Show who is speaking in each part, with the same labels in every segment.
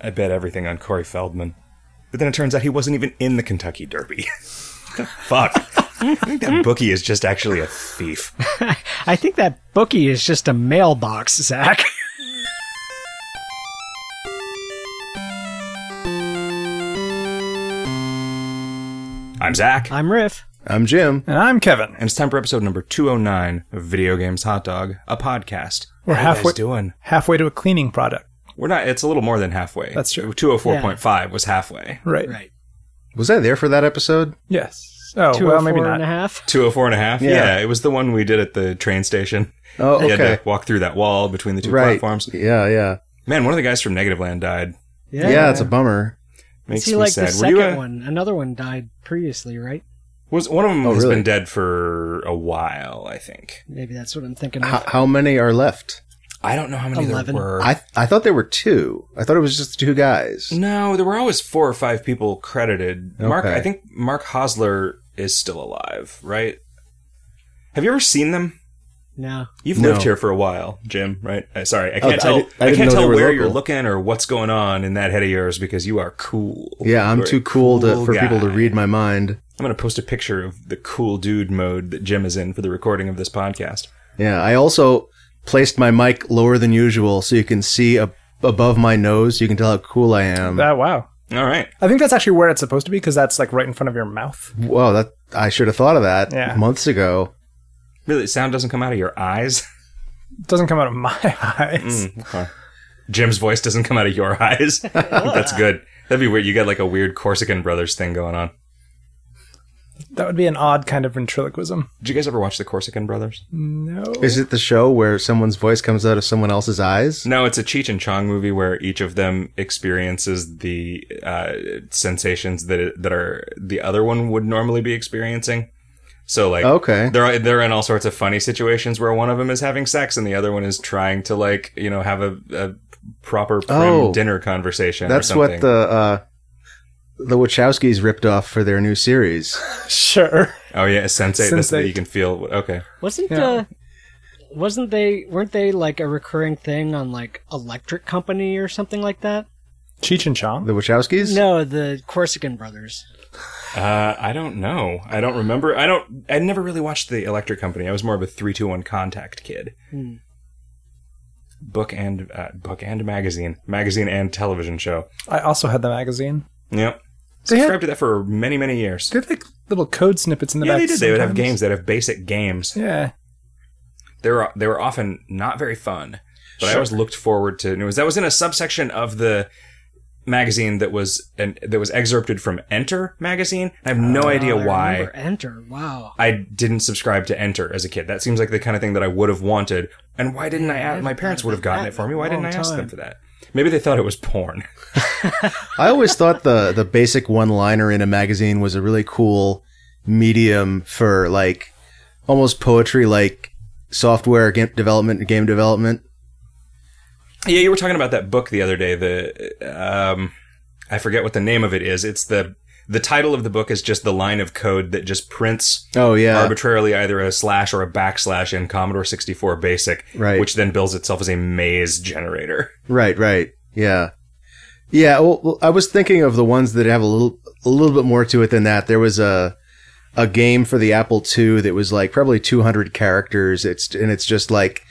Speaker 1: I bet everything on Corey Feldman. But then it turns out he wasn't even in the Kentucky Derby. Fuck. I think that bookie is just actually a thief.
Speaker 2: I think that bookie is just a mailbox, Zach.
Speaker 1: I'm Zach,
Speaker 2: I'm Riff.
Speaker 3: I'm Jim.
Speaker 4: And I'm Kevin.
Speaker 1: and it's time for episode number 209 of Video Games Hot Dog, a podcast.
Speaker 4: We're
Speaker 1: How you guys
Speaker 4: halfway-
Speaker 1: doing?
Speaker 4: Halfway to a cleaning product.
Speaker 1: We're not. It's a little more than halfway.
Speaker 4: That's true.
Speaker 1: 204.5 was halfway.
Speaker 4: Right.
Speaker 3: Was I there for that episode?
Speaker 4: Yes. Oh,
Speaker 2: Two
Speaker 4: well,
Speaker 2: or
Speaker 4: maybe
Speaker 2: four
Speaker 4: not.
Speaker 2: and a half.
Speaker 1: 204 and a half?
Speaker 3: Yeah.
Speaker 1: yeah, it was the one we did at the train station.
Speaker 3: Oh,
Speaker 1: You had
Speaker 3: okay.
Speaker 1: to walk through that wall between the two
Speaker 3: right.
Speaker 1: platforms.
Speaker 3: Yeah, yeah,
Speaker 1: Man, one of the guys from Negative Land died.
Speaker 3: yeah. it's a bummer.
Speaker 1: Makes
Speaker 2: See,
Speaker 1: me
Speaker 2: like
Speaker 1: sad.
Speaker 2: the
Speaker 1: Were you
Speaker 2: second
Speaker 1: a-
Speaker 2: one. Another one died previously, right?
Speaker 1: Was one of them
Speaker 3: Oh,
Speaker 1: has
Speaker 3: really?
Speaker 1: been dead for a while? I think.
Speaker 2: Maybe that's what I'm thinking of.
Speaker 3: H- how many are left?
Speaker 1: I don't know how many
Speaker 2: Eleven.
Speaker 1: there were.
Speaker 3: I I thought there were two. I thought it was just two guys.
Speaker 1: no, there were always four or five people credited. Mark,
Speaker 3: Okay.
Speaker 1: I think Mark Hosler is still alive, right? Have you ever seen them?
Speaker 2: no.
Speaker 1: You've
Speaker 3: No. Oh,
Speaker 1: lived here for a while, Jim. Right? Uh, sorry, I can't
Speaker 3: I
Speaker 1: tell. I,
Speaker 3: did- I didn't
Speaker 1: can't
Speaker 3: know
Speaker 1: tell
Speaker 3: they
Speaker 1: where
Speaker 3: were
Speaker 1: you're
Speaker 3: local.
Speaker 1: looking or what's going on in that head of yours because you are cool.
Speaker 3: Yeah, I'm
Speaker 1: You're a
Speaker 3: too cool, to, for
Speaker 1: guy.
Speaker 3: people to read my mind.
Speaker 1: I'm gonna post a picture of the cool dude mode that Jim is in for the recording of this podcast.
Speaker 3: Yeah, I also placed my mic lower than usual so you can see ab above my nose. You can tell how cool I am.
Speaker 4: Ah, wow.
Speaker 1: All right.
Speaker 4: I think that's actually where it's supposed to be because that's like right in front of your mouth.
Speaker 3: Whoa, that I should have thought of that
Speaker 4: Yeah.
Speaker 3: months ago.
Speaker 1: Really, sound doesn't come out of your eyes.
Speaker 4: It doesn't come out of my eyes.
Speaker 1: Mm, okay. Jim's voice doesn't come out of your eyes. That's good. That'd be weird. You got like a weird Corsican Brothers thing going on.
Speaker 4: That would be an odd kind of ventriloquism.
Speaker 1: Did you guys ever watch the Corsican Brothers?
Speaker 4: No.
Speaker 3: Is it the show where someone's voice comes out of someone else's eyes?
Speaker 1: No, it's a Cheech and Chong movie where each of them experiences the uh, sensations that that are the other one would normally be experiencing. So like
Speaker 3: Okay.
Speaker 1: they're they're in all sorts of funny situations where one of them is having sex and the other one is trying to like you know have a, a proper prim
Speaker 3: Oh.
Speaker 1: dinner conversation. or
Speaker 3: That's
Speaker 1: something.
Speaker 3: what the uh, the Wachowskis ripped off for their new series.
Speaker 4: Sure.
Speaker 1: oh yeah sensei. That's that
Speaker 4: Sensei.
Speaker 1: you can feel. Okay,
Speaker 2: Wasn't
Speaker 4: Yeah.
Speaker 2: uh, wasn't they weren't they like a recurring thing on like Electric Company or something like that?
Speaker 4: Cheech and Chong?
Speaker 3: The Wachowskis?
Speaker 2: No, the Corsican brothers.
Speaker 1: Uh, I don't know. I don't remember. I don't. I never really watched the Electric Company. I was more of a three-two-one contact kid.
Speaker 2: Hmm.
Speaker 1: Book and uh, book and magazine, magazine and television show.
Speaker 4: I also had the magazine.
Speaker 1: Yep.
Speaker 4: They had-
Speaker 1: Subscribed to that for many many years.
Speaker 4: They had like little code snippets in the
Speaker 1: Yeah,
Speaker 4: back.
Speaker 1: they did. They would have
Speaker 4: sometimes.
Speaker 1: games. They'd have basic games.
Speaker 4: Yeah.
Speaker 1: They were they were often not very fun, but I
Speaker 4: Sure.
Speaker 1: always looked forward to news. That was in a subsection of the magazine that was an, that was excerpted from Enter magazine. I have no
Speaker 2: Oh,
Speaker 1: idea
Speaker 2: I
Speaker 1: why.
Speaker 2: remember Enter. Wow.
Speaker 1: I didn't subscribe to Enter as a kid. That seems like the kind of thing that I would have wanted. And why didn't I?
Speaker 2: Yeah,
Speaker 1: Ask, my
Speaker 2: I've
Speaker 1: parents
Speaker 2: thought
Speaker 1: would have
Speaker 2: about
Speaker 1: gotten
Speaker 2: that
Speaker 1: it for
Speaker 2: for
Speaker 1: me.
Speaker 2: a
Speaker 1: Why didn't I
Speaker 2: long
Speaker 1: ask them
Speaker 2: time.
Speaker 1: for that? Maybe they thought it was porn.
Speaker 3: I always thought the the basic one liner in a magazine was a really cool medium for like almost poetry, like software game development, and game development.
Speaker 1: yeah, you were talking about that book the other day. The um, I forget what the name of it is. It's the the title of the book is just the line of code that just prints
Speaker 3: Oh yeah,
Speaker 1: arbitrarily either a slash or a backslash in Commodore 64 BASIC,
Speaker 3: Right.
Speaker 1: which then bills itself as a maze generator.
Speaker 3: right, right, yeah, yeah. Well, well, I was thinking of the ones that have a little a little bit more to it than that. There was a a game for the Apple II that was like probably 200 characters. It's and it's just like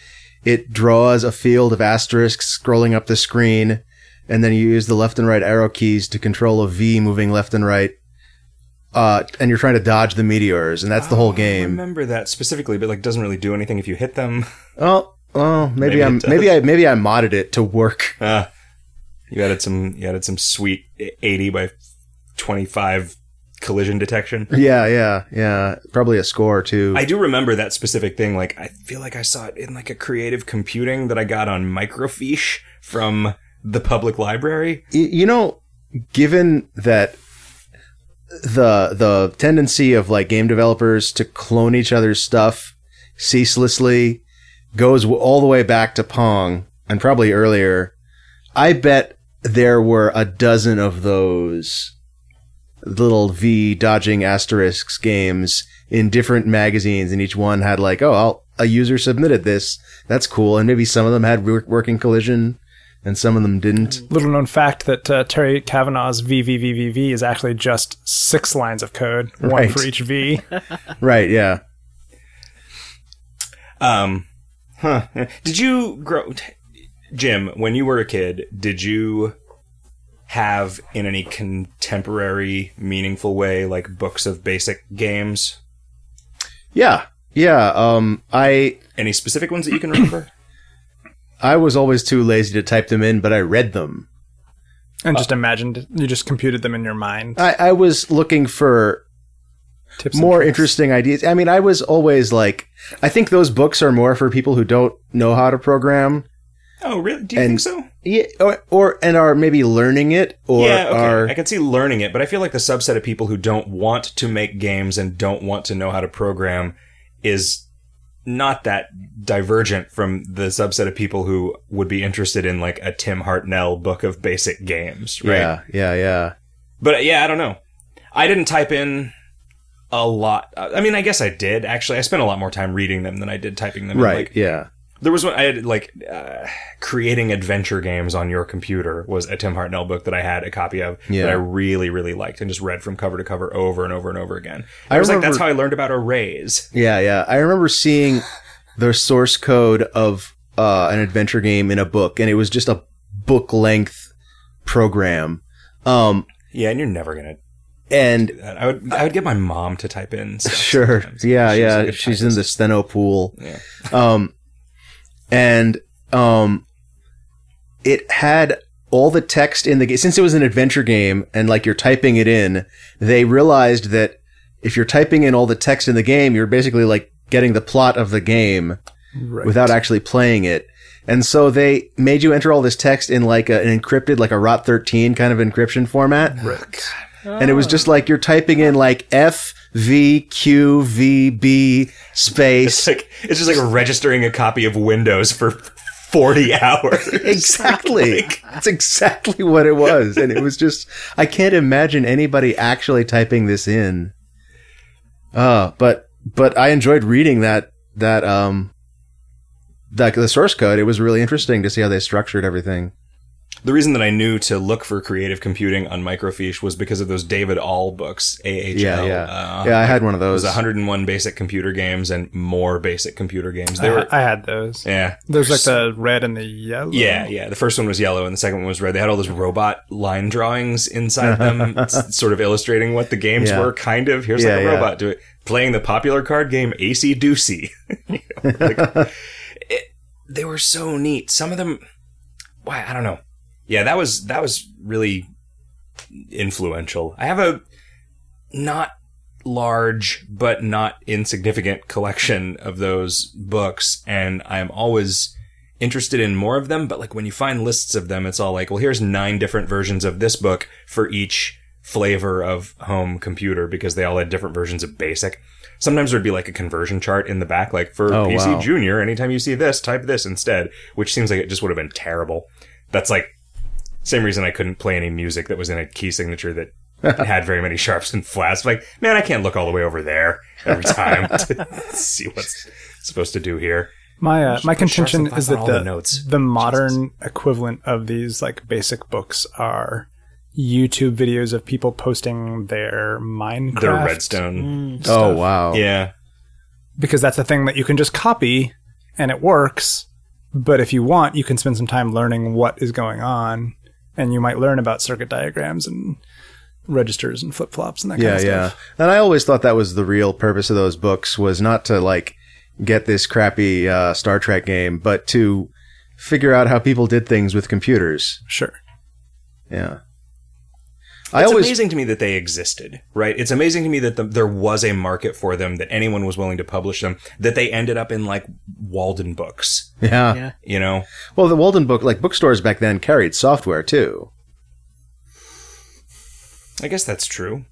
Speaker 3: it draws a field of asterisks scrolling up the screen, and then you use the left and right arrow keys to control a V moving left and right. Uh, and you're trying to dodge the meteors, and that's the
Speaker 1: Oh,
Speaker 3: whole
Speaker 1: I
Speaker 3: game.
Speaker 1: remember that specifically, but like doesn't really do anything if you hit them.
Speaker 3: Oh, oh, maybe,
Speaker 1: Maybe
Speaker 3: I'm
Speaker 1: it does.
Speaker 3: maybe I maybe I modded it to work.
Speaker 1: Ah, you added some. You added some sweet eighty by twenty-five collision detection.
Speaker 3: Yeah, yeah, yeah. Probably a score too.
Speaker 1: I do remember that specific thing. Like I feel like I saw it in like a creative computing that I got on microfiche from the public library.
Speaker 3: Y- you know, given that the the tendency of like game developers to clone each other's stuff ceaselessly goes w- all the way back to Pong and probably earlier. I bet there were a dozen of those little V dodging asterisks games in different magazines, and each one had like, oh, I'll, a user submitted this. That's cool, and maybe some of them had wor- working collision and some of them didn't.
Speaker 4: Little known fact that uh, Terry Kavanaugh's VVVVV is actually just six lines of code, one
Speaker 3: Right.
Speaker 4: for each V.
Speaker 3: Right? Yeah.
Speaker 1: Um, huh. Did you grow, t- Jim? When you were a kid, did you have in any contemporary, meaningful way like books of basic games?
Speaker 3: Yeah. Yeah. Um, I
Speaker 1: Any specific ones that you can remember?
Speaker 3: I was always too lazy to type them in, but I read them.
Speaker 4: And just imagined, you just computed them in your
Speaker 1: Uh,
Speaker 4: mind.
Speaker 3: I, I was looking for
Speaker 4: Tips and
Speaker 3: more
Speaker 4: tricks.
Speaker 3: interesting ideas. I mean, I was always like, I think those books are more for people who don't know how to program,
Speaker 1: oh, really? Do you
Speaker 3: And-
Speaker 1: think so?
Speaker 3: yeah, or, or and are maybe learning it, or
Speaker 1: yeah. Okay.
Speaker 3: are
Speaker 1: I can see learning it, but I feel like the subset of people who don't want to make games and don't want to know how to program is not that divergent from the subset of people who would be interested in like a Tim Hartnell book of basic games, right?
Speaker 3: yeah, yeah, yeah.
Speaker 1: But uh, yeah, I don't know. I didn't type in a lot. Uh, I mean, I guess I did actually. I spent a lot more time reading them than I did typing them. in.
Speaker 3: right?
Speaker 1: Like,
Speaker 3: yeah,
Speaker 1: there was one I had like uh, creating adventure games on your computer was a Tim Hartnell book that I had a copy of
Speaker 3: Yeah.
Speaker 1: that I really really liked and just read from cover to cover over and over and over again. I,
Speaker 3: I
Speaker 1: was like, that's
Speaker 3: remember-
Speaker 1: how I learned about arrays.
Speaker 3: yeah, yeah. I remember seeing the source code of uh, an adventure game in a book, and it was just a book length program. Um,
Speaker 1: Yeah, and you're never gonna.
Speaker 3: and
Speaker 1: do that. I would I would get my mom to type in. stuff
Speaker 3: Sure.
Speaker 1: sometimes.
Speaker 3: Yeah,
Speaker 1: She's a
Speaker 3: yeah.
Speaker 1: good
Speaker 3: She's in the steno pool.
Speaker 1: Yeah.
Speaker 3: Um, and um, it had all the text in the game. Since it was an adventure game and like you're typing it in, they realized that if you're typing in all the text in the game, you're basically like getting the plot of the game
Speaker 4: Right.
Speaker 3: without actually playing it. And so they made you enter all this text in like a, an encrypted, like a ROT 13 kind of encryption format and it was just like you're typing in like F V Q V B
Speaker 1: It's
Speaker 3: space.
Speaker 1: like it's just like registering a copy of Windows for forty hours.
Speaker 3: Exactly. That's exactly what it was. And it was just I can't imagine anybody actually typing this in. Uh, but but I enjoyed reading that that um that the source code. It was really interesting to see how they structured everything.
Speaker 1: The reason that I knew to look for creative computing on microfiche was because of those David All books, AHL.
Speaker 3: Yeah, yeah.
Speaker 1: Uh,
Speaker 3: yeah, I had one of
Speaker 1: It
Speaker 3: those.
Speaker 1: was 101 basic computer games and more basic computer games. They
Speaker 4: I-
Speaker 1: were,
Speaker 4: I had those.
Speaker 1: yeah,
Speaker 4: There's like the red and the yellow.
Speaker 1: yeah, yeah. The first one was yellow and the second one was red. They had all those robot line drawings inside them, s- sort of illustrating what the games
Speaker 3: Yeah.
Speaker 1: were. Kind of. Here's
Speaker 3: Yeah,
Speaker 1: like a
Speaker 3: yeah.
Speaker 1: robot do it, playing the popular card game AC Doocy. You know, like, it, they were so neat. Some of them, why I don't know. Yeah, that was that was really influential. I have a not large but not insignificant collection of those books, and I'm always interested in more of them, but like when you find lists of them, it's all like, well, here's nine different versions of this book for each flavor of home computer because they all had different versions of basic. Sometimes there'd be like a conversion chart in the back, like for
Speaker 3: Oh,
Speaker 1: PC
Speaker 3: wow.
Speaker 1: Junior, anytime you see this, type this instead, which seems like it just would have been terrible. That's like same reason I couldn't play any music that was in a key signature that had very many sharps and flats. Like, man, I can't look all the way over there every time to see what's supposed to do here.
Speaker 4: My uh,
Speaker 1: Sharps
Speaker 4: my
Speaker 1: and
Speaker 4: contention
Speaker 1: flats
Speaker 4: is
Speaker 1: on
Speaker 4: that
Speaker 1: all
Speaker 4: the,
Speaker 1: the notes.
Speaker 4: the modern equivalent of these like basic books are YouTube videos of people posting their Minecraft.
Speaker 1: They're redstone.
Speaker 3: oh wow.
Speaker 1: Yeah.
Speaker 4: because that's a thing that you can just copy and it works. But if you want, you can spend some time learning what is going on, and you might learn about circuit diagrams and registers and flip flops and that kind
Speaker 3: yeah
Speaker 4: of
Speaker 3: yeah
Speaker 4: stuff.
Speaker 3: and i always thought that was the real purpose of those books was not to like get this crappy uh, star trek game but to figure out how people did things with computers
Speaker 4: Sure.
Speaker 3: yeah i
Speaker 1: It's
Speaker 3: always
Speaker 1: amazing to me that they existed, right? It's amazing to me that the, there was a market for them, that anyone was willing to publish them, that they ended up in like Walden books,
Speaker 3: yeah.
Speaker 2: Yeah.
Speaker 1: you know?
Speaker 3: well the walden book like bookstores back then carried software too
Speaker 1: I guess that's true.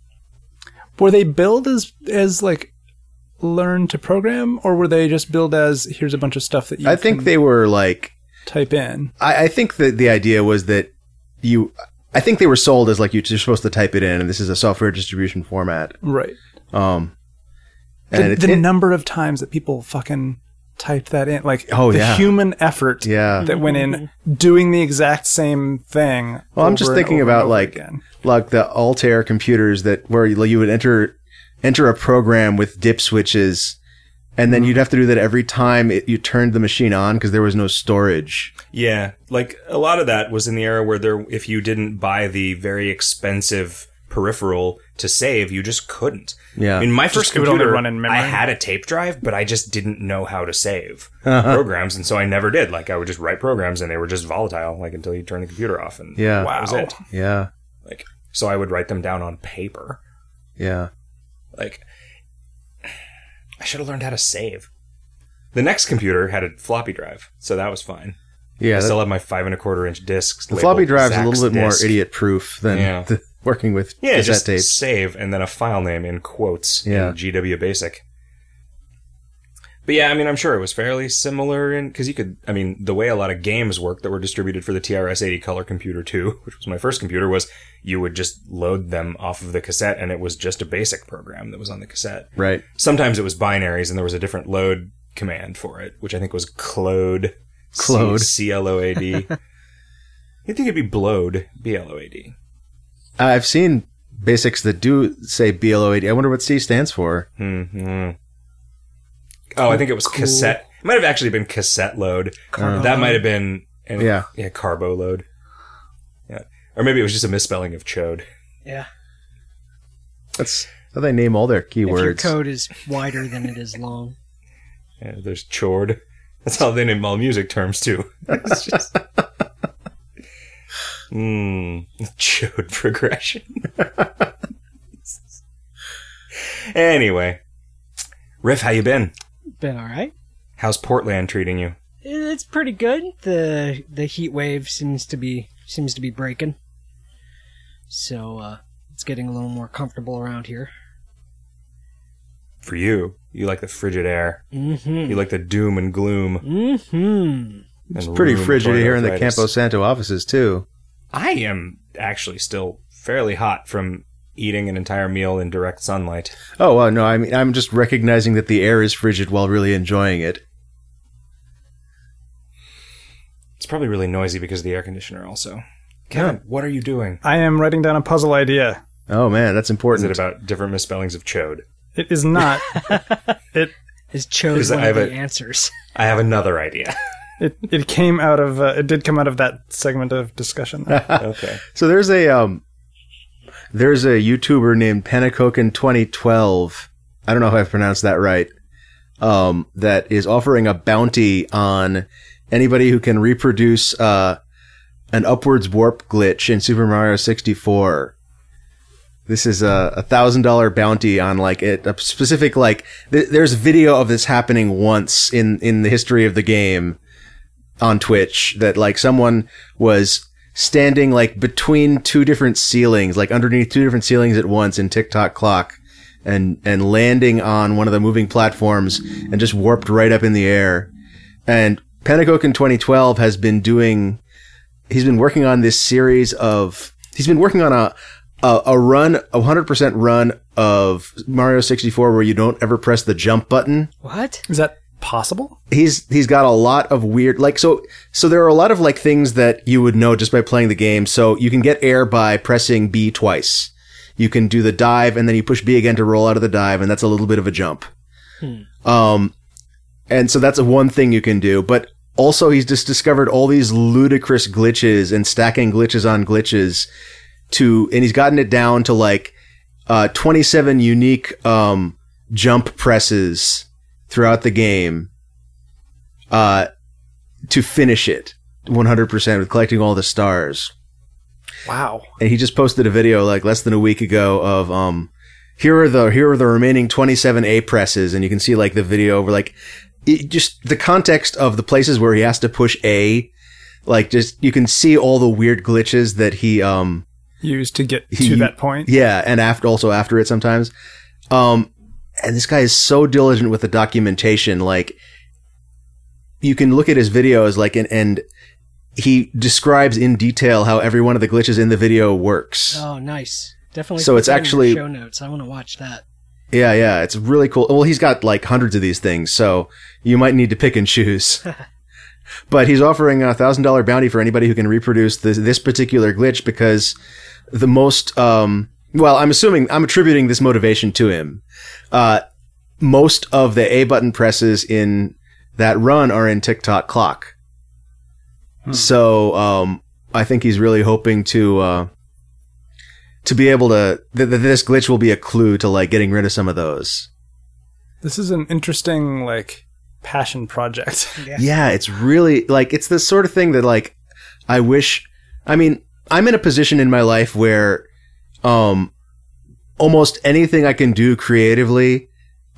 Speaker 4: Were they billed as as like learn to program, or were they just billed as here's a bunch of stuff that you
Speaker 3: i think
Speaker 4: can
Speaker 3: they were like
Speaker 4: type in?
Speaker 3: I, I think that the idea was that you i think they were sold as like you- you're supposed to type it in and this is a software distribution format
Speaker 4: Right.
Speaker 3: um
Speaker 4: The,
Speaker 3: and it's
Speaker 4: the
Speaker 3: it-
Speaker 4: number of times that people fucking type that in. Like
Speaker 3: Oh,
Speaker 4: the
Speaker 3: yeah.
Speaker 4: human effort
Speaker 3: Yeah.
Speaker 4: that went in doing the exact same thing.
Speaker 3: Well, I'm
Speaker 4: over
Speaker 3: just
Speaker 4: and
Speaker 3: thinking
Speaker 4: over and
Speaker 3: about
Speaker 4: over
Speaker 3: like
Speaker 4: again.
Speaker 3: like the Altair computers that where you you would enter enter a program with dip switches, and
Speaker 1: Mm-hmm.
Speaker 3: then you'd have to do that every time it, you turned the machine on because there was no storage.
Speaker 1: Yeah, like a lot of that was in the era where there, if you didn't buy the very expensive peripheral to save, you just couldn't.
Speaker 3: Yeah.
Speaker 1: In my first
Speaker 4: it would only
Speaker 1: computer,
Speaker 4: run in memory.
Speaker 1: I had a tape drive, but I just didn't know how to save
Speaker 3: Uh-huh.
Speaker 1: programs, and so I never did. Like I would just write programs, and they were just volatile, like until you turn the computer off, and
Speaker 3: Yeah,
Speaker 1: that was
Speaker 4: Wow.
Speaker 1: it.
Speaker 3: yeah,
Speaker 1: Like so, I would write them down on paper.
Speaker 3: yeah.
Speaker 1: Like I should have learned how to save. The next computer had a floppy drive, so that was fine.
Speaker 3: Yeah,
Speaker 1: I
Speaker 3: that-
Speaker 1: still have my five and a quarter inch discs.
Speaker 3: the floppy
Speaker 1: labeled
Speaker 3: drive's a
Speaker 1: Zach's
Speaker 3: little bit
Speaker 1: disc.
Speaker 3: more idiot proof than
Speaker 1: Yeah.
Speaker 3: the- working with
Speaker 1: Yeah,
Speaker 3: cassette
Speaker 1: just
Speaker 3: tapes.
Speaker 1: save and then a file name in quotes
Speaker 3: Yeah.
Speaker 1: in GW Basic. But yeah, I mean, I'm sure it was fairly similar in because you could, I mean, the way a lot of games worked that were distributed for the TRS-80 Color computer too, which was my first computer, was you would just load them off of the cassette, and it was just a basic program that was on the cassette.
Speaker 3: Right.
Speaker 1: Sometimes it was binaries, and there was a different load command for it, which I think was clode.
Speaker 3: Clode.
Speaker 1: C L O A D. You think it'd be blowed? B L O A D.
Speaker 3: I've seen basics that do say BLOAD. I wonder what C stands for.
Speaker 1: hmm Oh, I think it was
Speaker 4: Cool.
Speaker 1: cassette. It might have actually been cassette load.
Speaker 2: Uh-huh.
Speaker 4: Carbo
Speaker 1: Uh, that might
Speaker 4: load.
Speaker 1: have been an,
Speaker 3: Yeah.
Speaker 1: yeah, carbo load. Yeah, or maybe it was just a misspelling of chode.
Speaker 2: Yeah.
Speaker 3: That's how they name all their
Speaker 2: If your
Speaker 3: keywords.
Speaker 2: code is wider than it is long.
Speaker 1: Yeah, there's chord. That's how they name all music terms too. It's just. Mm, chode progression. anyway, Riff, how you been?
Speaker 2: Been all right.
Speaker 1: How's Portland treating you?
Speaker 2: It's pretty good. The the heat wave seems to be seems to be breaking. So uh it's getting a little more comfortable around here.
Speaker 1: For you, you like the frigid air.
Speaker 2: Mhm.
Speaker 1: You like the doom and gloom.
Speaker 2: Mhm.
Speaker 3: It's
Speaker 1: and
Speaker 3: pretty
Speaker 1: rheumatoid
Speaker 3: frigid here in the
Speaker 1: arthritis.
Speaker 3: Campo Santo offices too.
Speaker 1: I am actually still fairly hot from eating an entire meal in direct sunlight.
Speaker 3: Oh well, no, I mean I'm just recognizing that the air is frigid while really enjoying it.
Speaker 1: It's probably really noisy because of the air conditioner, also. Kevin, what are you doing?
Speaker 4: I am writing down a puzzle idea.
Speaker 3: Oh man, that's
Speaker 1: Is
Speaker 3: important.
Speaker 1: it about different misspellings of chode?
Speaker 4: It is not.
Speaker 2: Has
Speaker 1: Is
Speaker 2: chose
Speaker 1: that-
Speaker 2: one
Speaker 1: I
Speaker 2: of
Speaker 1: have a-
Speaker 2: the answers.
Speaker 1: I have another idea.
Speaker 4: it it came out of uh, it did come out of that segment of discussion.
Speaker 1: okay.
Speaker 3: so there's a um, there's a YouTuber named Panacoken 2012. I don't know if I pronounced that right. Um, that is offering a bounty on anybody who can reproduce uh, an upwards warp glitch in Super Mario 64. This is a a thousand dollar bounty on like a, a specific like. Th- there's video of this happening once in in the history of the game on Twitch that like someone was standing like between two different ceilings, like underneath two different ceilings at once in TikTok clock and and landing on one of the moving platforms and just warped right up in the air. And Panacoke in 2012 has been doing he's been working on this series of he's been working on a a, a run, a 100% run of Mario 64 where you don't ever press the jump button
Speaker 2: What?
Speaker 4: Is that possible?
Speaker 3: he's he's got a lot of weird like so so there are a lot of like things that you would know just by playing the game. So you can get air by pressing B twice. You can do the dive and then you push B again to roll out of the dive and that's a little bit of a jump. Um and so that's one thing you can do, but also he's just discovered all these ludicrous glitches and stacking glitches on glitches to and he's gotten it down to like uh 27 unique um jump presses throughout the game uh, to finish it 100% with collecting all the stars.
Speaker 4: Wow.
Speaker 3: And he just posted a video like less than a week ago of um here are the here are the remaining 27 A presses and you can see like the video over like it just the context of the places where he has to push A like just you can see all the weird glitches that he um
Speaker 4: Used to get to
Speaker 3: He-
Speaker 4: that point.
Speaker 3: yeah, and after also after it sometimes. Um, and this guy is so diligent with the documentation. Like, you can look at his videos, like, and and he describes in detail how every one of the glitches in the video works.
Speaker 2: Oh, nice. Definitely.
Speaker 3: So
Speaker 2: put
Speaker 3: it's
Speaker 2: that in your
Speaker 3: actually-
Speaker 2: show notes. I want to watch that.
Speaker 3: Yeah, yeah, it's really cool. Well, he's got like hundreds of these things, so you might need to pick and choose. but he's offering a thousand dollar bounty for anybody who can reproduce this, this particular glitch because the most um, well, I'm assuming I'm attributing this motivation to him. Uh, most of the A button presses in that run are in TikTok clock.
Speaker 4: Hmm.
Speaker 3: So um, I think he's really hoping to uh, to be able to th- th- this glitch will be a clue to like getting rid of some of those.
Speaker 4: This is an interesting like passion project.
Speaker 2: Yeah.
Speaker 3: Yeah, it's really like it's the sort of thing that like I wish I mean, I'm in a position in my life where um almost anything I can do creatively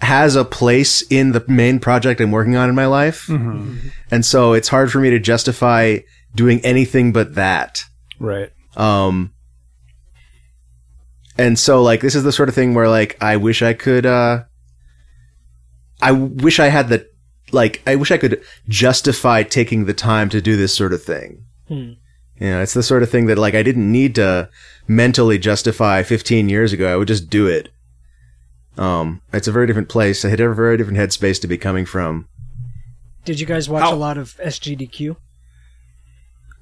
Speaker 3: has a place in the main project I'm working on in my life.
Speaker 4: Hmm.
Speaker 1: Mm-hmm.
Speaker 3: And so it's hard for me to justify doing anything but that.
Speaker 4: Right. Oh,
Speaker 3: Um and so like this is the sort of thing where like I wish I could uh I wish I had the like I wish I could justify taking the time to do this sort of thing.
Speaker 2: Hmm.
Speaker 3: You know, it's the sort of thing that like I didn't need to mentally justify 15 years ago. I would just do it. Um it's a very different place. I had a very different headspace to be coming from.
Speaker 2: Did you guys watch
Speaker 1: Ow.
Speaker 2: a lot of SGDQ?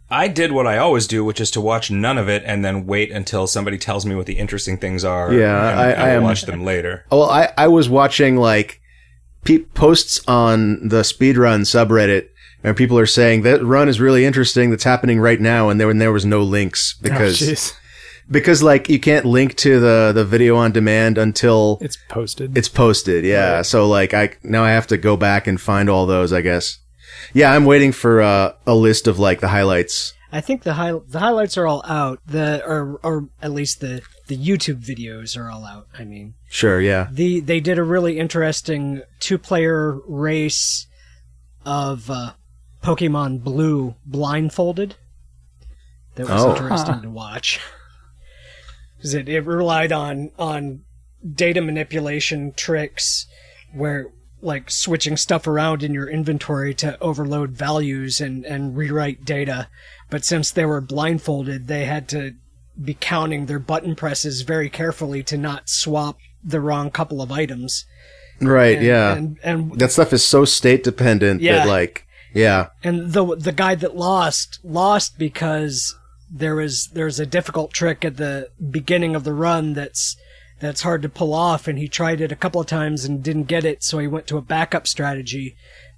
Speaker 1: I did what I always do, which is to watch none of it and then wait until somebody tells me what the interesting things are.
Speaker 3: Yeah,
Speaker 1: and
Speaker 3: I-
Speaker 1: I'll
Speaker 3: I am-
Speaker 1: watch them later.
Speaker 3: Well, I, I was watching like pe- posts on the speedrun subreddit, and people are saying that run is really interesting. That's happening right now, and there and there was no links
Speaker 4: Oh,
Speaker 3: because
Speaker 4: jeez.
Speaker 3: because like you can't link to the the video on demand until
Speaker 4: it's posted.
Speaker 3: it's posted. Yeah, so like I now I have to go back and find all those. I guess. Yeah, I'm waiting for uh, a list of like the highlights.
Speaker 2: I think the high, the highlights are all out. The or or at least the the YouTube videos are all out. I mean,
Speaker 3: Sure. Yeah.
Speaker 2: the they did a really interesting two player race of uh, Pokemon Blue blindfolded. That was
Speaker 3: Oh.
Speaker 2: interesting
Speaker 4: Huh.
Speaker 2: to watch because it, it relied on on data manipulation tricks where like switching stuff around in your inventory to overload values and and rewrite data but since they were blindfolded they had to be counting their button presses very carefully to not swap the wrong couple of items
Speaker 3: Right.
Speaker 2: and,
Speaker 3: yeah.
Speaker 2: and and
Speaker 3: that stuff is so state dependent
Speaker 2: Yeah.
Speaker 3: that like yeah
Speaker 2: and the the guy that lost lost because there was there's a difficult trick at the beginning of the run that's that's hard to pull off and he tried it a couple of times and didn't get it so he went to a backup strategy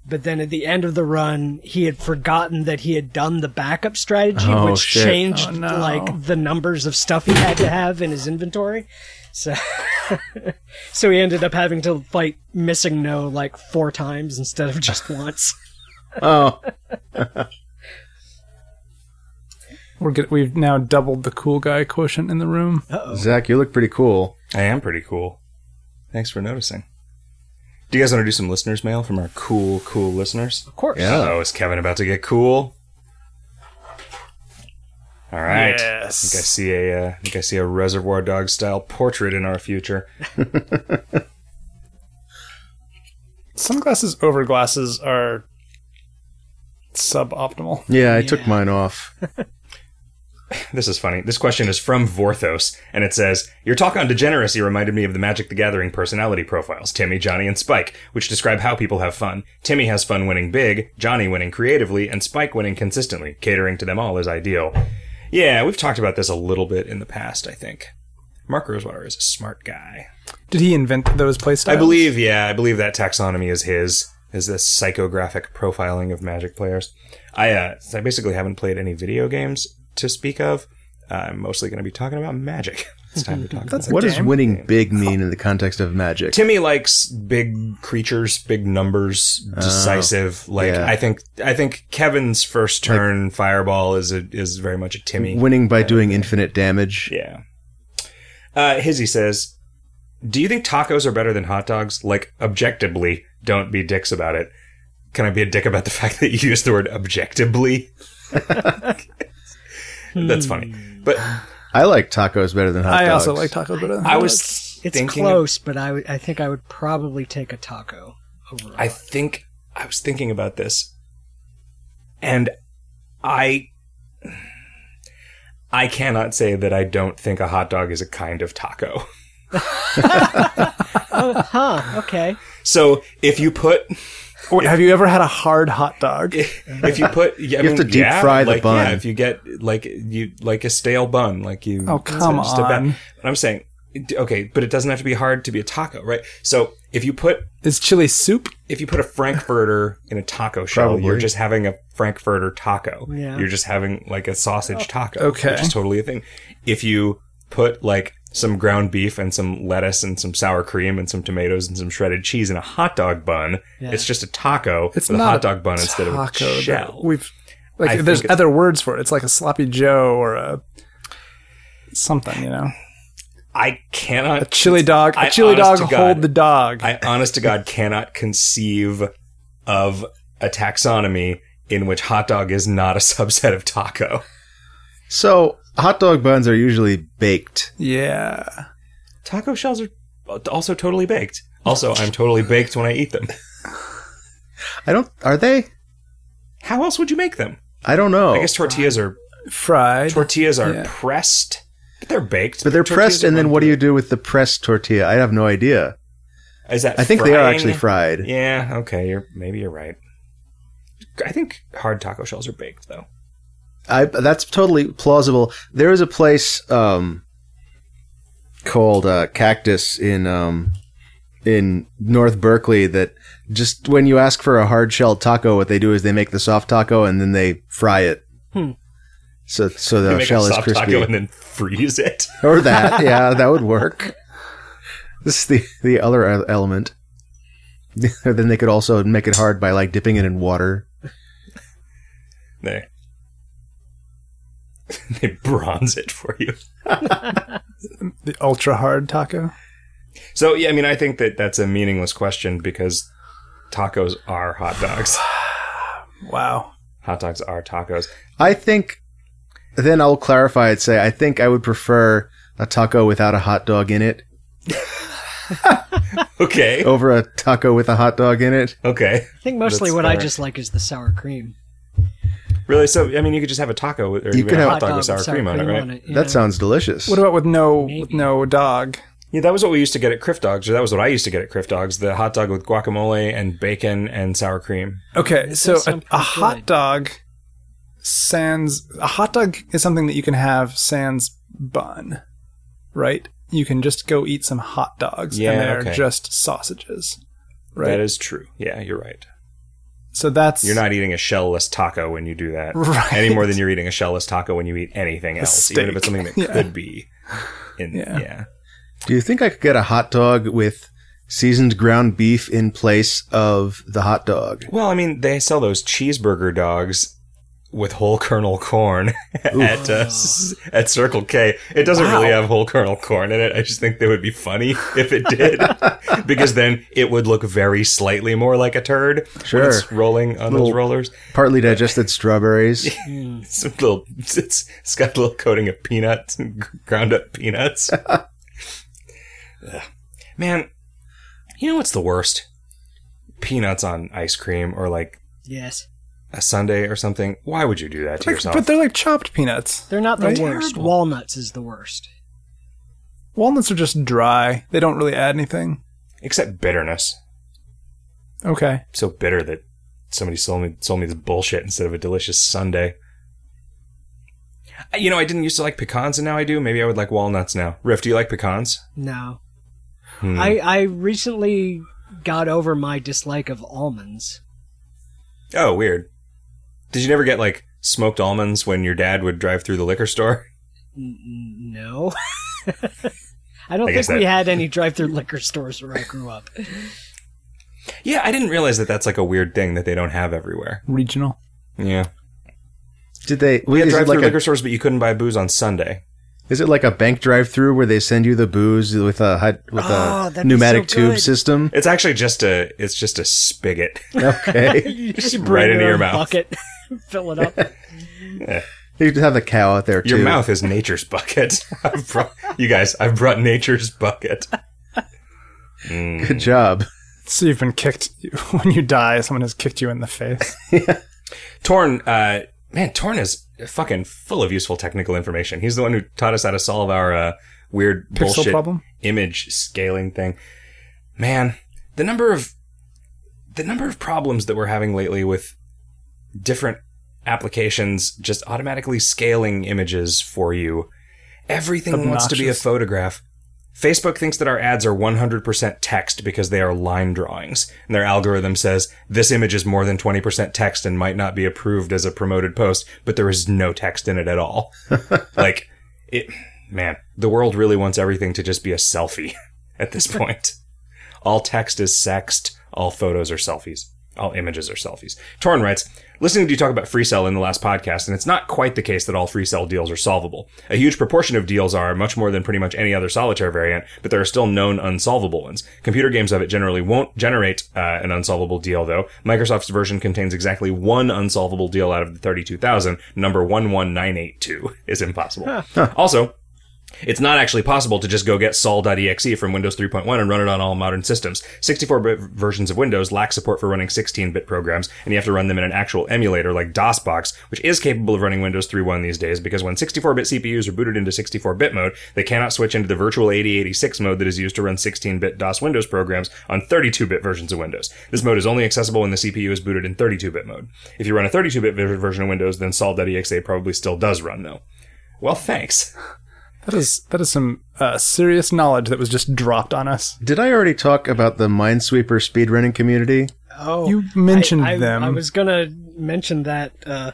Speaker 2: but then at the end of the run he had forgotten that he had done the backup strategy
Speaker 3: Oh,
Speaker 2: which
Speaker 3: shit.
Speaker 2: changed
Speaker 4: Oh, no.
Speaker 2: like the numbers of stuff he had to have in his inventory so so he ended up having to fight missing no like four times instead of just once
Speaker 3: oh
Speaker 4: We're get, we've now doubled the cool guy quotient in the room.
Speaker 2: uh-oh
Speaker 3: zach you look pretty cool
Speaker 1: I am pretty cool. Thanks for noticing. Do you guys want to do some listeners' mail from our cool, cool listeners?
Speaker 2: Of course.
Speaker 3: Yeah.
Speaker 1: Oh, is Kevin about to get cool? All right. I think I
Speaker 4: Yes.
Speaker 1: see a, uh, I think I see a Reservoir Dog style portrait in our future.
Speaker 4: Sunglasses over glasses are suboptimal.
Speaker 3: yeah i
Speaker 2: Yeah.
Speaker 3: took mine off
Speaker 1: This is funny. This question is from Vorthos, and it says, Your talk on degeneracy reminded me of the Magic the Gathering personality profiles, Timmy, Johnny, and Spike, which describe how people have fun. Timmy has fun winning big, Johnny winning creatively, and Spike winning consistently. Catering to them all is ideal. Yeah, we've talked about this a little bit in the past, I think. Mark Rosewater is a smart guy.
Speaker 4: Did he invent those playstyles?
Speaker 1: I believe, yeah, I believe that taxonomy is his. Is this psychographic profiling of Magic players? I uh, so I basically haven't played any video games to speak of. Uh, I'm mostly going to be talking about Magic. It's time to talk. about
Speaker 4: That's
Speaker 1: it.
Speaker 3: what does
Speaker 4: game.
Speaker 3: winning big mean in the context of magic
Speaker 1: Timmy likes big creatures, big numbers, decisive. like
Speaker 3: yeah.
Speaker 1: I think I think Kevin's first turn fireball is a, is very much a Timmy.
Speaker 3: winning by doing infinite damage
Speaker 1: Yeah. Uh, Hizzy says, "Do you think tacos are better than hot dogs? Like, objectively, don't be dicks about it. Can I be a dick about the fact that you used the word objectively? That's funny. But
Speaker 3: i like tacos better than hot
Speaker 4: I
Speaker 3: dogs
Speaker 4: also like tacos better. Than
Speaker 1: I
Speaker 4: hot dogs.
Speaker 1: was
Speaker 2: It's
Speaker 1: thinking.
Speaker 2: close, but I would- I think I would probably take a taco over.
Speaker 1: I think I was thinking about this, and I." I cannot say that I don't think a hot dog is a kind of taco.
Speaker 2: oh, huh. Okay.
Speaker 1: So if you put
Speaker 4: Wait, have you ever had a hard hot dog?
Speaker 1: if you put yeah, I
Speaker 3: You have to
Speaker 1: mean,
Speaker 3: deep
Speaker 1: yeah,
Speaker 3: fry the
Speaker 1: like,
Speaker 3: bun.
Speaker 1: Yeah, if you get like you like a stale bun, like you.
Speaker 4: Oh, come
Speaker 1: it's just a ba-
Speaker 4: on.
Speaker 1: But I'm saying d- okay, but it doesn't have to be hard to be a taco, right? So if you put
Speaker 4: Is chili soup?
Speaker 1: if you put a frankfurter in a taco shell,
Speaker 3: Probably.
Speaker 1: you're just having a frankfurter taco.
Speaker 2: Yeah.
Speaker 1: You're just having like a sausage taco,
Speaker 4: Okay.
Speaker 1: which is totally a thing. If you put like some ground beef and some lettuce and some sour cream and some tomatoes and some shredded cheese in a hot dog bun,
Speaker 2: Yeah.
Speaker 1: it's just a taco
Speaker 4: It's
Speaker 1: with
Speaker 4: not
Speaker 1: a hot
Speaker 4: a
Speaker 1: dog bun instead of a
Speaker 4: Taco though.
Speaker 1: shell.
Speaker 4: We've
Speaker 1: I
Speaker 4: like
Speaker 1: think
Speaker 4: there's
Speaker 1: it's-
Speaker 4: other words for it. It's like a sloppy Joe or a something, you know.
Speaker 1: I cannot
Speaker 4: A chili dog. A
Speaker 1: I-
Speaker 4: chili dog
Speaker 1: honest to God,
Speaker 4: hold the dog.
Speaker 1: I honest to God cannot conceive of a taxonomy in which hot dog is not a subset of taco.
Speaker 3: So hot dog buns are usually baked.
Speaker 4: yeah.
Speaker 1: Taco shells are also totally baked. Also, I'm totally baked when I eat them.
Speaker 3: I don't. Are they?
Speaker 1: How else would you make them?
Speaker 3: I don't know.
Speaker 1: I guess tortillas are
Speaker 4: Fried.
Speaker 1: tortillas are
Speaker 4: Yeah.
Speaker 1: pressed, but they're baked.
Speaker 3: but they're
Speaker 1: Tortillas
Speaker 3: pressed,
Speaker 1: are
Speaker 3: and then
Speaker 1: run
Speaker 3: what do
Speaker 1: through.
Speaker 3: you do with the pressed tortilla? I have no idea.
Speaker 1: Is that?
Speaker 3: I think they are
Speaker 1: frying?
Speaker 3: actually fried.
Speaker 1: Yeah. Okay. You're maybe you're right. I think hard taco shells are baked though.
Speaker 3: I that's totally plausible. There is a place um, called uh, Cactus in um, in North Berkeley that just when you ask for a hard shelled taco, what they do is they make the soft taco and then they fry it.
Speaker 2: Hmm.
Speaker 3: So so
Speaker 1: You
Speaker 3: the
Speaker 1: make
Speaker 3: shell
Speaker 1: a
Speaker 3: is
Speaker 1: soft
Speaker 3: crispy.
Speaker 1: taco and then freeze it.
Speaker 3: or that, yeah, that would work. This is the the other el- element. then they could also make it hard by like dipping it in water.
Speaker 1: They they bronze it for you.
Speaker 4: The ultra hard taco.
Speaker 1: So yeah, I mean, I think that that's a meaningless question because tacos are hot dogs.
Speaker 4: Wow.
Speaker 1: hot dogs are tacos.
Speaker 3: I think then I'll clarify and say I think I would prefer a taco without a hot dog in it
Speaker 1: Okay,
Speaker 3: over a taco with a hot dog in it.
Speaker 1: okay,
Speaker 2: I think mostly
Speaker 1: That's
Speaker 2: what I
Speaker 1: fair.
Speaker 2: just like is the sour cream.
Speaker 1: really. So I mean, you could just have a taco with- or
Speaker 3: You
Speaker 1: you could
Speaker 3: can
Speaker 1: have a
Speaker 3: have-
Speaker 1: hot dog with sour, cream, on it, right?
Speaker 2: you know?
Speaker 3: That sounds delicious.
Speaker 4: What about with no with
Speaker 2: Maybe.
Speaker 4: no dog?
Speaker 1: Yeah, that was what we used to get at Criff Dogs, or that was what I used to get at Criff Dogs: the hot dog with guacamole and bacon and sour cream.
Speaker 4: Okay,
Speaker 2: This
Speaker 4: so
Speaker 2: does
Speaker 4: a,
Speaker 2: sound
Speaker 4: a
Speaker 2: pretty
Speaker 4: hot
Speaker 2: good.
Speaker 4: dog sans a hot dog is something that you can have sans bun, right? You can just go eat some hot dogs,
Speaker 1: Yeah,
Speaker 4: and they're
Speaker 1: okay.
Speaker 4: just sausages, right?
Speaker 1: That is true. Yeah, you're right.
Speaker 4: so that's
Speaker 1: You're not eating a shellless taco when you do that
Speaker 4: Right.
Speaker 1: any more than you're eating a shellless taco when you eat anything else, even if it's
Speaker 4: steak.
Speaker 1: something that
Speaker 4: Yeah.
Speaker 1: could be. In,
Speaker 4: Yeah.
Speaker 1: yeah.
Speaker 3: Do you think I could get a hot dog with seasoned ground beef in place of the hot dog?
Speaker 1: Well, I mean, they sell those cheeseburger dogs with whole kernel corn at uh, s- at Circle K. It doesn't really have whole kernel corn in it. I just think they would be funny if it did, because then it would look very slightly more like a turd
Speaker 3: Sure.
Speaker 1: when it's rolling on those
Speaker 3: Little-
Speaker 1: rollers.
Speaker 3: Partly digested strawberries.
Speaker 2: Mm,
Speaker 1: It's a little, it's, it's got a little coating of peanuts, and gr- ground up peanuts. Ugh. Man, you know what's the worst? Peanuts on ice cream or like
Speaker 2: yes,
Speaker 1: a Sunday or something. Why would you do that to
Speaker 4: Like,
Speaker 1: yourself?
Speaker 4: but they're like chopped peanuts.
Speaker 2: they're not the
Speaker 4: Right?
Speaker 2: worst.
Speaker 1: Terrible.
Speaker 2: Walnuts is the worst.
Speaker 4: Walnuts are just dry. They don't really add anything.
Speaker 1: Except bitterness.
Speaker 4: Okay.
Speaker 1: so bitter that somebody sold me sold me this bullshit instead of a delicious Sunday. You know, I didn't used to like pecans, and now I do. Maybe I would like walnuts now. Riff, do you like pecans?
Speaker 2: No,
Speaker 1: Hmm.
Speaker 2: I I recently got over my dislike of almonds.
Speaker 1: oh, weird. Did you never get like smoked almonds when your dad would drive through the liquor store?
Speaker 2: N- n- no. I don't
Speaker 1: I guess
Speaker 2: think we
Speaker 1: that-
Speaker 2: had any drive-through liquor stores where I grew up.
Speaker 1: Yeah, I didn't realize that that's like a weird thing that they don't have everywhere.
Speaker 4: Regional.
Speaker 1: Yeah,
Speaker 3: Did they?
Speaker 1: we had
Speaker 3: is, it
Speaker 1: drive-through
Speaker 3: like
Speaker 1: liquor
Speaker 3: a,
Speaker 1: stores, but you couldn't buy booze on Sunday.
Speaker 3: is it like a bank drive-through where they send you the booze with a hot- with
Speaker 2: Oh, that'd
Speaker 3: a
Speaker 2: be
Speaker 3: pneumatic
Speaker 2: so
Speaker 3: tube
Speaker 2: good.
Speaker 3: system?
Speaker 1: It's actually just a it's just a spigot.
Speaker 3: Okay,
Speaker 2: You
Speaker 1: Just
Speaker 2: bring
Speaker 1: right into your
Speaker 2: own
Speaker 1: mouth.
Speaker 2: Bucket, fill it up.
Speaker 3: you could have the cow out there too.
Speaker 1: Your mouth is nature's bucket. I've brought, you guys, I've brought nature's bucket. Mm.
Speaker 3: Good job.
Speaker 4: So you've been kicked when you die. Someone has kicked you in the face.
Speaker 1: Torn, uh, man, Torn is fucking full of useful technical information. He's the one who taught us how to solve our uh, weird
Speaker 4: Pixel
Speaker 1: bullshit
Speaker 4: problem.
Speaker 1: image scaling thing. man, the number of the number of problems that we're having lately with different applications just automatically scaling images for you. Everything wants to be a
Speaker 4: Obnoxious.
Speaker 1: photograph. Facebook thinks that our ads are 100% text because they are line drawings, and their algorithm says this image is more than 20% text and might not be approved as a promoted post, but there is no text in it at all. like it man, the world really wants everything to just be a selfie at this point. All text is sexed. All photos are selfies. All images are selfies. Torn writes, listening to you talk about free cell in the last podcast, and it's not quite the case that all free cell deals are solvable. A huge proportion of deals are, much more than pretty much any other solitaire variant, but there are still known unsolvable ones. Computer games of it generally won't generate uh, an unsolvable deal, though. Microsoft's version contains exactly one unsolvable deal out of the 32,000. Number 11982 is impossible. also, it's not actually possible to just go get sol.exe from Windows 3.1 and run it on all modern systems. 64-bit versions of Windows lack support for running 16-bit programs, and you have to run them in an actual emulator like DOSBox, which is capable of running Windows 3.1 these days because when 64-bit CPUs are booted into 64-bit mode, they cannot switch into the virtual 8086 mode that is used to run 16-bit DOS Windows programs on 32-bit versions of Windows. This mode is only accessible when the CPU is booted in 32-bit mode. If you run a 32-bit ver- version of Windows, then sol.exe probably still does run though. Well, thanks.
Speaker 4: That is that is some uh, serious knowledge that was just dropped on us.
Speaker 3: Did I already talk about the Minesweeper speedrunning community?
Speaker 2: Oh,
Speaker 4: You mentioned
Speaker 2: I, I-
Speaker 4: them.
Speaker 2: I was gonna mention that uh,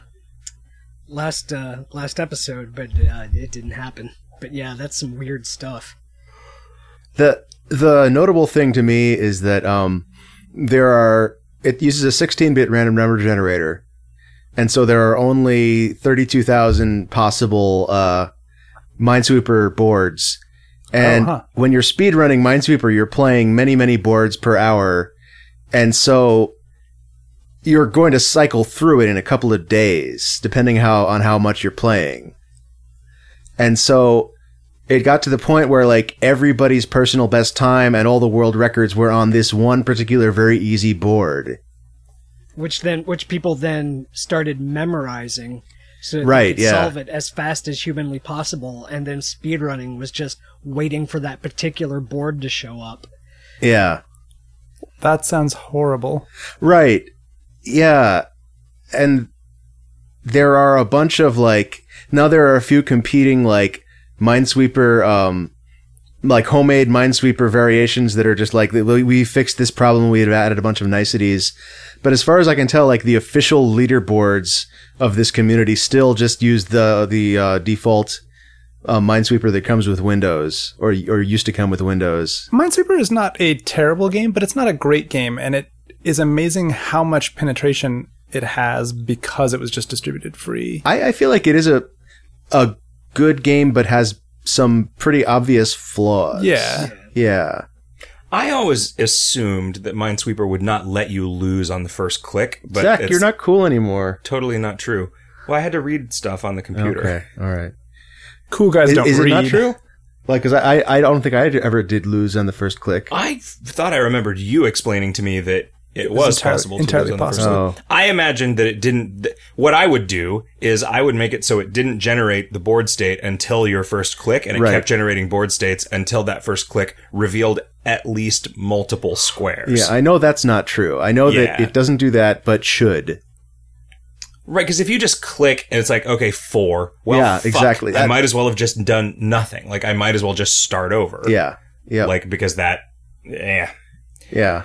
Speaker 2: last uh, last episode, but uh, it didn't happen. But yeah, that's some weird stuff.
Speaker 3: The the notable thing to me is that um, there are it uses a 16-bit random number generator, and so there are only 32,000 possible uh, Minesweeper boards. And
Speaker 4: Oh, huh.
Speaker 3: when you're speedrunning Minesweeper, you're playing many many boards per hour, and so you're going to cycle through it in a couple of days, depending how on how much you're playing. And so it got to the point where like everybody's personal best time and all the world records were on this one particular very easy board.
Speaker 2: Which then, which people then started memorizing, so that
Speaker 3: Right,
Speaker 2: they could
Speaker 3: yeah.
Speaker 2: solve it as fast as humanly possible, and then speedrunning was just waiting for that particular board to show up.
Speaker 3: Yeah.
Speaker 4: that sounds horrible.
Speaker 3: Right. Yeah. And there are a bunch of like now there are a few competing like minesweeper um like homemade minesweeper variations that are just like we we fixed this problem we've added a bunch of niceties but as far as i can tell like the official leaderboards of this community still just use the the uh, default uh, minesweeper that comes with windows or or used to come with windows
Speaker 4: Minesweeper is not a terrible game, but it's not a great game, and it is amazing how much penetration it has because it was just distributed free.
Speaker 3: I, I feel like it is a a good game, but has some pretty obvious flaws.
Speaker 4: Yeah.
Speaker 3: Yeah.
Speaker 1: I always assumed that Minesweeper would not let you lose on the first click, but
Speaker 3: Zach,
Speaker 1: it's
Speaker 3: you're not cool anymore.
Speaker 1: totally not true. Well, I had to read stuff on the computer.
Speaker 3: Okay. All right.
Speaker 4: Cool guys
Speaker 3: Is,
Speaker 4: don't
Speaker 3: is it
Speaker 4: read.
Speaker 3: not true? Like, because I, I I don't think I ever did lose on the first click.
Speaker 1: I f- thought I remembered you explaining to me that it was
Speaker 4: entirely-
Speaker 1: possible
Speaker 4: entirely
Speaker 1: to lose on the first
Speaker 3: possible.
Speaker 1: click. I imagined that it didn't. Th- what I would do is I would make it so it didn't generate the board state until your first click, and it
Speaker 3: Right.
Speaker 1: kept generating board states until that first click revealed at least multiple squares.
Speaker 3: Yeah, I know that's not true. I know that
Speaker 1: Yeah.
Speaker 3: it doesn't do that, but should.
Speaker 1: Right, because if you just click and it's like, okay, four. Well,
Speaker 3: Yeah,
Speaker 1: fuck,
Speaker 3: exactly.
Speaker 1: I
Speaker 3: That-
Speaker 1: might as well have just done nothing. Like, I might as well just start over.
Speaker 3: Yeah. Yeah.
Speaker 1: Like, because that, yeah.
Speaker 3: yeah.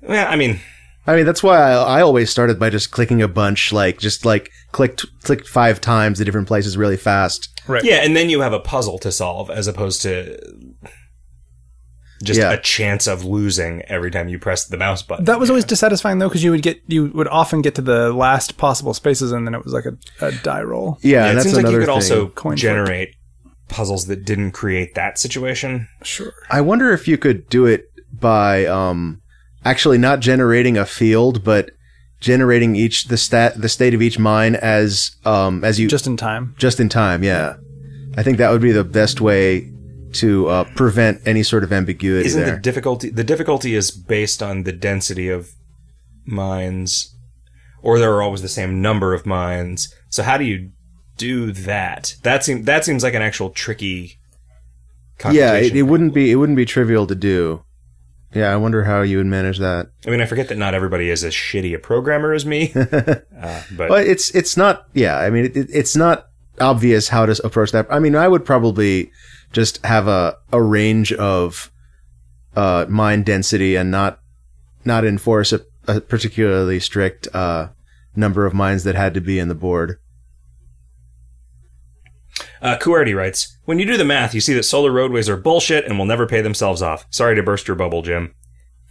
Speaker 1: Well, I mean,
Speaker 3: I mean, that's why I, I always started by just clicking a bunch, like just like clicked clicked five times the different places really fast.
Speaker 4: Right.
Speaker 1: yeah, and then you have a puzzle to solve as opposed to just
Speaker 3: Yeah.
Speaker 1: a chance of losing every time you press the mouse button.
Speaker 4: That was always dissatisfying though, because you would get you would often get to the last possible spaces, and then it was like a, a die roll.
Speaker 3: Yeah,
Speaker 1: Yeah,
Speaker 3: and
Speaker 1: it
Speaker 3: that's
Speaker 1: seems like you
Speaker 3: another
Speaker 1: could
Speaker 3: thing.
Speaker 1: also
Speaker 4: Coin flip.
Speaker 1: generate puzzles that didn't create that situation.
Speaker 4: Sure.
Speaker 3: I wonder if you could do it by um, actually not generating a field, but generating each the stat the state of each mine as um, as you just,
Speaker 4: Just in time.
Speaker 3: in time. Yeah, I think that would be the best way to uh, prevent any sort of ambiguity
Speaker 1: Isn't
Speaker 3: there.
Speaker 1: the difficulty the difficulty is based on the density of mines, or there are always the same number of mines. So how do you do that? That seems that seems like an actual tricky.
Speaker 3: yeah, it,
Speaker 1: computation
Speaker 3: it wouldn't
Speaker 1: problem.
Speaker 3: be it wouldn't be trivial to do. Yeah, I wonder how you would manage that.
Speaker 1: I mean, I forget that not everybody is as shitty a programmer as me, uh, but
Speaker 3: But it's it's not. Yeah, I mean, it, it- it's not obvious how to approach that. I mean, I would probably just have a a range of uh, mind density and not not enforce a, a particularly strict uh, number of minds that had to be in the board.
Speaker 1: Uh, Kuerti writes, when you do the math, you see that solar roadways are bullshit and will never pay themselves off. Sorry to burst your bubble, Jim.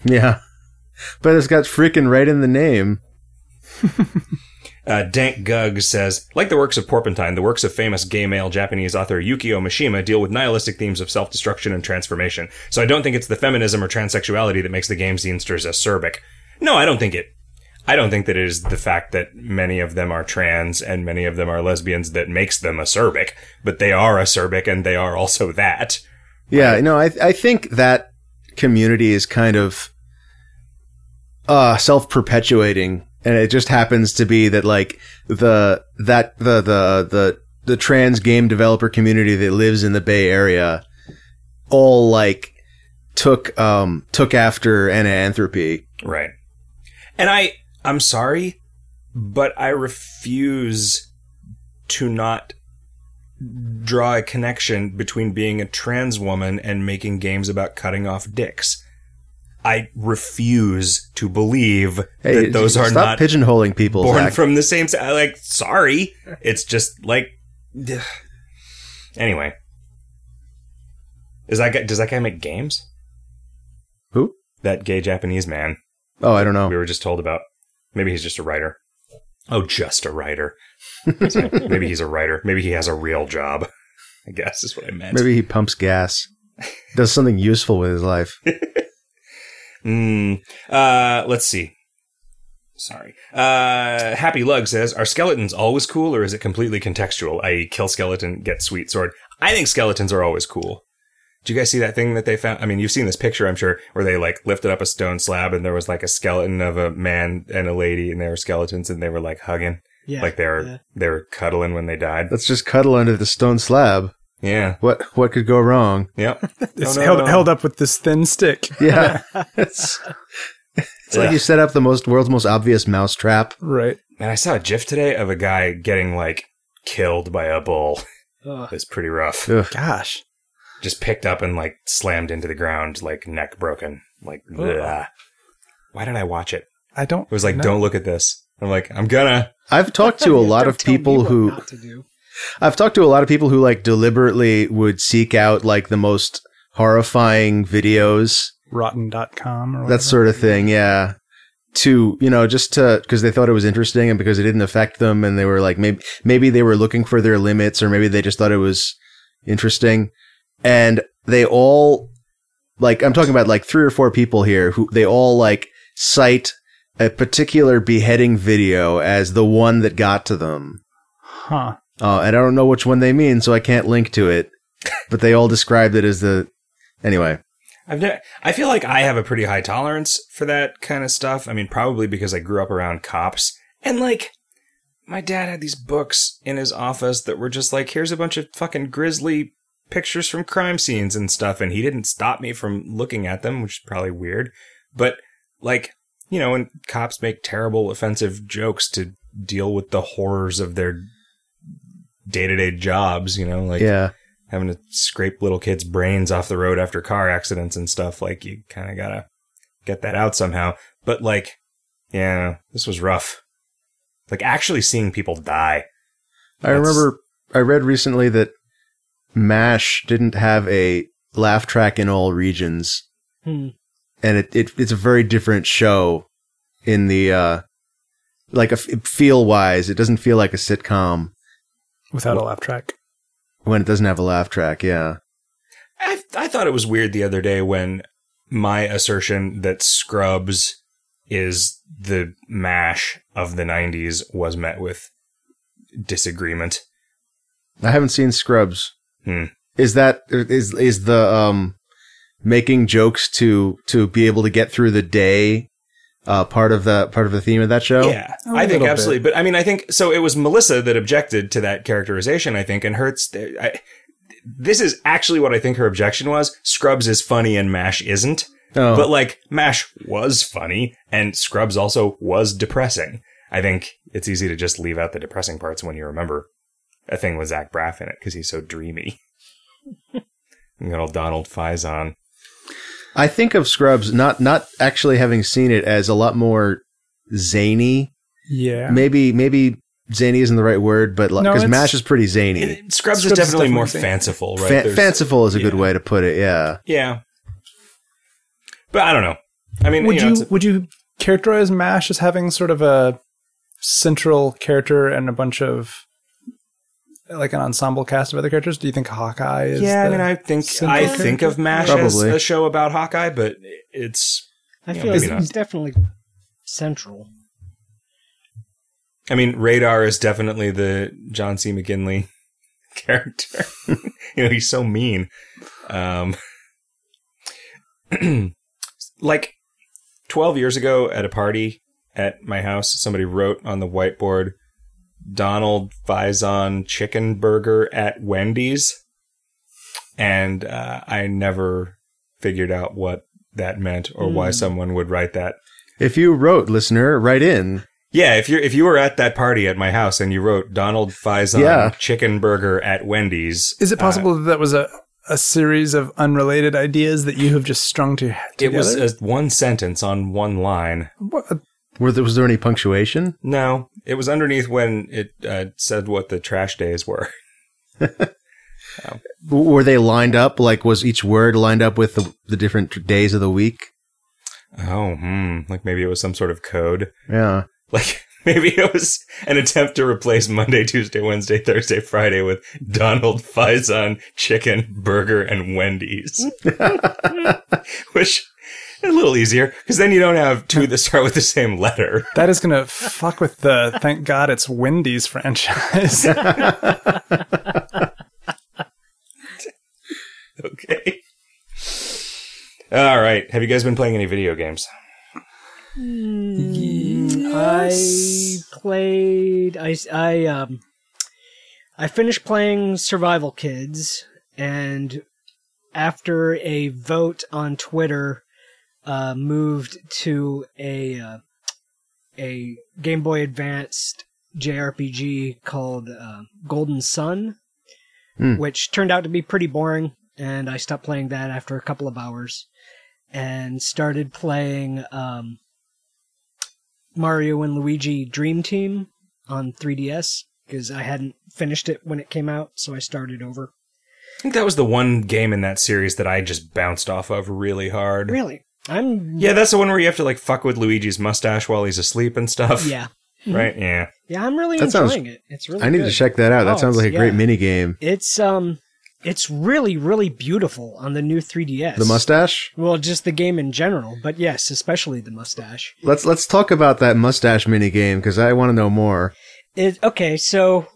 Speaker 3: Yeah, but it's got freaking right in the name.
Speaker 1: Uh, Dank Gug says, like the works of Porpentine, the works of famous gay male Japanese author Yukio Mishima deal with nihilistic themes of self-destruction and transformation. So I don't think it's the feminism or transsexuality that makes the game scenesters acerbic. No, I don't think it. I don't think that it is the fact that many of them are trans and many of them are lesbians that makes them acerbic, but they are acerbic and they are also that.
Speaker 3: Yeah, no, I I think that community is kind of uh self perpetuating, and it just happens to be that like the that the the the the trans game developer community that lives in the Bay Area all like took um took after ananthropy.
Speaker 1: Right. And I I'm sorry, but I refuse to not draw a connection between being a trans woman and making games about cutting off dicks. I refuse to believe
Speaker 3: Hey,
Speaker 1: that those are not
Speaker 3: stop pigeonholing people.
Speaker 1: born
Speaker 3: Zach.
Speaker 1: from the same s- I like sorry. It's just like ugh. Anyway. Is that guy, does that guy make games?
Speaker 3: Who?
Speaker 1: That gay Japanese man
Speaker 3: oh, I don't
Speaker 1: we
Speaker 3: know.
Speaker 1: were just told about. Maybe he's just a writer. Oh, just a writer. So maybe he's a writer. Maybe he has a real job. I guess is what I meant.
Speaker 3: Maybe he pumps gas, does something useful with his life.
Speaker 1: Mm, uh, let's see. Sorry. Uh, Happy Lug says, "Are skeletons always cool, or is it completely contextual? I.e., kill skeleton, get sweet sword. I think skeletons are always cool. Do you guys see that thing that they found? I mean, you've seen this picture, I'm sure, where they like lifted up a stone slab and there was like a skeleton of a man and a lady, and they were skeletons and they were like hugging."
Speaker 2: Yeah.
Speaker 1: like they were
Speaker 2: yeah.
Speaker 1: they were cuddling when they died.
Speaker 3: Let's just cuddle under the stone slab.
Speaker 1: Yeah.
Speaker 3: What what could go wrong?
Speaker 1: Yep.
Speaker 4: It's
Speaker 1: no,
Speaker 4: held,
Speaker 1: no.
Speaker 4: held up with this thin stick.
Speaker 3: Yeah. it's it's like
Speaker 1: Yeah.
Speaker 3: you set up the most world's most obvious mousetrap.
Speaker 4: Right.
Speaker 1: Man, I saw a GIF today of a guy getting like killed by a bull.
Speaker 2: Ugh.
Speaker 1: It's pretty rough.
Speaker 3: Ugh.
Speaker 4: Gosh.
Speaker 1: Just picked up and like slammed into the ground, like neck broken. Like,
Speaker 2: Ugh.
Speaker 1: ugh. why did I watch it?
Speaker 4: I don't.
Speaker 1: It was like,
Speaker 4: know.
Speaker 1: don't look at this. I'm like, I'm gonna.
Speaker 3: I've talked to a
Speaker 2: You
Speaker 3: lot
Speaker 2: don't
Speaker 3: of
Speaker 2: tell me
Speaker 3: people
Speaker 2: what
Speaker 3: who
Speaker 2: not to do.
Speaker 3: I've talked to a lot of people who like deliberately would seek out like the most horrifying videos,
Speaker 4: rotten.com or
Speaker 3: that
Speaker 4: whatever.
Speaker 3: sort of thing. Yeah. To, you know, just to, because they thought it was interesting and because it didn't affect them and they were like, maybe, maybe they were looking for their limits or maybe they just thought it was interesting. And they all, like, I'm talking about like three or four people here who they all like cite a particular beheading video as the one that got to them.
Speaker 4: Huh.
Speaker 3: Uh, and I don't know which one they mean, so I can't link to it, but they all described it as the, anyway.
Speaker 1: I've never, I feel like I have a pretty high tolerance for that kind of stuff. I mean, probably because I grew up around cops and like my dad had these books in his office that were just like, here's a bunch of fucking grisly pictures from crime scenes and stuff. And he didn't stop me from looking at them, which is probably weird. But like, you know, and cops make terrible, offensive jokes to deal with the horrors of their day to day jobs, you know, like,
Speaker 3: yeah.
Speaker 1: having to scrape little kids' brains off the road after car accidents and stuff. Like you kind of gotta get that out somehow. But like, yeah, this was rough. Like actually seeing people die.
Speaker 3: I
Speaker 1: That's-
Speaker 3: remember I read recently that MASH didn't have a laugh track in all regions,
Speaker 2: Hmm.
Speaker 3: and it, it it's a very different show in the uh, like a f- feel wise. It doesn't feel like a sitcom
Speaker 4: Without a laugh track.
Speaker 3: when it doesn't have a laugh track. Yeah,
Speaker 1: I I thought it was weird the other day when my assertion that Scrubs is the mash of the '90s was met with disagreement.
Speaker 3: I haven't seen Scrubs.
Speaker 1: Hmm.
Speaker 3: Is that is is the um making jokes to to be able to get through the day uh, part of the part of the theme of that show?
Speaker 1: Yeah,
Speaker 4: A
Speaker 1: I think
Speaker 4: little
Speaker 1: absolutely. But I mean, I think so. It was Melissa that objected to that characterization. I think, and Hertz. I, this is actually what I think her objection was. Scrubs is funny and Mash isn't.
Speaker 3: Oh,
Speaker 1: But like MASH was funny and Scrubs also was depressing. I think it's easy to just leave out the depressing parts when you remember a thing with Zach Braff in it because he's so dreamy. and good old Donald Faison.
Speaker 3: I think of Scrubs not not actually having seen it as a lot more zany.
Speaker 4: Yeah.
Speaker 3: Maybe maybe zany isn't the right word, but
Speaker 4: No,
Speaker 3: because
Speaker 4: it's-
Speaker 3: Mash is pretty zany.
Speaker 1: And Scrubs,
Speaker 4: Scrubs
Speaker 1: is
Speaker 4: is
Speaker 1: definitely
Speaker 4: definitely
Speaker 1: more
Speaker 4: zany.
Speaker 1: fanciful, right?
Speaker 3: Fan-
Speaker 1: There's-
Speaker 3: fanciful is a good
Speaker 1: yeah.
Speaker 3: way to put it. Yeah.
Speaker 1: Yeah. But I don't know. I mean,
Speaker 4: would
Speaker 1: you know,
Speaker 4: you
Speaker 1: it's a-
Speaker 4: would you characterize Mash as having sort of a central character and a bunch of like an ensemble cast of other characters? Do you think Hawkeye is
Speaker 1: yeah, I
Speaker 4: the-
Speaker 1: mean, I think
Speaker 4: central
Speaker 1: I
Speaker 4: character?
Speaker 1: think of MASH as
Speaker 3: Probably.
Speaker 1: a show about Hawkeye, but it's
Speaker 2: I
Speaker 1: Yeah,
Speaker 2: feel
Speaker 1: maybe
Speaker 2: like
Speaker 1: not.
Speaker 2: he's definitely central.
Speaker 1: I mean, Radar is definitely the John C. McGinley character. you know, he's so mean. Um, like 12 years ago at a party at my house, somebody wrote on the whiteboard Donald Faison chicken burger at Wendy's. And uh, I never figured out what that meant or why
Speaker 2: Mm.
Speaker 1: someone would write that
Speaker 3: If you wrote, listener, write in.
Speaker 1: yeah, if you if you were at that party at my house and you wrote Donald Faison
Speaker 3: Yeah.
Speaker 1: chicken burger at Wendy's,
Speaker 4: Is it possible that that was a, a series of unrelated ideas that you have just strung to
Speaker 1: it
Speaker 4: together?
Speaker 1: was uh one sentence on one line.
Speaker 4: What-
Speaker 3: Were there, was there any punctuation?
Speaker 1: No, it was underneath when it uh, said what the trash days were.
Speaker 3: W- Were they lined up? Like, was each word lined up with the, the different days of the week?
Speaker 1: Oh, hmm, like maybe it was some sort of code.
Speaker 3: Yeah.
Speaker 1: Like maybe it was an attempt to replace Monday, Tuesday, Wednesday, Thursday, Friday with Donald Faison chicken burger and Wendy's, which. A little easier because then you don't have two that start with the same letter.
Speaker 4: that is going to fuck with the thank God it's Wendy's franchise.
Speaker 1: Okay. All right. Have you guys been playing any video games?
Speaker 2: I played. I I um. I finished playing Survival Kids, and after a vote on Twitter, uh, moved to a uh, a Game Boy Advanced JRPG called uh, Golden Sun,
Speaker 3: Hmm.
Speaker 2: which turned out to be pretty boring, and I stopped playing that after a couple of hours, and started playing. Um, Mario and Luigi Dream Team on 3DS because I hadn't finished it when it came out, so I started over.
Speaker 1: I think that was the one game in that series that I just bounced off of really hard.
Speaker 2: Really? I'm
Speaker 1: Yeah, that's the one where you have to like fuck with Luigi's mustache while he's asleep and stuff.
Speaker 2: yeah,
Speaker 1: Right? Yeah.
Speaker 2: yeah. I'm really
Speaker 3: That sounds-
Speaker 2: enjoying it. It's really.
Speaker 3: I need
Speaker 2: good.
Speaker 3: to check that out.
Speaker 2: Oh,
Speaker 3: that sounds like a great
Speaker 2: yeah.
Speaker 3: mini game.
Speaker 2: It's um, it's really really beautiful on the new 3DS.
Speaker 3: The mustache?
Speaker 2: Well, just the game in general, but yes, especially the mustache.
Speaker 3: Let's let's talk about that mustache mini game because I want to know more.
Speaker 2: it okay so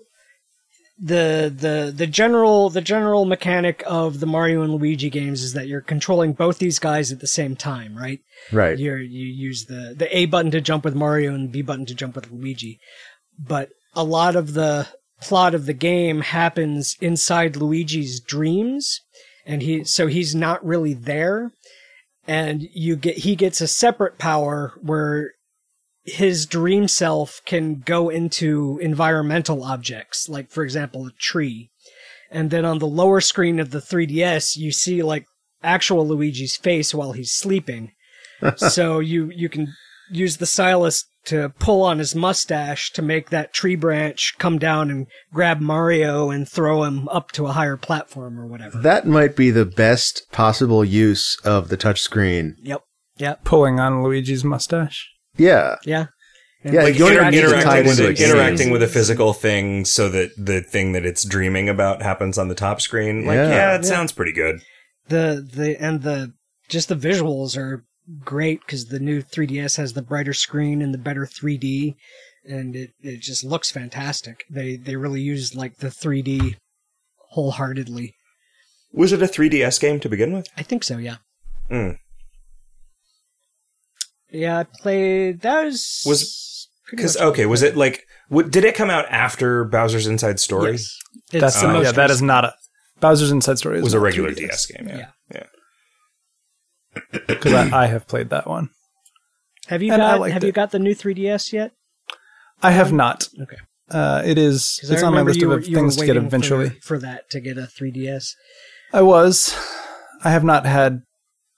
Speaker 2: the the the general the general mechanic of the mario and luigi games is that you're controlling both these guys at the same time right
Speaker 3: Right.
Speaker 2: you're you use the the a button to jump with mario and the b button to jump with luigi but a lot of the plot of the game happens inside luigi's dreams and he so he's not really there and you get he gets a separate power where his dream self can go into environmental objects like for example a tree and then on the lower screen of the 3ds you see like actual luigi's face while he's sleeping so you you can use the stylus to pull on his mustache to make that tree branch come down and grab mario and throw him up to a higher platform or whatever
Speaker 3: That might be the best possible use of the touchscreen.
Speaker 2: yep yep
Speaker 4: Pulling on Luigi's mustache.
Speaker 3: Yeah.
Speaker 2: yeah And
Speaker 3: Yeah,
Speaker 1: Like
Speaker 3: You don't
Speaker 1: inter-
Speaker 3: even need to tie
Speaker 1: interacting,
Speaker 3: it
Speaker 1: with
Speaker 3: into
Speaker 1: a,
Speaker 3: a game.
Speaker 1: interacting with a physical thing so that the thing that it's dreaming about happens on the top screen. Like, yeah,
Speaker 3: Yeah.
Speaker 1: it
Speaker 2: Yeah.
Speaker 1: sounds pretty good.
Speaker 2: the the and the just the visuals are great because the new 3ds has the brighter screen and the better 3d and it, it just looks fantastic they they really use like the 3d wholeheartedly
Speaker 1: Was it a 3DS game to begin with?
Speaker 2: i think so yeah
Speaker 1: Mm.
Speaker 2: yeah i played that was
Speaker 1: Was-
Speaker 2: pretty
Speaker 1: Because
Speaker 2: much-
Speaker 1: okay, was it like? W- did it come out after Bowser's Inside Story?
Speaker 2: yes. it's
Speaker 4: That's
Speaker 2: the
Speaker 1: uh,
Speaker 4: not,
Speaker 2: most
Speaker 4: yeah, that is not a Bowser's Inside Story. is
Speaker 1: It was a
Speaker 4: not
Speaker 1: regular
Speaker 4: 3DS.
Speaker 1: DS game.
Speaker 2: recent-
Speaker 1: yeah.
Speaker 2: yeah
Speaker 4: because I, I have played that one.
Speaker 2: Have you
Speaker 4: And I
Speaker 2: got
Speaker 4: liked
Speaker 2: Have
Speaker 4: it.
Speaker 2: you got the new 3DS yet?
Speaker 4: I have not.
Speaker 2: Okay.
Speaker 4: Uh, it is.
Speaker 2: 'Cause I
Speaker 4: It's on my
Speaker 2: remember
Speaker 4: list
Speaker 2: you
Speaker 4: of
Speaker 2: were- you were
Speaker 4: things to get
Speaker 2: waiting for-
Speaker 4: eventually.
Speaker 2: for, that to get a 3DS.
Speaker 4: I was. I have not had.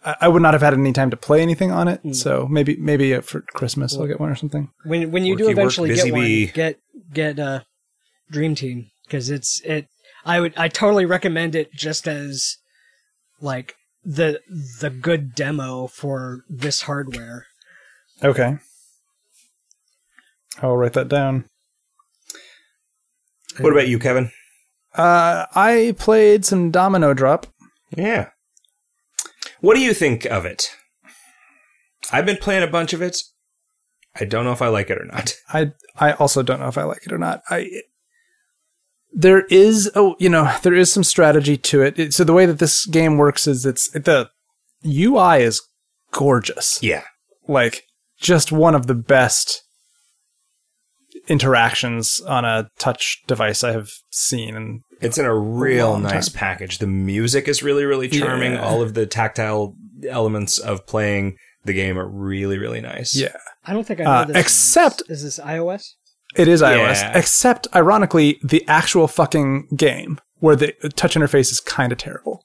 Speaker 4: I I would not have had any time to play anything on it,
Speaker 2: Mm.
Speaker 4: so maybe maybe uh, for Christmas I'll get one or something.
Speaker 2: When when you
Speaker 1: Worky
Speaker 2: do
Speaker 1: work,
Speaker 2: eventually
Speaker 1: busy
Speaker 2: get one,
Speaker 1: bee.
Speaker 2: get get uh, Dream Team because it's it. I would I totally recommend it just as like the the good demo for this hardware.
Speaker 4: Okay, I'll write that down.
Speaker 1: What about you, Kevin?
Speaker 4: Uh, I played some Domino Drop.
Speaker 1: Yeah. What do you think of it? I've been playing a bunch of it. I don't know if I like it or not.
Speaker 4: I I also don't know if I like it or not. I there is oh you know there is some strategy to it. it. So the way that this game works is it's the UI is gorgeous.
Speaker 1: Yeah.
Speaker 4: like just one of the best interactions on a touch device I have seen. And
Speaker 1: It's in a real
Speaker 4: long
Speaker 1: nice package. The music is really, really charming.
Speaker 4: Yeah.
Speaker 1: All of the tactile elements of playing the game are really, really nice.
Speaker 4: Yeah.
Speaker 2: I don't think I know
Speaker 4: Uh,
Speaker 2: this.
Speaker 4: except-
Speaker 2: is this iOS?
Speaker 4: it is
Speaker 1: Yeah.
Speaker 4: iOS, except ironically, the actual fucking game where the touch interface is kind of terrible.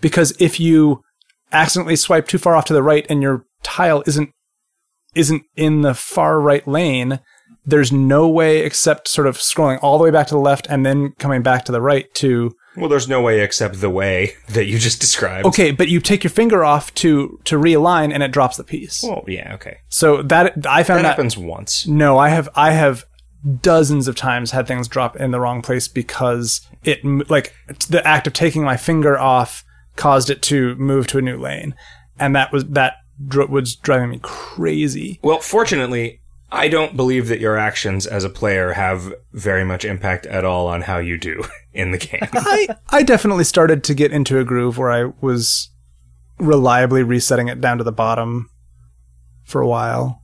Speaker 4: Because if you accidentally swipe too far off to the right and your tile isn't isn't in the far right lane, there's no way except sort of scrolling all the way back to the left and then coming back to the right to
Speaker 1: Well, there's no way except the way that you just described.
Speaker 4: Okay, but you take your finger off to to realign and it drops the piece.
Speaker 1: Well, yeah, okay.
Speaker 4: So that I
Speaker 1: That
Speaker 4: found that,
Speaker 1: happens once.
Speaker 4: no, I have I have dozens of times had things drop in the wrong place because it m- like the act of taking my finger off caused it to move to a new lane, and that was that dro- was driving me crazy.
Speaker 1: Well, fortunately, I don't believe that your actions as a player have very much impact at all on how you do in the game.
Speaker 4: I I definitely started to get into a groove where I was reliably resetting it down to the bottom for a while.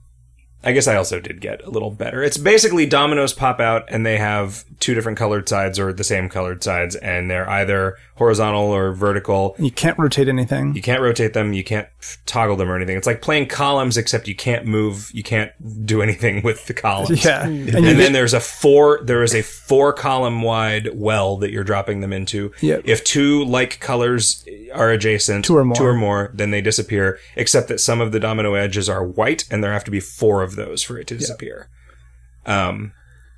Speaker 1: I guess I also did get a little better. It's basically dominoes pop out and they have two different colored sides or the same colored sides, and they're either horizontal or vertical.
Speaker 4: You can't rotate anything.
Speaker 1: You can't rotate them, you can't f- toggle them or anything. It's like playing columns, except you can't move, you can't do anything with the columns.
Speaker 4: Yeah, and, you
Speaker 1: And
Speaker 4: get-
Speaker 1: then there's a four. There is a four column wide well that you're dropping them into.
Speaker 4: Yep.
Speaker 1: If two like colors are adjacent,
Speaker 4: Two or more.
Speaker 1: two or more, then they disappear. Except that some of the domino edges are white, and there have to be four of those for it to disappear. Um,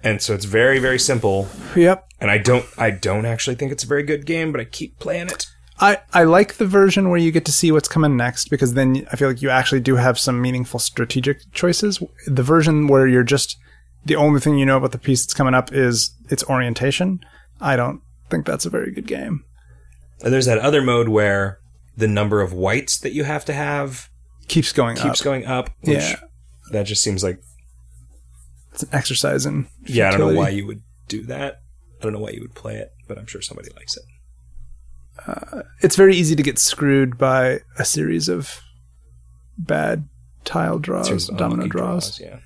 Speaker 1: and so it's very very simple.
Speaker 4: yep.
Speaker 1: And I don't I don't actually think it's a very good game, but I keep playing it.
Speaker 4: I, I like the version where you get to see what's coming next because then I feel like you actually do have some meaningful strategic choices. The version where you're just the only thing you know about the piece that's coming up is its orientation. I don't think that's a very good game.
Speaker 1: And there's that other mode where the number of whites that you have to have
Speaker 4: Keeps going
Speaker 1: keeps
Speaker 4: up.
Speaker 1: going up. Which
Speaker 4: Yeah.
Speaker 1: That just seems like
Speaker 4: It's an exercise in
Speaker 1: Yeah, I don't know
Speaker 4: futility.
Speaker 1: why you would do that. I don't know why you would play it, but I'm sure somebody likes it.
Speaker 4: It's very easy to get screwed by a series of bad tile draws,
Speaker 1: Seems
Speaker 4: Oh, domino
Speaker 1: unlucky
Speaker 4: draws.
Speaker 1: Yeah.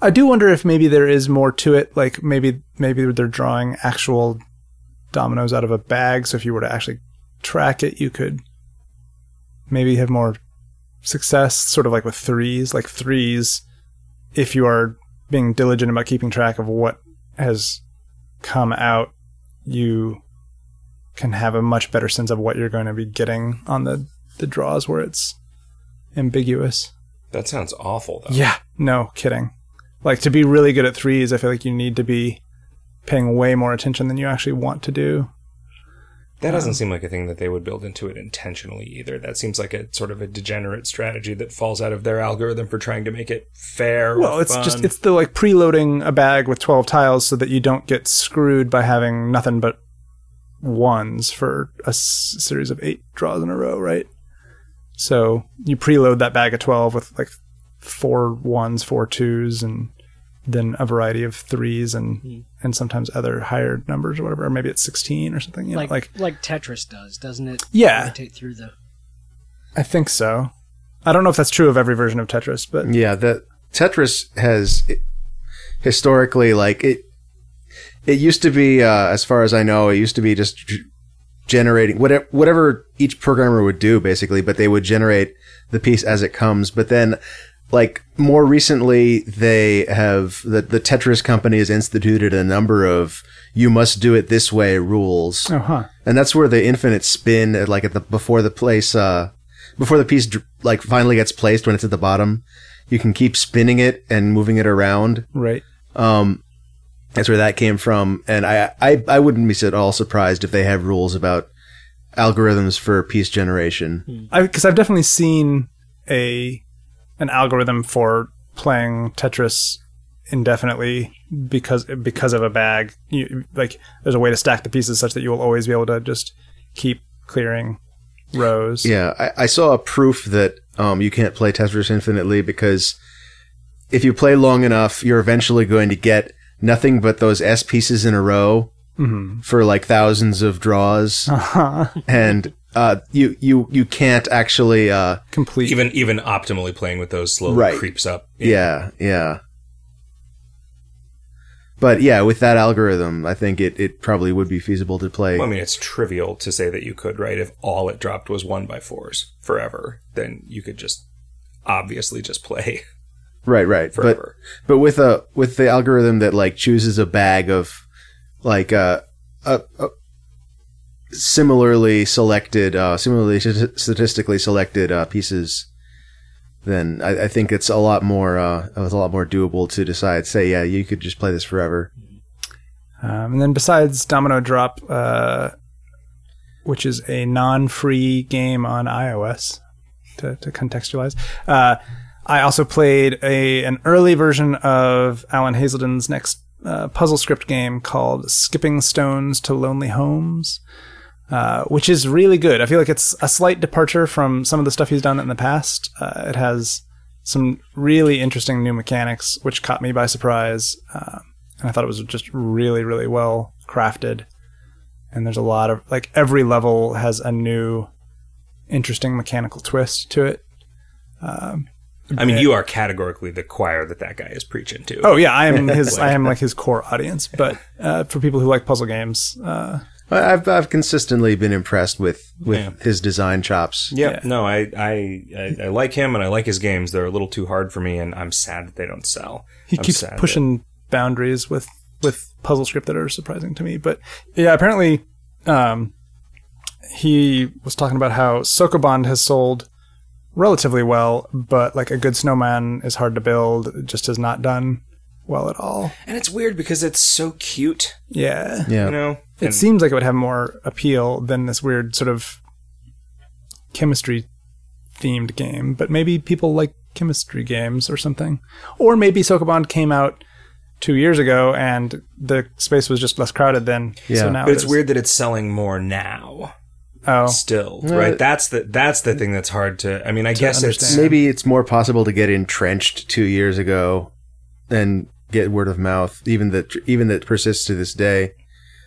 Speaker 4: I do wonder if maybe there is more to it. Like maybe maybe they're drawing actual dominoes out of a bag. So if you were to actually track it, you could maybe have more success. Sort of like with threes, like threes. If you are being diligent about keeping track of what has come out, you can have a much better sense of what you're going to be getting on the the draws where it's ambiguous.
Speaker 1: That sounds awful, though.
Speaker 4: Yeah, no kidding. Like to be really good at threes, I feel like you need to be paying way more attention than you actually want to do.
Speaker 1: That doesn't seem like a thing that they would build into it intentionally either. That seems like a sort of a degenerate strategy that falls out of their algorithm for trying to make it fair. or
Speaker 4: Well, it's just
Speaker 1: fun.
Speaker 4: it's the like preloading a bag with 12 tiles so that you don't get screwed by having nothing but ones for a s- series of 8 draws in a row, right? So, you preload that bag of 12 with like four ones, four twos and then a variety of threes and
Speaker 1: Hmm.
Speaker 4: and sometimes other higher numbers or whatever, or maybe it's 16 or something, you know,
Speaker 2: Like,
Speaker 4: like
Speaker 2: like Tetris does, doesn't it?
Speaker 4: Yeah.
Speaker 2: Rotate through the.
Speaker 4: I think so. I don't know if that's true of every version of Tetris, but
Speaker 3: Yeah, that Tetris has it, historically like it. It used to be, uh, as far as I know, it used to be just dr- generating whatever whatever each programmer would do basically, but they would generate the piece as it comes. But then, like more recently, they have the the Tetris company has instituted a number of you must do it this way rules,
Speaker 4: Oh, huh.
Speaker 3: and that's where the infinite spin, uh, like at the before the place, uh, before the piece dr- like finally gets placed when it's at the bottom, you can keep spinning it and moving it around.
Speaker 4: Right.
Speaker 3: Um, that's where that came from, and I, I I wouldn't be at all surprised if they have rules about algorithms for piece generation.
Speaker 4: Because I've definitely seen a an algorithm for playing Tetris indefinitely because because of a bag. You, like there's a way to stack the pieces such that you will always be able to just keep clearing rows.
Speaker 3: Yeah, I, I saw a proof that um, you can't play Tetris infinitely because if you play long enough, you're eventually going to get nothing but those S pieces in a row
Speaker 4: hmm
Speaker 3: for like thousands of draws,
Speaker 4: Uh-huh.
Speaker 3: and uh, you you you can't actually. Uh,
Speaker 4: Complete.
Speaker 1: Even even optimally playing with those slowly
Speaker 3: Right.
Speaker 1: creeps up.
Speaker 3: yeah, yeah. But yeah, with that algorithm, I think it, it probably would be feasible to play.
Speaker 1: Well, I mean, it's trivial to say that you could, right? If all it dropped was one by fours forever, then you could just obviously just play
Speaker 3: right, right. But
Speaker 1: forever.
Speaker 3: but with a with the algorithm that like chooses a bag of like uh, a, a similarly selected uh, similarly st- statistically selected uh, pieces then I, I think it's a lot more uh, it's a lot more doable to decide say yeah you could just play this forever
Speaker 4: Um, and then besides Domino Drop, uh, which is a non-free game on iOS, to, to contextualize, uh, I also played a an early version of Alan Hazelden's next uh, puzzle script game called Skipping Stones to Lonely Homes, uh, which is really good. I feel like it's a slight departure from some of the stuff he's done in the past. Uh, it has some really interesting new mechanics, which caught me by surprise. Um, and I thought it was just really, really well crafted. And there's a lot of like every level has a new, interesting mechanical twist to it.
Speaker 1: I mean, you are categorically the choir that that guy is preaching to.
Speaker 4: Oh yeah, I am his. I am like his core audience. But uh, for people who like puzzle games, uh,
Speaker 3: I- I've, I've consistently been impressed with with
Speaker 1: Yeah.
Speaker 3: his design chops
Speaker 1: yeah. No, I, I I I like him and I like his games. They're a little too hard for me, and I'm sad that they don't sell.
Speaker 4: he
Speaker 1: I'm
Speaker 4: keeps
Speaker 1: sad that-
Speaker 4: pushing boundaries with with puzzle script that are surprising to me. But yeah, apparently, um, he was talking about how Sokobond has sold relatively well, but like a good snowman is hard to build. It just has not done well at all.
Speaker 1: and it's weird because it's so cute,
Speaker 4: Yeah.
Speaker 1: you
Speaker 3: yeah
Speaker 1: know.
Speaker 4: It
Speaker 1: And-
Speaker 4: seems like it would have more appeal than this weird sort of chemistry themed game, but maybe people like chemistry games or something. Or maybe Sokobond came out two years ago and the space was just less crowded then.
Speaker 3: Yeah.
Speaker 4: So now
Speaker 1: but it's
Speaker 4: it is.
Speaker 1: weird that it's selling more now.
Speaker 4: Oh,
Speaker 1: Still,
Speaker 3: No,
Speaker 1: right?
Speaker 3: it-
Speaker 1: That's the that's the thing that's hard to. I mean, I guess it's
Speaker 4: understand.
Speaker 3: maybe it's more possible to get entrenched two years ago and get word of mouth, even that even that persists to this day.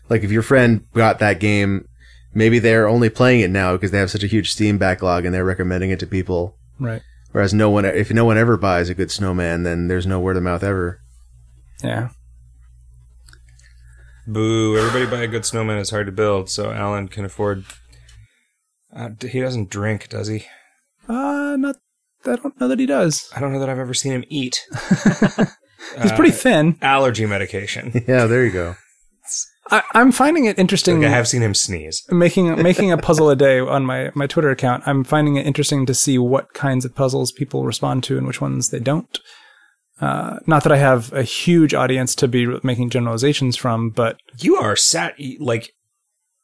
Speaker 3: Like if your friend got that game, maybe they're only playing it now because they have such a huge Steam backlog and they're recommending it to people.
Speaker 4: right.
Speaker 3: Whereas no one, if no one ever buys a good snowman, then there's no word of mouth ever.
Speaker 4: Yeah.
Speaker 1: Boo! Everybody buy a good snowman. It's hard to build, so Alan can afford. Uh, d- he doesn't drink, does he?
Speaker 4: Uh, not. I don't know that he does.
Speaker 1: I don't know that I've ever seen him eat. Uh,
Speaker 4: He's pretty thin.
Speaker 1: Allergy medication.
Speaker 3: Yeah, there you go.
Speaker 4: I, I'm finding it interesting.
Speaker 1: Like I have seen him sneeze.
Speaker 4: making making a puzzle a day on my my Twitter account. I'm finding it interesting to see what kinds of puzzles people respond to and which ones they don't. Uh, not that I have a huge audience to be making generalizations from, but
Speaker 1: You are sat like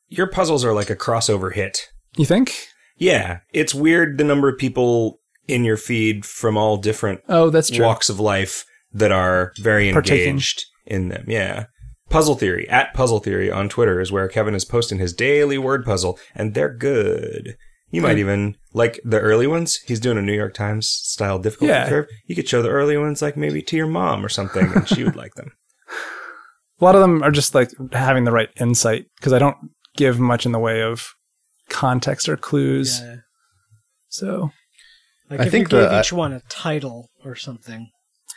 Speaker 1: your puzzles are like a crossover hit.
Speaker 4: you think?
Speaker 1: Yeah, it's weird the number of people in your feed from all different
Speaker 4: Oh, that's true.
Speaker 1: walks of life that are very
Speaker 4: Partaking.
Speaker 1: engaged in them. Yeah. Puzzle Theory at Puzzle Theory on Twitter is where Kevin is posting his daily word puzzle, and they're good. You might even like the early ones. He's doing a New York Times style difficulty
Speaker 4: Yeah.
Speaker 1: curve. You could show the early ones, like maybe to your mom or something, and she would like them.
Speaker 4: A lot of them are just like having the right insight because I don't give much in the way of context or clues.
Speaker 2: Yeah.
Speaker 4: So
Speaker 2: Like
Speaker 3: I
Speaker 2: if
Speaker 3: think
Speaker 2: you gave
Speaker 3: the-
Speaker 2: each one a title or something.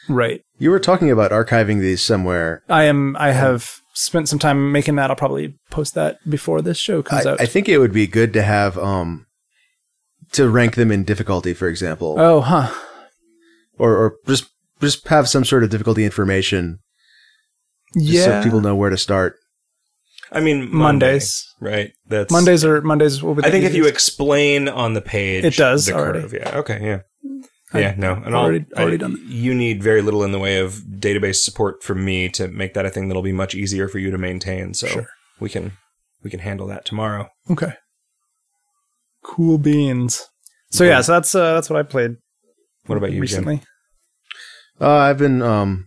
Speaker 4: Right.
Speaker 3: You were talking about archiving these somewhere.
Speaker 4: I am.
Speaker 3: Hmm.
Speaker 4: I have spent some time making that. I'll probably post that before this show comes
Speaker 3: I,
Speaker 4: out.
Speaker 3: I think it would be good to have um to rank them in difficulty, for example,
Speaker 2: Uh,
Speaker 4: oh, huh.
Speaker 3: or or just just have some sort of difficulty information, just
Speaker 4: Yeah.
Speaker 3: so people know where to start.
Speaker 1: I mean, Monday,
Speaker 4: Mondays.
Speaker 1: right? That's
Speaker 4: Mondays are Mondays will be. The
Speaker 1: I think if you
Speaker 4: easiest.
Speaker 1: explain on the page,
Speaker 4: It does
Speaker 1: the
Speaker 4: already.
Speaker 1: curve. Yeah. Okay. Yeah.
Speaker 4: I-
Speaker 1: yeah. No. And I'll-
Speaker 4: already-
Speaker 1: I-
Speaker 4: already done that.
Speaker 1: You need very little in the way of database support from me to make that a thing that'll be much easier for you to maintain. So
Speaker 4: Sure.
Speaker 1: we can we can handle that tomorrow.
Speaker 4: okay. Cool beans. So yeah, so that's uh, that's what I played.
Speaker 1: What about you, Jim?
Speaker 4: recently?
Speaker 3: Uh, I've been um,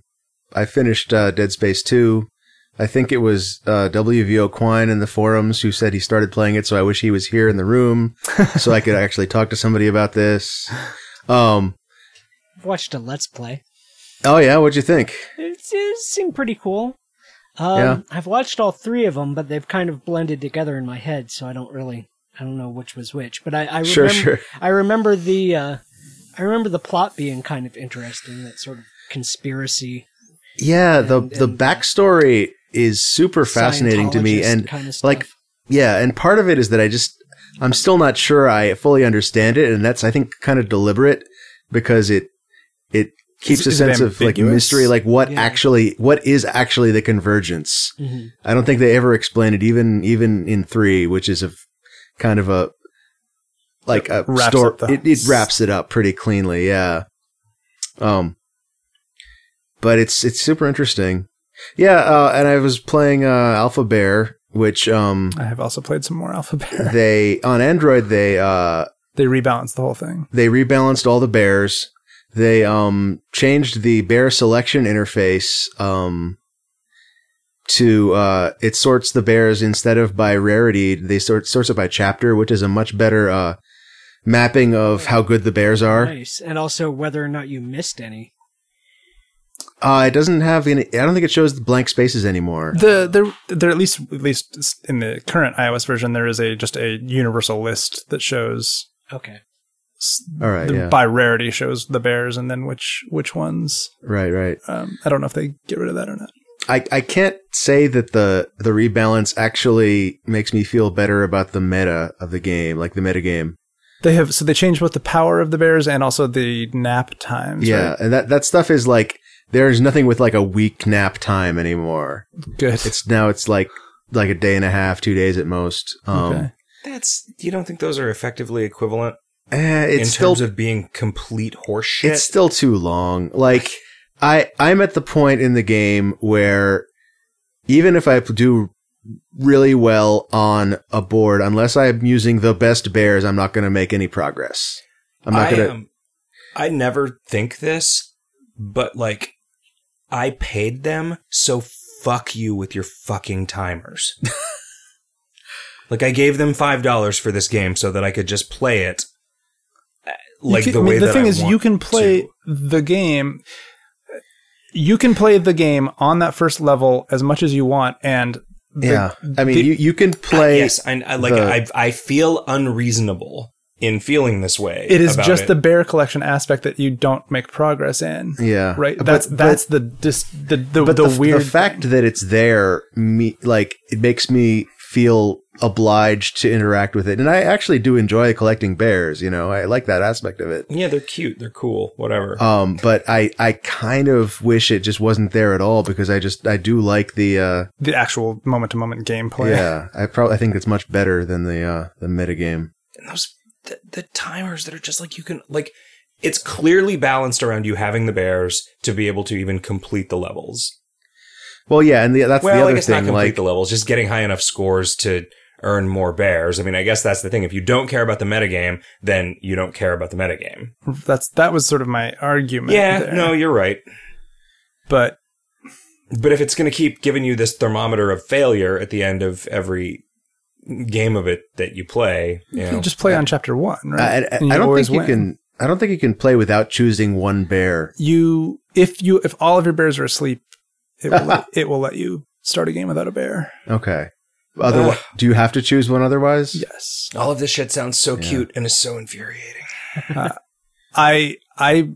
Speaker 3: I finished uh, Dead Space two. I think it was uh, WVO Quine in the forums who said he started playing it, so I wish he was here in the room so I could actually talk to somebody about this. Um,
Speaker 2: I've watched a Let's Play.
Speaker 3: oh yeah, what'd you think?
Speaker 2: It's, it seemed pretty cool. Um,
Speaker 3: Yeah.
Speaker 2: I've watched all three of them, but they've kind of blended together in my head, so I don't really, I don't know which was which. But I, I remember,
Speaker 3: Sure, sure.
Speaker 2: I remember the, uh, I remember the plot being kind of interesting. That sort of conspiracy,
Speaker 3: Yeah, the
Speaker 2: And-
Speaker 3: the
Speaker 2: and-
Speaker 3: backstory is super fascinating to me,
Speaker 2: Scientologist
Speaker 3: and
Speaker 2: kind of stuff.
Speaker 3: like yeah, and part of it is that I just I'm still not sure I fully understand it, and that's I think kind of deliberate because it it
Speaker 4: Is-
Speaker 3: keeps a
Speaker 4: is it
Speaker 3: sense of like
Speaker 4: ambiguous?
Speaker 3: mystery, like what
Speaker 2: Yeah.
Speaker 3: actually what is actually the convergence.
Speaker 2: Mhm.
Speaker 3: I don't think they ever explain it, even even in three, which is a f- kind of a like a
Speaker 4: Wraps
Speaker 3: story.
Speaker 4: up the-
Speaker 3: It, it wraps it up pretty cleanly, yeah. Um, but it's it's super interesting, yeah. Uh, and I was playing uh, Alpha Bear, which um
Speaker 4: I have also played some more Alpha Bear.
Speaker 3: they on Android they uh
Speaker 4: They rebalanced the whole thing.
Speaker 3: they rebalanced all the bears. They um changed the bear selection interface um to uh it sorts the bears instead of by rarity, they sort sorts it by chapter, which is a much better uh mapping of how good the bears are.
Speaker 2: nice, and also whether or not you missed any.
Speaker 3: Uh it doesn't have any I don't think it shows the blank spaces anymore.
Speaker 4: The there there at least at least in the current iOS version there is a just a universal list that shows
Speaker 2: Okay,
Speaker 4: s-
Speaker 3: All right,
Speaker 4: the,
Speaker 3: yeah.
Speaker 4: by rarity shows the bears and then which which ones.
Speaker 3: right, right.
Speaker 4: Um, I don't know if they get rid of that or not.
Speaker 3: I, I can't say that the the rebalance actually makes me feel better about the meta of the game, like the meta game.
Speaker 4: They have so they changed both the power of the bears and also the nap times.
Speaker 3: yeah,
Speaker 4: right?
Speaker 3: and that that stuff is like there's nothing with like a week nap time anymore.
Speaker 4: good.
Speaker 3: It's now it's like like a day and a half, two days at most. Um,
Speaker 4: okay.
Speaker 1: That's you don't think those are effectively equivalent
Speaker 3: eh,
Speaker 1: in
Speaker 3: it's still
Speaker 1: terms of being complete horseshit?
Speaker 3: it's still too long. Like I I'm at the point in the game where even if I do really well on a board, unless I'm using the best bears, I'm not going to make any progress. I'm not
Speaker 1: I,
Speaker 3: going to.
Speaker 1: um, I never think this, but like, I paid them, so fuck you with your fucking timers. like, I gave them five dollars for this game so that I could just play it, uh, like
Speaker 4: You can-
Speaker 1: the
Speaker 4: I mean,
Speaker 1: way
Speaker 4: the
Speaker 1: that
Speaker 4: thing
Speaker 1: I
Speaker 4: is
Speaker 1: want
Speaker 4: you can play
Speaker 1: to.
Speaker 4: the game you can play the game on that first level as much as you want and the-
Speaker 3: Yeah, I mean,
Speaker 4: the-
Speaker 3: you you can play.
Speaker 1: yes, I, I like.
Speaker 3: the-
Speaker 1: I I feel unreasonable in feeling this way.
Speaker 4: it is
Speaker 1: about
Speaker 4: just
Speaker 1: it.
Speaker 4: the bear collection aspect that you don't make progress in
Speaker 3: Yeah,
Speaker 4: right
Speaker 3: But-
Speaker 4: that's
Speaker 3: but-
Speaker 4: that's the dis, the the,
Speaker 3: but
Speaker 4: the,
Speaker 3: the,
Speaker 4: weird
Speaker 3: the fact that it's there me like it makes me feel obliged to interact with it and i actually do enjoy collecting bears you know i like that aspect of it
Speaker 1: yeah. They're cute. They're cool. Whatever.
Speaker 3: um but i i kind of wish it just wasn't there at all because i just i do like the uh
Speaker 4: the actual moment to moment gameplay
Speaker 3: yeah i probably i think it's much better than the uh the metagame
Speaker 1: and those the, the timers that are just like you can like it's clearly balanced around you having the bears to be able to even complete the levels.
Speaker 3: well yeah and the, that's the
Speaker 1: Well, I
Speaker 3: other
Speaker 1: guess not
Speaker 3: thing
Speaker 1: complete
Speaker 3: like
Speaker 1: the levels, just getting high enough scores to earn more bears. I mean, I guess that's the thing. If you don't care about the metagame, then you don't care about the metagame.
Speaker 4: that's that was sort of my argument
Speaker 1: yeah,
Speaker 4: there.
Speaker 1: no, you're right.
Speaker 4: but
Speaker 1: But if it's going to keep giving you this thermometer of failure at the end of every game of it that you play, you know,
Speaker 4: you just play on chapter one right
Speaker 3: I, I,
Speaker 4: And
Speaker 3: I don't
Speaker 4: always
Speaker 3: think you
Speaker 4: win.
Speaker 3: can i don't think you can play without choosing one bear
Speaker 4: you if you if all of your bears are asleep it will let, it will let you start a game without a bear
Speaker 3: okay otherwise
Speaker 1: Ugh.
Speaker 3: do you have to choose one otherwise
Speaker 4: yes
Speaker 1: all of this shit sounds so
Speaker 3: Yeah.
Speaker 1: cute and is so infuriating.
Speaker 4: I I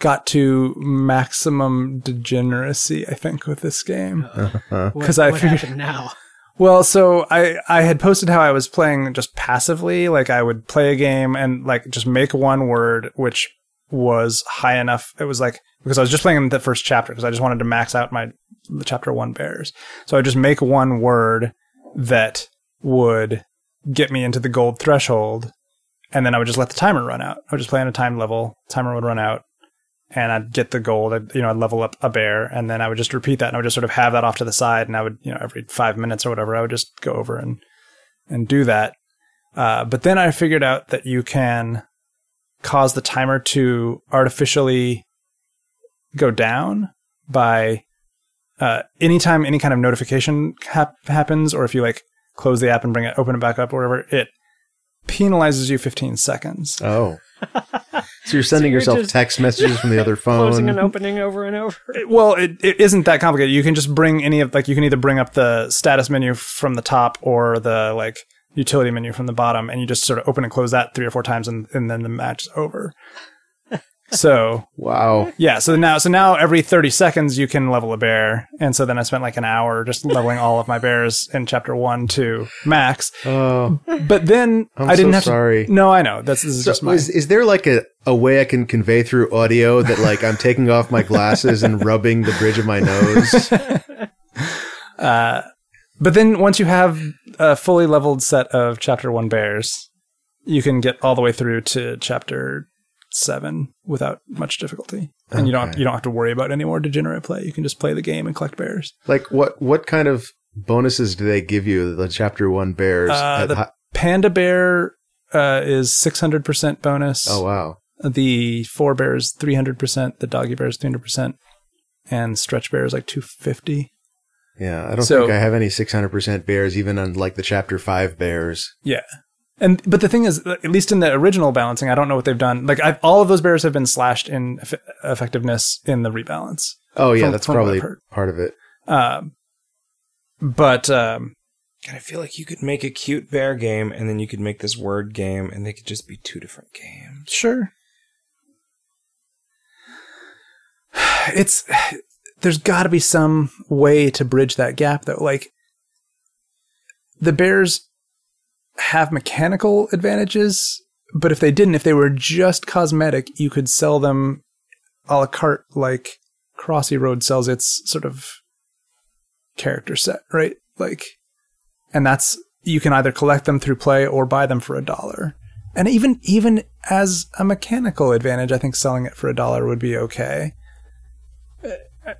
Speaker 4: got to maximum degeneracy, I think, with this
Speaker 3: Um,
Speaker 4: game.
Speaker 3: uh,
Speaker 2: Because
Speaker 3: Uh-huh.
Speaker 4: 'Cause I
Speaker 2: what
Speaker 4: figured-
Speaker 2: happened now?
Speaker 4: Well, so I I had posted how I was playing just passively, like I would play a game and like just make one word which was high enough. It was like because I was just playing the first chapter because I just wanted to max out my chapter 1 bears. So I just make one word that would get me into the gold threshold and then I would just let the timer run out. I would just play on a time level, timer would run out and I'd get the gold. I'd, you know, I'd level up a bear, and then I would just repeat that, and I would just sort of have that off to the side, and I would, you know, every five minutes or whatever, I would just go over and and do that. Uh, but then I figured out that you can cause the timer to artificially go down by uh, anytime any kind of notification hap- happens, or if you like close the app and bring it, open it back up, or whatever, it penalizes you 15 seconds.
Speaker 3: Oh. So you're sending
Speaker 2: you're
Speaker 3: yourself
Speaker 2: just-
Speaker 3: text messages from the other
Speaker 2: Closing and
Speaker 3: phone.
Speaker 2: opening over and over.
Speaker 4: It- well it, it isn't that complicated you can just bring any of like you can either bring up the status menu from the top or the like utility menu from the bottom and you just sort of open and close that three or four times and, and then the match is over so
Speaker 3: Wow.
Speaker 4: yeah so now so now every 30 seconds you can level a bear and so then i spent like an hour just leveling all of my bears in chapter one to max
Speaker 3: Oh,
Speaker 4: but then
Speaker 3: I'm
Speaker 4: i didn't
Speaker 3: so
Speaker 4: have
Speaker 3: sorry.
Speaker 4: to no i know that's this is just
Speaker 3: So
Speaker 4: my
Speaker 3: is, is there like a, a way I can convey through audio that like I'm taking off my glasses and rubbing the bridge of my nose?
Speaker 4: Uh, but then once you have a fully leveled set of chapter one bears, you can get all the way through to chapter seven without much difficulty, and you don't
Speaker 3: Okay.
Speaker 4: you don't have to worry about any more degenerate play. You can just play the game and collect bears.
Speaker 3: Like what what kind of bonuses do they give you the chapter 1 bears?
Speaker 4: Uh,
Speaker 3: at
Speaker 4: the-
Speaker 3: hi-
Speaker 4: Panda bear uh, is six hundred percent bonus.
Speaker 3: oh wow.
Speaker 4: The four bears three hundred percent. The doggy bear is three hundred percent, and stretch bear is like two fifty.
Speaker 3: Yeah, I don't
Speaker 4: So-
Speaker 3: think I have any 600% bears even on like the chapter 5 bears.
Speaker 4: And but the thing is, at least in the original balancing, I don't know what they've done. Like I've, all of those bears have been slashed in eff- effectiveness in the rebalance.
Speaker 3: Oh yeah,
Speaker 4: From-
Speaker 3: that's
Speaker 4: from what
Speaker 3: probably
Speaker 4: I've heard.
Speaker 3: part of it.
Speaker 4: Um, but um,
Speaker 1: God, I feel like you could make a cute bear game, and then you could make this word game, and they could just be two different games.
Speaker 4: sure, it's there's got to be some way to bridge that gap though. Like the bears have mechanical advantages, but if they didn't, if they were just cosmetic, you could sell them a la carte like Crossy Road sells its sort of character set, right? Like, and that's you can either collect them through play or buy them for a dollar. And even even as a mechanical advantage, I think selling it for a dollar would be okay. Uh, uh,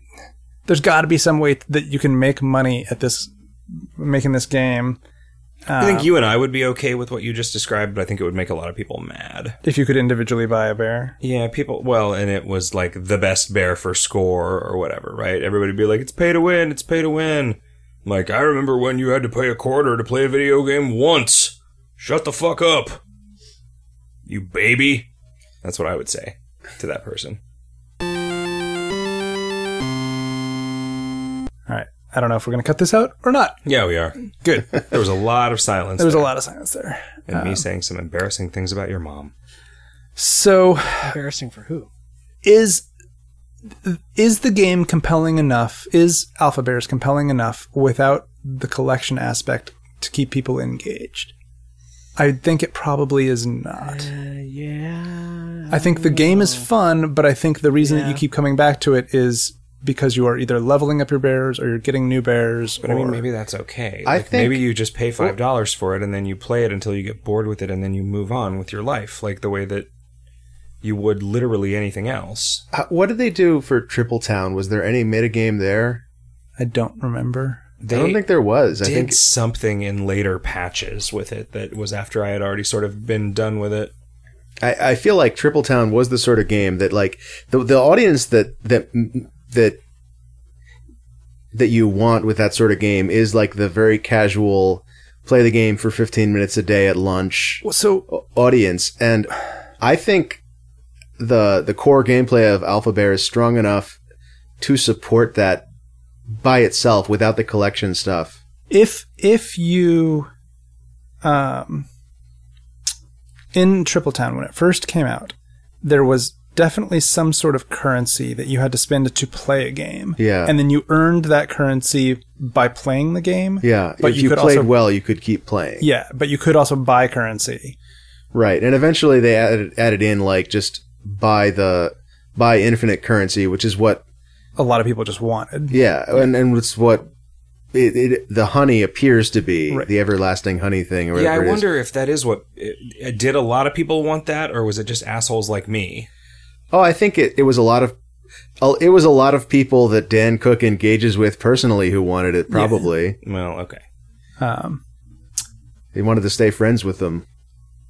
Speaker 4: There's got to be some way that you can make money at this making this game.
Speaker 1: I think
Speaker 4: um,
Speaker 1: you and I would be okay with what you just described, but I think it would make a lot of people mad.
Speaker 4: if you could individually buy a bear.
Speaker 1: Yeah, people. Well, and it was like the best bear for score or whatever, right? Everybody would be like, "It's pay to win. It's pay to win." I'm like I remember when you had to pay a quarter to play a video game once. Shut the fuck up, you baby. That's what I would say to that person.
Speaker 4: All right. I don't know if we're going to cut this out or not.
Speaker 1: Yeah, we are good. There was a lot of silence.
Speaker 4: There was a
Speaker 1: there,
Speaker 4: lot of silence there.
Speaker 1: and
Speaker 3: Um,
Speaker 1: me saying some embarrassing things about your mom.
Speaker 4: So,
Speaker 2: Embarrassing for who?
Speaker 4: is is the game compelling enough? Is Alpha Bears compelling enough without the collection aspect to keep people engaged? I think it probably is not.
Speaker 2: Uh, yeah.
Speaker 4: I think the game is fun, but I think the reason that you
Speaker 2: Yeah.
Speaker 4: keep coming back to it is because you are either leveling up your bears or you're getting new bears.
Speaker 1: But I mean,
Speaker 4: or-
Speaker 1: maybe that's okay.
Speaker 3: I
Speaker 1: Like,
Speaker 3: think-
Speaker 1: maybe you just pay five dollars for it, and then you play it until you get bored with it, and then you move on with your life, like the way that you would literally anything else.
Speaker 3: Uh, What did they do for Triple Town? Was there any metagame there?
Speaker 4: I don't remember.
Speaker 1: They
Speaker 3: I don't think there was. I
Speaker 1: did
Speaker 3: think
Speaker 1: something in later patches with it that was after I had already sort of been done with it.
Speaker 3: I, I feel like Triple Town was the sort of game that like the the audience that that that that you want with that sort of game is like the very casual play the game for 15 minutes a day at lunch
Speaker 4: Well, so
Speaker 3: au- audience and I think the the core gameplay of Alpha Bear is strong enough to support that by itself without the collection stuff.
Speaker 4: if if you um in Triple Town when it first came out, there was definitely some sort of currency that you had to spend to play a game.
Speaker 3: Yeah.
Speaker 4: And then you earned that currency by playing the game.
Speaker 3: Yeah,
Speaker 4: But
Speaker 3: if
Speaker 4: you
Speaker 3: you,
Speaker 4: could
Speaker 3: played
Speaker 4: also-
Speaker 3: well, you could keep playing.
Speaker 4: Yeah, but you could also buy currency.
Speaker 3: Right, and eventually they added added in like just buy the buy infinite currency, which is what
Speaker 4: A lot of people just wanted.
Speaker 3: yeah, and and it's what it, it the honey appears to be
Speaker 4: Right.
Speaker 3: the everlasting honey thing. Or
Speaker 1: Yeah,
Speaker 3: whatever
Speaker 1: I
Speaker 3: it is.
Speaker 1: wonder if that is what. It, it- did a lot of people want that, or was it just assholes like me?
Speaker 3: Oh, I think it, it was a lot of oh, it was a lot of people that Dan Cook engages with personally who wanted it. Probably
Speaker 1: Well, okay.
Speaker 4: Um,
Speaker 3: he wanted to stay friends with them.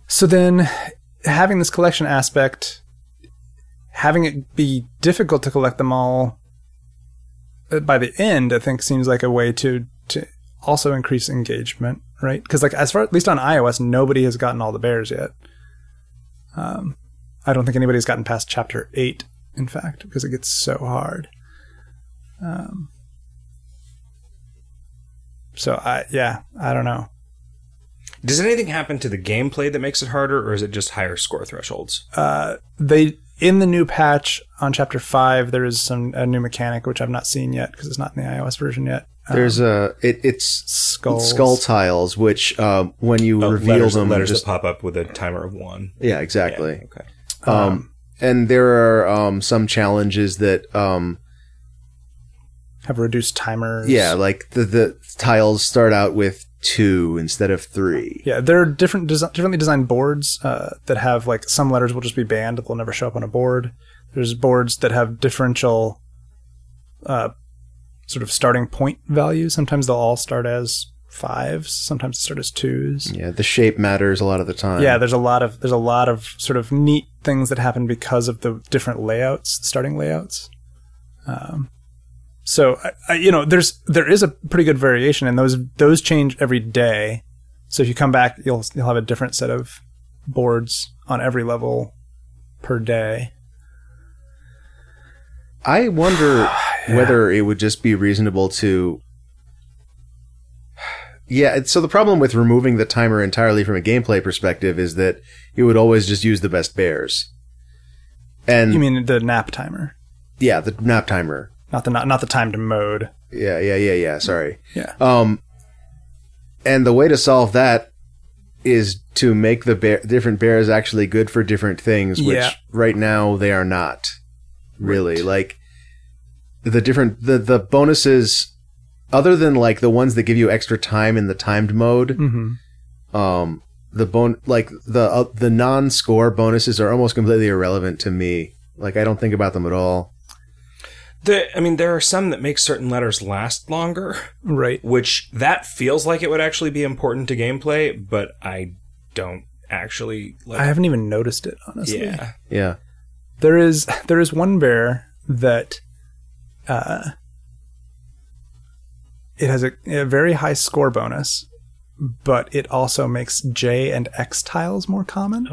Speaker 4: So then, having this collection aspect, having it be difficult to collect them all uh, by the end, I think seems like a way to to also increase engagement, right? Because like as far at least on iOS, nobody has gotten all the bears yet. Um, I don't think anybody's gotten past chapter eight, in fact, because it gets so hard. Um, so I yeah, I don't know.
Speaker 1: Does anything happen to the gameplay that makes it harder, or is it just higher score thresholds?
Speaker 4: uh, they in the new patch on chapter five there is some a new mechanic which I've not seen yet because it's not in the iOS version yet. Um,
Speaker 3: There's a it, it's
Speaker 4: skulls.
Speaker 3: skull tiles, which um, when you
Speaker 1: Oh,
Speaker 3: reveal
Speaker 1: letters,
Speaker 3: them,
Speaker 1: letters
Speaker 3: just
Speaker 1: that pop up with a timer of one.
Speaker 3: yeah, exactly.
Speaker 1: Yeah, okay.
Speaker 3: Um, and there are um, some challenges that, um,
Speaker 4: have reduced timers.
Speaker 3: yeah, like the, the tiles start out with two instead of three.
Speaker 4: yeah. There are different desi- differently designed boards uh, that have like some letters will just be banned; they'll never show up on a board. There's boards that have differential, uh, sort of starting point values. Sometimes they'll all start as fives. Sometimes they start as twos.
Speaker 3: Yeah, the shape matters a lot of the time.
Speaker 4: yeah there's a lot of there's a lot of sort of neat things that happen because of the different layouts starting layouts um, so I, I, you know there's there is a pretty good variation and those those change every day so if you come back you'll you'll have a different set of boards on every level per day
Speaker 3: I wonder whether it would just be reasonable to. Yeah, it's- so the problem with removing the timer entirely from a gameplay perspective is that you would always just use the best bears. And
Speaker 4: you mean the nap timer
Speaker 3: yeah, the nap timer.
Speaker 4: not the not, not the timed mode
Speaker 3: Yeah, yeah, yeah, yeah. Sorry.
Speaker 4: Yeah.
Speaker 3: Um, and the way to solve that is to make the bear, different bears actually good for different things, which
Speaker 4: Yeah.
Speaker 3: right now they are not really like the different the the bonuses. Other than like the ones that give you extra time in the timed mode,
Speaker 4: mm-hmm.
Speaker 3: um, the bone like the uh, the non score bonuses are almost completely irrelevant to me. Like I don't think about them at all.
Speaker 1: The, I mean, there are some that make certain letters last longer,
Speaker 4: right
Speaker 1: which that feels like it would actually be important to gameplay, but I don't actually like.
Speaker 4: i haven't even noticed it honestly
Speaker 1: yeah,
Speaker 3: Yeah,
Speaker 4: there is there is one bear that uh, it has a, a very high score bonus but it also makes j and x tiles more common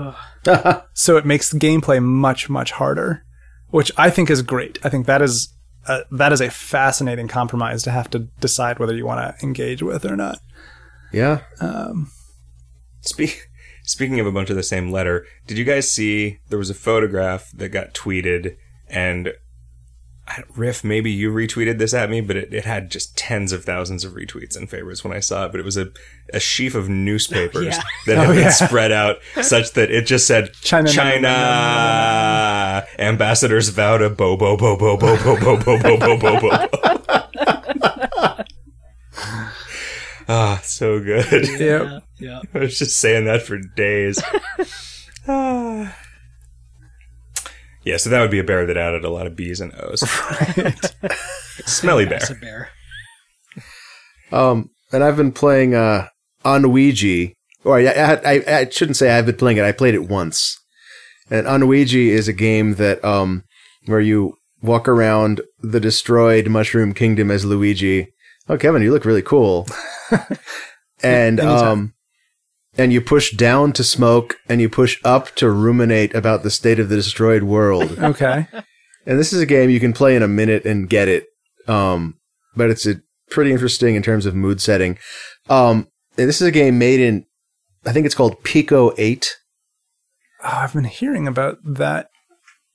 Speaker 4: so it makes the gameplay much much harder which i think is great i think that is uh, that is a fascinating compromise to have to decide whether you want to engage with or not
Speaker 3: yeah.
Speaker 4: um,
Speaker 1: Spe- speaking of a bunch of the same letter, did you guys see there was a photograph that got tweeted and I don't- Riff, maybe you retweeted this at me, but it, it had just tens of thousands of retweets and favorites when I saw it. But it was a, a sheaf of newspapers
Speaker 2: Yeah.
Speaker 1: that had
Speaker 4: Oh,
Speaker 1: been
Speaker 4: yeah.
Speaker 1: spread out such that it just said
Speaker 4: China,
Speaker 1: China, ambassadors vow to bo bo bo bo bo bo bo bo bo bo bo bo. Ah, so good.
Speaker 4: yeah
Speaker 2: Yeah.
Speaker 1: I was just saying that for days. Ah. yeah, so that would be a bear that added a lot of B's and O's. Smelly
Speaker 2: That's a
Speaker 1: bear.
Speaker 2: bear.
Speaker 3: Um, and I've been playing uh, Onuigi. Or I, I, I, I shouldn't say I've been playing it. I played it once. And Onuigi is a game that um, where you walk around the destroyed Mushroom Kingdom as Luigi. Oh, Kevin, you look really cool. and
Speaker 4: Anytime.
Speaker 3: um, and you push down to smoke, and you push up to ruminate about the state of the destroyed world.
Speaker 4: okay
Speaker 3: And this is a game you can play in a minute and get it. Um, but it's a pretty interesting in terms of mood setting. Um, and this is a game made in, I think it's called Pico 8.
Speaker 4: Oh, I've been hearing about that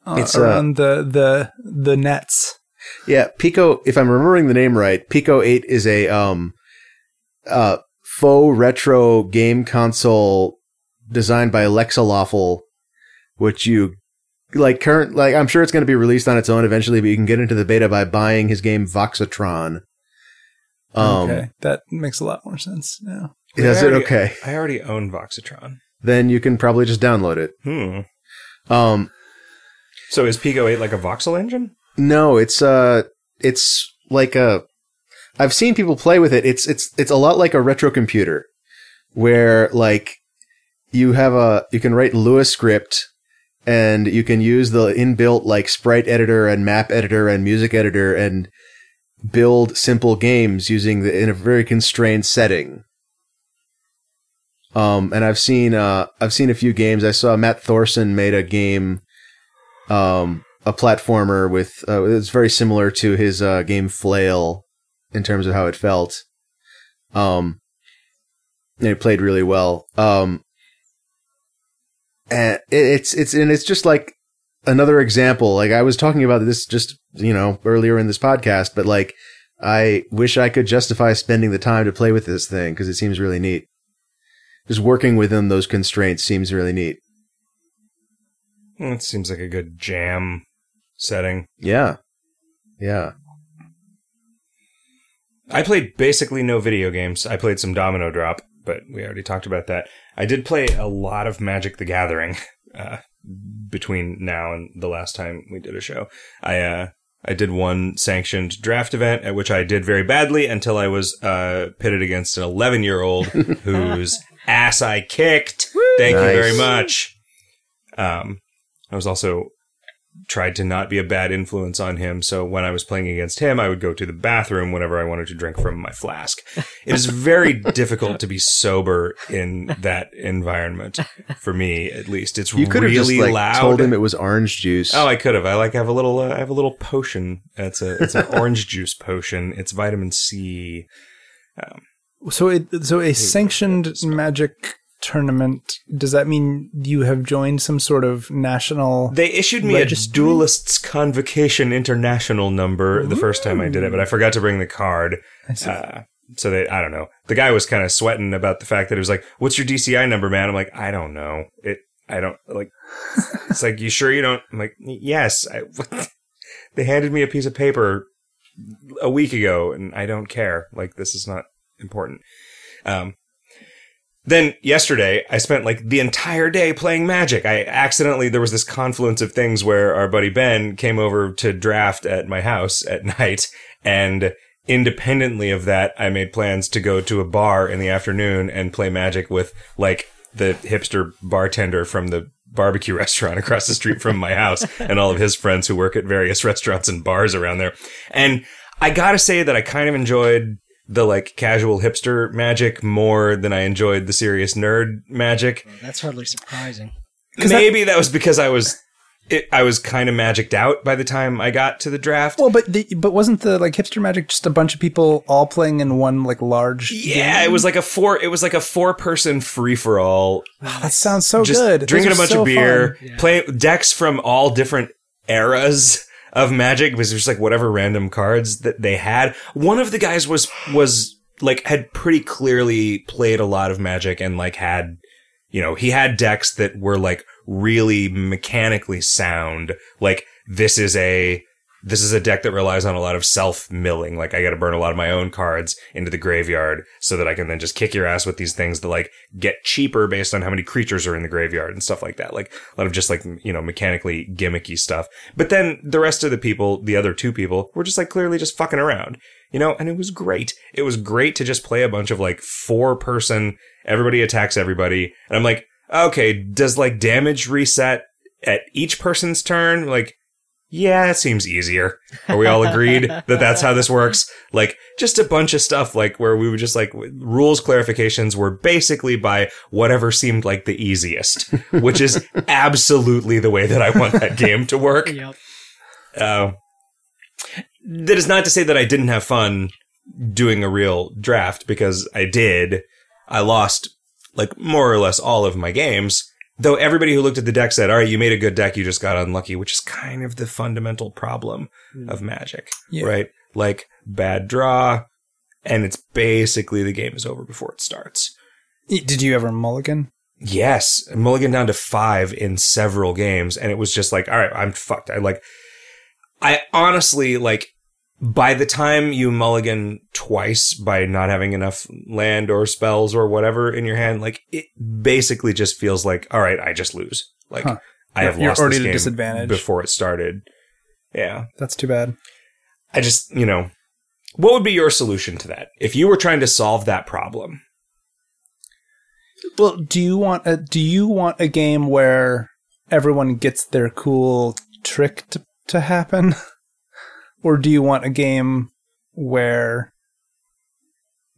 Speaker 4: uh,
Speaker 3: It's, uh,
Speaker 4: around the the the nets.
Speaker 3: Yeah, Pico. If I'm remembering the name right, Pico Eight is a um, uh, faux retro game console designed by Lexilawful, which you like current like I'm sure it's going to be released on its own eventually, but you can get into the beta by buying his game Voxatron. Um,
Speaker 4: okay, that makes a lot more sense now.
Speaker 3: is it
Speaker 1: Already-
Speaker 3: okay?
Speaker 1: I already own Voxatron.
Speaker 3: Then you can probably just download it.
Speaker 1: Hmm.
Speaker 3: Um,
Speaker 1: So is Pico 8 like a voxel engine?
Speaker 3: No, it's uh it's like a I've seen people play with it. It's it's it's a lot like a retro computer where like you have a you can write Lua script and you can use the inbuilt like sprite editor and map editor and music editor and build simple games using the in a very constrained setting. Um, and I've seen uh, I've seen a few games. I saw Matt Thorson made a game, um, a platformer with uh, it's very similar to his uh, game Flail in terms of how it felt. Um, and it played really well. Um, and it- it's it's and it's just like another example. Like I was talking about this just you know earlier in this podcast, but like I wish I could justify spending the time to play with this thing because it seems really neat. Just working within those constraints seems really neat.
Speaker 1: Hmm, It seems like a good jam setting.
Speaker 3: Yeah, yeah.
Speaker 1: I played basically no video games. I played some Domino Drop, but we already talked about that. I did play a lot of Magic the Gathering uh, between now and the last time we did a show. I uh, I did one sanctioned draft event at which I did very badly until I was uh, pitted against an 11 year old whose ass I kicked. Thank
Speaker 3: Nice.
Speaker 1: you very much. Um, I was also tried to not be a bad influence on him. So when I was playing against him, I would go to the bathroom whenever I wanted to drink from my flask. It is very difficult to be sober in that environment for me, at least. It's
Speaker 3: You could have
Speaker 1: really
Speaker 3: just like
Speaker 1: loud.
Speaker 3: told him it was orange juice.
Speaker 1: Oh, I could have. I like have a little. Uh, I have a little potion. It's a it's an orange juice potion. It's vitamin C.
Speaker 4: So it so a sanctioned magic tournament. Does that mean you have joined some sort of national?
Speaker 1: They issued me a Duelists Convocation International number the first time I did it, but I forgot to bring the card. Uh, so they, I don't know. The guy was kind of sweating about the fact that it was like, "What's your DCI number, man?" I'm like, "I don't know. It, I don't like." it's like, "You sure you don't?" I'm like, "Yes." I, they handed me a piece of paper a week ago, and I don't care. Like, this is not important. Um, then yesterday I spent like the entire day playing Magic. I accidentally there was this confluence of things where our buddy Ben came over to draft at my house at night and independently of that I made plans to go to a bar in the afternoon and play Magic with like the hipster bartender from the barbecue restaurant across the street from my house and all of his friends who work at various restaurants and bars around there. And I got to say that I kind of enjoyed the like casual hipster magic more than I enjoyed the serious nerd magic.
Speaker 2: That's hardly surprising.
Speaker 1: Maybe that, was because I was it, I was kind of magicked out by the time I got to the draft.
Speaker 4: Well, but the, but wasn't the like hipster magic just a bunch of people all playing in one like large?
Speaker 1: yeah, it was like a four it was like a four person free for all
Speaker 4: Ah, That sounds so
Speaker 1: just
Speaker 4: good. Those
Speaker 1: Drinking
Speaker 4: are
Speaker 1: a bunch
Speaker 4: so
Speaker 1: of beer,
Speaker 4: fun.
Speaker 2: fun. Yeah.
Speaker 1: play decks from all different eras of Magic because there's like whatever random cards that they had. One of the guys was was like had pretty clearly played a lot of Magic and like had you know he had decks that were like really mechanically sound. Like this is a this is a deck that relies on a lot of self milling. Like I got to burn a lot of my own cards into the graveyard so that I can then just kick your ass with these things that like get cheaper based on how many creatures are in the graveyard and stuff like that. Like a lot of just like, m- you know, mechanically gimmicky stuff. But then the rest of the people, the other two people were just like clearly just fucking around, you know, and it was great. It was great to just play a bunch of like four person, everybody attacks everybody. And I'm like, okay, does like damage reset at each person's turn? Like, yeah, that seems easier. Are we all agreed that that's how this works? Like, just a bunch of stuff, like, where we would just like rules clarifications were basically by whatever seemed like the easiest, which is absolutely the way that I want that game to work.
Speaker 2: Yep.
Speaker 1: Uh, that is not to say that I didn't have fun doing a real draft because I did. I lost like more or less all of my games, Though everybody who looked at the deck said, all right, you made a good deck, you just got unlucky, which is kind of the fundamental problem of magic,
Speaker 4: Yeah.
Speaker 1: right? Like bad draw, and it's basically the game is over before it starts.
Speaker 4: Y- Did you ever mulligan?
Speaker 1: Yes, Mulligan down to five in several games, and it was just like, all right, I'm fucked. I like, I honestly like. By the time you mulligan twice by not having enough land or spells or whatever in your hand, like it basically just feels like, all right, I just lose. Like
Speaker 4: Huh.
Speaker 1: I have
Speaker 4: You're
Speaker 1: lost
Speaker 4: already
Speaker 1: this
Speaker 4: at a
Speaker 1: game
Speaker 4: disadvantage.
Speaker 1: before it started. Yeah,
Speaker 4: That's too bad.
Speaker 1: I just you know, what would be your solution to that if you were trying to solve that problem?
Speaker 4: Well, do you want a do you want a game where everyone gets their cool trick to, to happen? or do you want a game where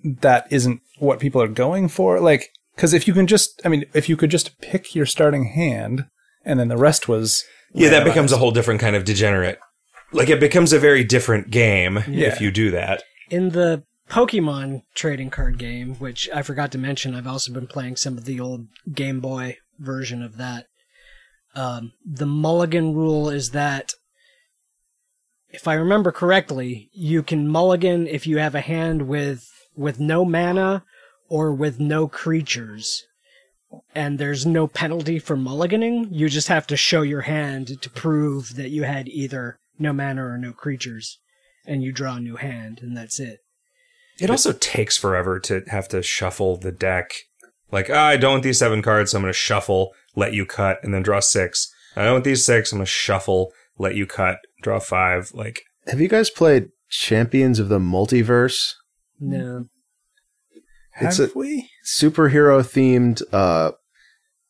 Speaker 4: that isn't what people are going for? Like cuz if you can just I mean, if you could just pick your starting hand and then the rest was
Speaker 1: Yeah, that
Speaker 4: randomized.
Speaker 1: becomes a whole different kind of degenerate. Like it becomes a very different game
Speaker 4: Yeah.
Speaker 1: if you do that.
Speaker 2: in the Pokemon trading card game, which I forgot to mention, I've also been playing some of the old Game Boy version of that. Um, the mulligan rule is that, if I remember correctly, you can mulligan if you have a hand with with no mana or with no creatures. And there's no penalty for mulliganing. You just have to show your hand to prove that you had either no mana or no creatures and you draw a new hand, and that's it.
Speaker 1: It also takes forever to have to shuffle the deck. Like, ah, I don't want these seven cards, so I'm going to shuffle, let you cut, and then draw six. I don't want these six, I'm going to shuffle, let you cut, draw five. Like,
Speaker 3: Have you guys played Champions of the Multiverse?
Speaker 2: No.
Speaker 3: It's
Speaker 4: have
Speaker 3: a-
Speaker 4: we?
Speaker 3: Superhero themed uh,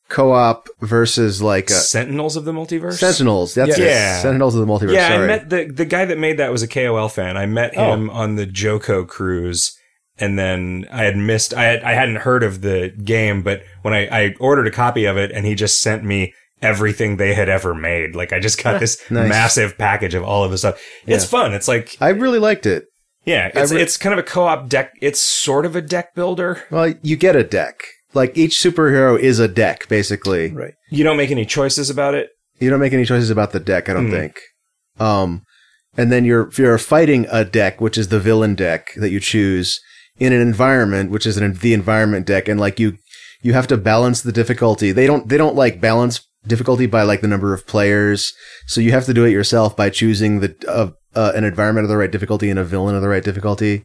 Speaker 3: co op versus like a,
Speaker 1: Sentinels of the Multiverse?
Speaker 3: Sentinels. That's
Speaker 1: Yeah.
Speaker 3: it.
Speaker 1: Yeah.
Speaker 3: Sentinels of the Multiverse.
Speaker 1: Yeah,
Speaker 3: sorry.
Speaker 1: I met the the guy that made that was a KOL fan. I met
Speaker 3: Oh.
Speaker 1: him on the Joco cruise, and then I had missed. I had, I hadn't heard of the game, but when I, I ordered a copy of it, and he just sent me everything they had ever made. Like I just got this
Speaker 3: Nice.
Speaker 1: massive package of all of his stuff. It's
Speaker 3: Yeah.
Speaker 1: fun. It's like
Speaker 3: I really liked it.
Speaker 1: yeah,
Speaker 3: I
Speaker 1: it's
Speaker 3: re-
Speaker 1: it's kind of a co op deck. It's sort of a deck builder.
Speaker 3: Well, you get a deck. Like each superhero is a deck, basically.
Speaker 4: Right.
Speaker 1: You don't make any choices about it.
Speaker 3: You don't make any choices about the deck, I don't
Speaker 1: Hmm.
Speaker 3: think. Um, and then you're you're fighting a deck, which is the villain deck that you choose in an environment, which is an, the environment deck, and like you you have to balance the difficulty. They don't they don't like balance difficulty by like the number of players, so you have to do it yourself by choosing the uh, uh, an environment of the right difficulty and a villain of the right difficulty.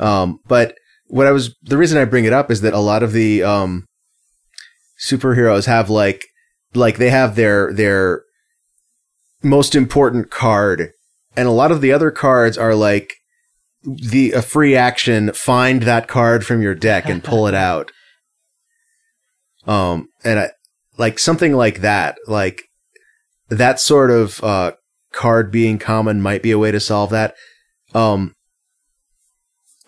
Speaker 3: Um, but what I was the reason I bring it up is that a lot of the um, superheroes have like like they have their their most important card and a lot of the other cards are like the a free action find that card from your deck and pull it out um and I, like something like that like that sort of uh card being common might be a way to solve that um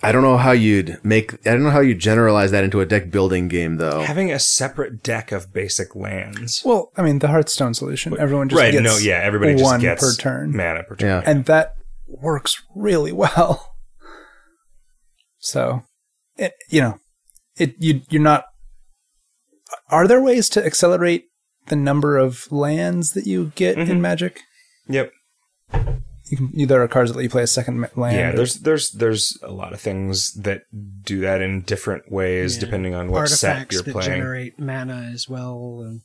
Speaker 3: I don't know how you'd make I don't know how you generalize that into a deck building game though
Speaker 1: Having a separate deck of basic lands.
Speaker 4: Well, I mean, the Hearthstone solution. Everyone just
Speaker 1: right?
Speaker 4: gets
Speaker 1: No, yeah. Everybody just
Speaker 4: one
Speaker 1: gets
Speaker 4: per turn.
Speaker 1: mana per turn.
Speaker 3: yeah
Speaker 4: and that works really well. So, it, you know, it you you're not. Are there ways to accelerate the number of lands that you get in
Speaker 1: Mhm.
Speaker 4: Magic?
Speaker 1: Yep.
Speaker 4: You can, you, there are cards that let you play a second ma- land.
Speaker 1: yeah
Speaker 4: or-
Speaker 1: there's there's there's a lot of things that do that in different ways
Speaker 2: Yeah.
Speaker 1: depending on what set
Speaker 2: Artifacts
Speaker 1: you're
Speaker 2: that
Speaker 1: playing
Speaker 2: generate mana as well. And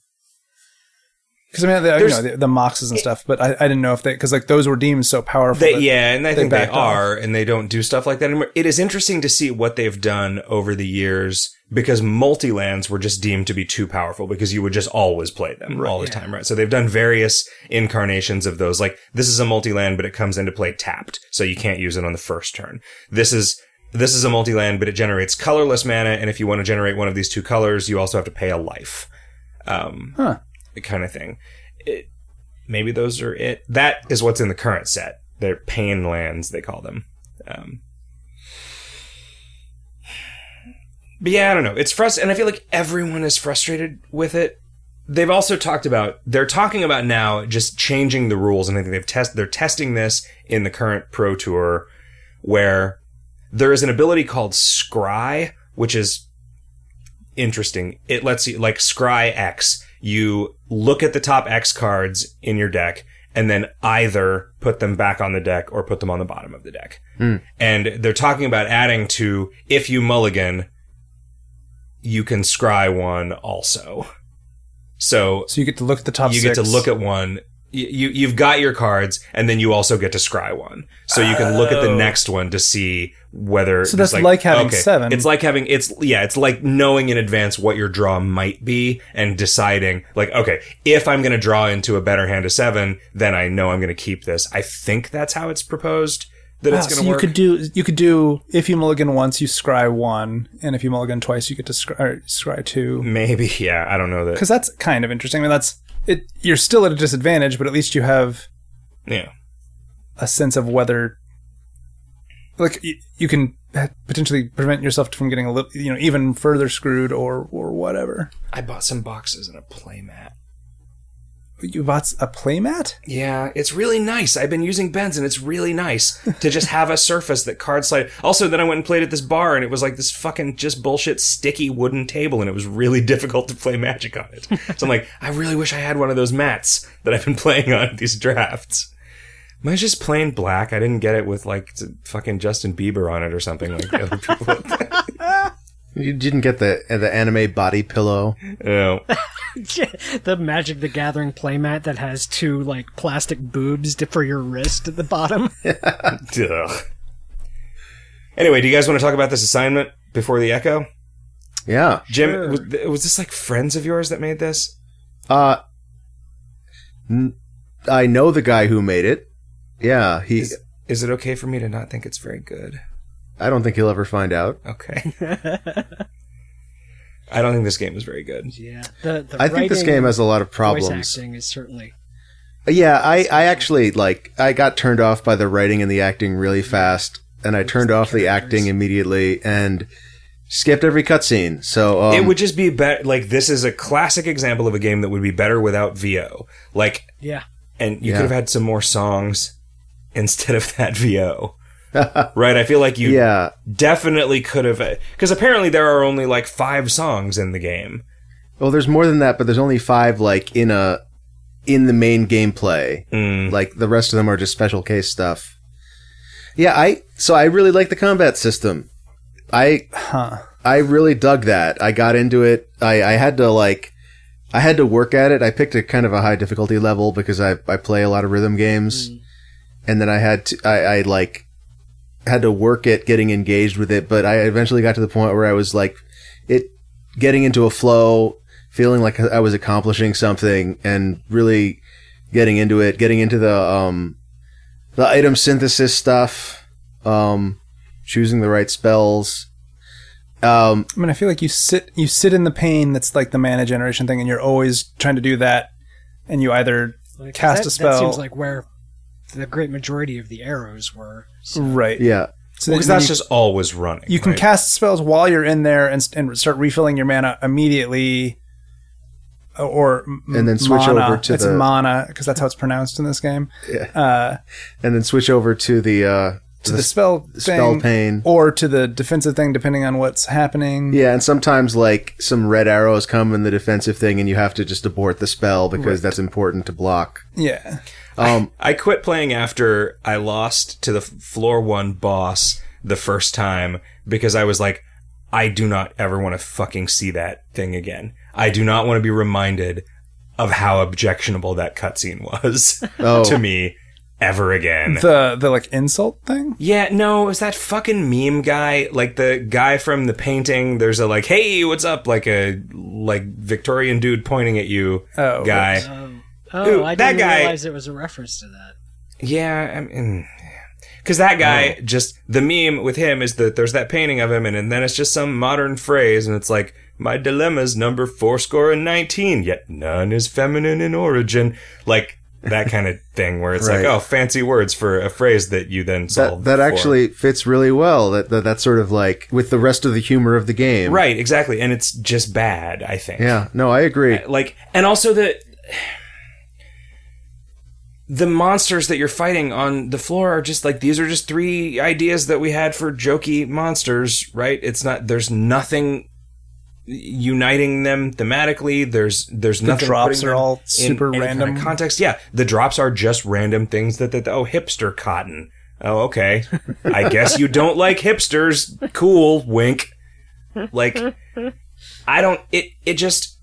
Speaker 4: because I mean, the, you
Speaker 1: there's-
Speaker 4: know, the, the moxes and stuff, but I, I didn't know if they because like those were deemed so powerful.
Speaker 1: they,
Speaker 4: that-
Speaker 1: yeah and i
Speaker 4: they
Speaker 1: think they
Speaker 4: backed off.
Speaker 1: are and they don't do stuff like that anymore it is interesting to see what they've done over the years because multi-lands were just deemed to be too powerful because you would just always play them all the
Speaker 2: Yeah.
Speaker 1: time right so they've done various incarnations of those like this is a multi-land but it comes into play tapped so you can't use it on the first turn this is this is a multi-land but it generates colorless mana and if you want to generate one of these two colors you also have to pay a life um
Speaker 4: Huh.
Speaker 1: kind of thing it, maybe those are it that is what's in the current set they're pain lands they call them um but yeah i don't know it's frust and i feel like everyone is frustrated with it they've also talked about they're talking about now just changing the rules and i think they've test they're testing this in the current pro tour where there is an ability called scry which is interesting it lets you like scry x you look at the top X cards in your deck and then either put them back on the deck or put them on the bottom of the deck.
Speaker 3: Hmm.
Speaker 1: And they're talking about adding to if you mulligan, you can scry one also. So
Speaker 4: So you get to look at the top.
Speaker 1: you
Speaker 4: six.
Speaker 1: get to look at one. You, you you've got your cards, and then you also get to scry one, so you can look at the
Speaker 4: Oh.
Speaker 1: next one to see whether.
Speaker 4: So that's
Speaker 1: it's
Speaker 4: like having seven.
Speaker 1: It's like having it's yeah, it's like knowing in advance what your draw might be and deciding like okay, if I'm going to draw into a better hand of seven, then I know I'm going to keep this. I think that's how it's proposed that
Speaker 4: Wow,
Speaker 1: it's going
Speaker 4: so
Speaker 1: to
Speaker 4: you
Speaker 1: work.
Speaker 4: could do you could do if you mulligan once you scry one, and if you mulligan twice you get to scry, or scry two.
Speaker 1: Maybe yeah, I don't know that.
Speaker 4: Because that's kind of interesting. I mean, that's it. You're still at a disadvantage, but at least you have
Speaker 1: Yeah,
Speaker 4: a sense of whether like you, you can potentially prevent yourself from getting a little you know even further screwed or or whatever
Speaker 1: I bought some boxes and a playmat.
Speaker 4: you bought a playmat
Speaker 1: Yeah, it's really nice. I've been using Ben's and it's really nice to just have a surface that card slide. Also, then I went and played at this bar and it was like this fucking just bullshit sticky wooden table and it was really difficult to play magic on it. So I'm like, I really wish I had one of those mats that I've been playing on at these drafts. Mine's just plain black. I didn't get it with like t- fucking Justin Bieber on it or something like the other people.
Speaker 3: You didn't get the the anime body pillow.
Speaker 1: Oh.
Speaker 2: the Magic the Gathering playmat that has two like plastic boobs to- for your wrist at the bottom.
Speaker 1: Ugh. Anyway, do you guys want to talk about this assignment before the echo?
Speaker 3: Yeah.
Speaker 1: Jim, was, th- was this like friends of yours that made this?
Speaker 3: Uh n- I know the guy who made it. Yeah, he
Speaker 1: Is, is it okay for me to not think it's very good?
Speaker 3: I don't think he'll ever find out.
Speaker 1: Okay. I don't think this game is very good.
Speaker 2: yeah, the, the
Speaker 3: I think this
Speaker 2: writing,
Speaker 3: game has a lot of
Speaker 2: Voice
Speaker 3: problems.
Speaker 2: acting is certainly
Speaker 3: Yeah, I I actually like I got turned off by the writing and the acting really fast and I turned off the acting immediately and skipped every cutscene. So um,
Speaker 1: it would just be better. Like this is a classic example of a game that would be better without VO. Like,
Speaker 2: yeah.
Speaker 1: and you
Speaker 3: Yeah.
Speaker 1: could have had some more songs instead of that VO. right? I feel like you
Speaker 3: yeah,
Speaker 1: definitely could have, because apparently there are only like five songs in the game.
Speaker 3: Well, there's more than that, but there's only five like in a in the main gameplay.
Speaker 1: Mm.
Speaker 3: Like the rest of them are just special case stuff. Yeah, I so I really like the combat system. I
Speaker 4: huh
Speaker 3: I really dug that. I got into it. I, I had to like I had to work at it. I picked a kind of a high difficulty level because I, I play a lot of rhythm games. And then I had to I, I like had to work at getting engaged with it, but I eventually got to the point where I was like it getting into a flow, feeling like I was accomplishing something and really getting into it, getting into the um the item synthesis stuff, um choosing the right spells. Um
Speaker 4: i mean i feel like you sit you sit in the pain that's like the mana generation thing and you're always trying to do that and you either
Speaker 2: Like,
Speaker 4: Cast
Speaker 2: that,
Speaker 4: a spell.
Speaker 2: That seems like where the great majority of the arrows were. So
Speaker 4: right
Speaker 3: Yeah.
Speaker 4: so
Speaker 1: Because
Speaker 4: then
Speaker 1: that's
Speaker 4: you,
Speaker 1: just always running.
Speaker 4: you can
Speaker 1: right?
Speaker 4: cast spells while you're in there and, st- and start refilling your mana immediately uh, or m-
Speaker 3: And then switch
Speaker 4: mana.
Speaker 3: over to
Speaker 4: it's
Speaker 3: the-
Speaker 4: mana because that's how it's pronounced in this game
Speaker 3: Yeah.
Speaker 4: uh
Speaker 3: And then switch over to the uh
Speaker 4: to the, spell thing,
Speaker 3: spell pane.
Speaker 4: or to the defensive thing, depending on what's happening.
Speaker 3: Yeah, and sometimes like some red arrows come in the defensive thing and you have to just abort the spell because that's important to block.
Speaker 4: Yeah.
Speaker 3: Um
Speaker 1: I quit playing after I lost to the f- floor one boss the first time because I was like, I do not ever want to fucking see that thing again. I do not want to be reminded of how objectionable that cutscene was
Speaker 3: oh
Speaker 1: to me ever again.
Speaker 4: The the like insult thing.
Speaker 1: Yeah, no, it was that fucking meme guy, like the guy from the painting. There's a like, hey, what's up? Like a like Victorian dude pointing at you
Speaker 4: Oh,
Speaker 1: guy.
Speaker 2: um, oh,
Speaker 1: Ooh,
Speaker 2: I
Speaker 1: that
Speaker 2: didn't
Speaker 1: guy-
Speaker 2: realize it was a reference to that.
Speaker 1: Yeah, I mean, because that guy just the meme with him is that there's that painting of him, and, and then it's just some modern phrase, and it's like my dilemma's number fourscore and nineteen, yet none is feminine in origin, like that kind of thing, where it's
Speaker 3: Right.
Speaker 1: like, oh, fancy words for a phrase that you then
Speaker 3: that,
Speaker 1: solve.
Speaker 3: that
Speaker 1: for.
Speaker 3: actually fits really well. That, that that's sort of like with the rest of the humor of the game.
Speaker 1: right, exactly, and it's just bad, I think.
Speaker 3: Yeah. No, I agree.
Speaker 1: like and also the the monsters that you're fighting on the floor are just like these are just three ideas that we had for jokey monsters right it's not there's nothing uniting them thematically. There's there's
Speaker 4: The
Speaker 1: nothing.
Speaker 4: drops
Speaker 1: putting
Speaker 4: are
Speaker 1: them
Speaker 4: all
Speaker 1: in
Speaker 4: super
Speaker 1: any kind of
Speaker 4: random.
Speaker 1: context. Yeah, the drops are just random things that that oh hipster cotton. Oh okay, I guess you don't like hipsters. Cool, wink. Like I don't. It it just.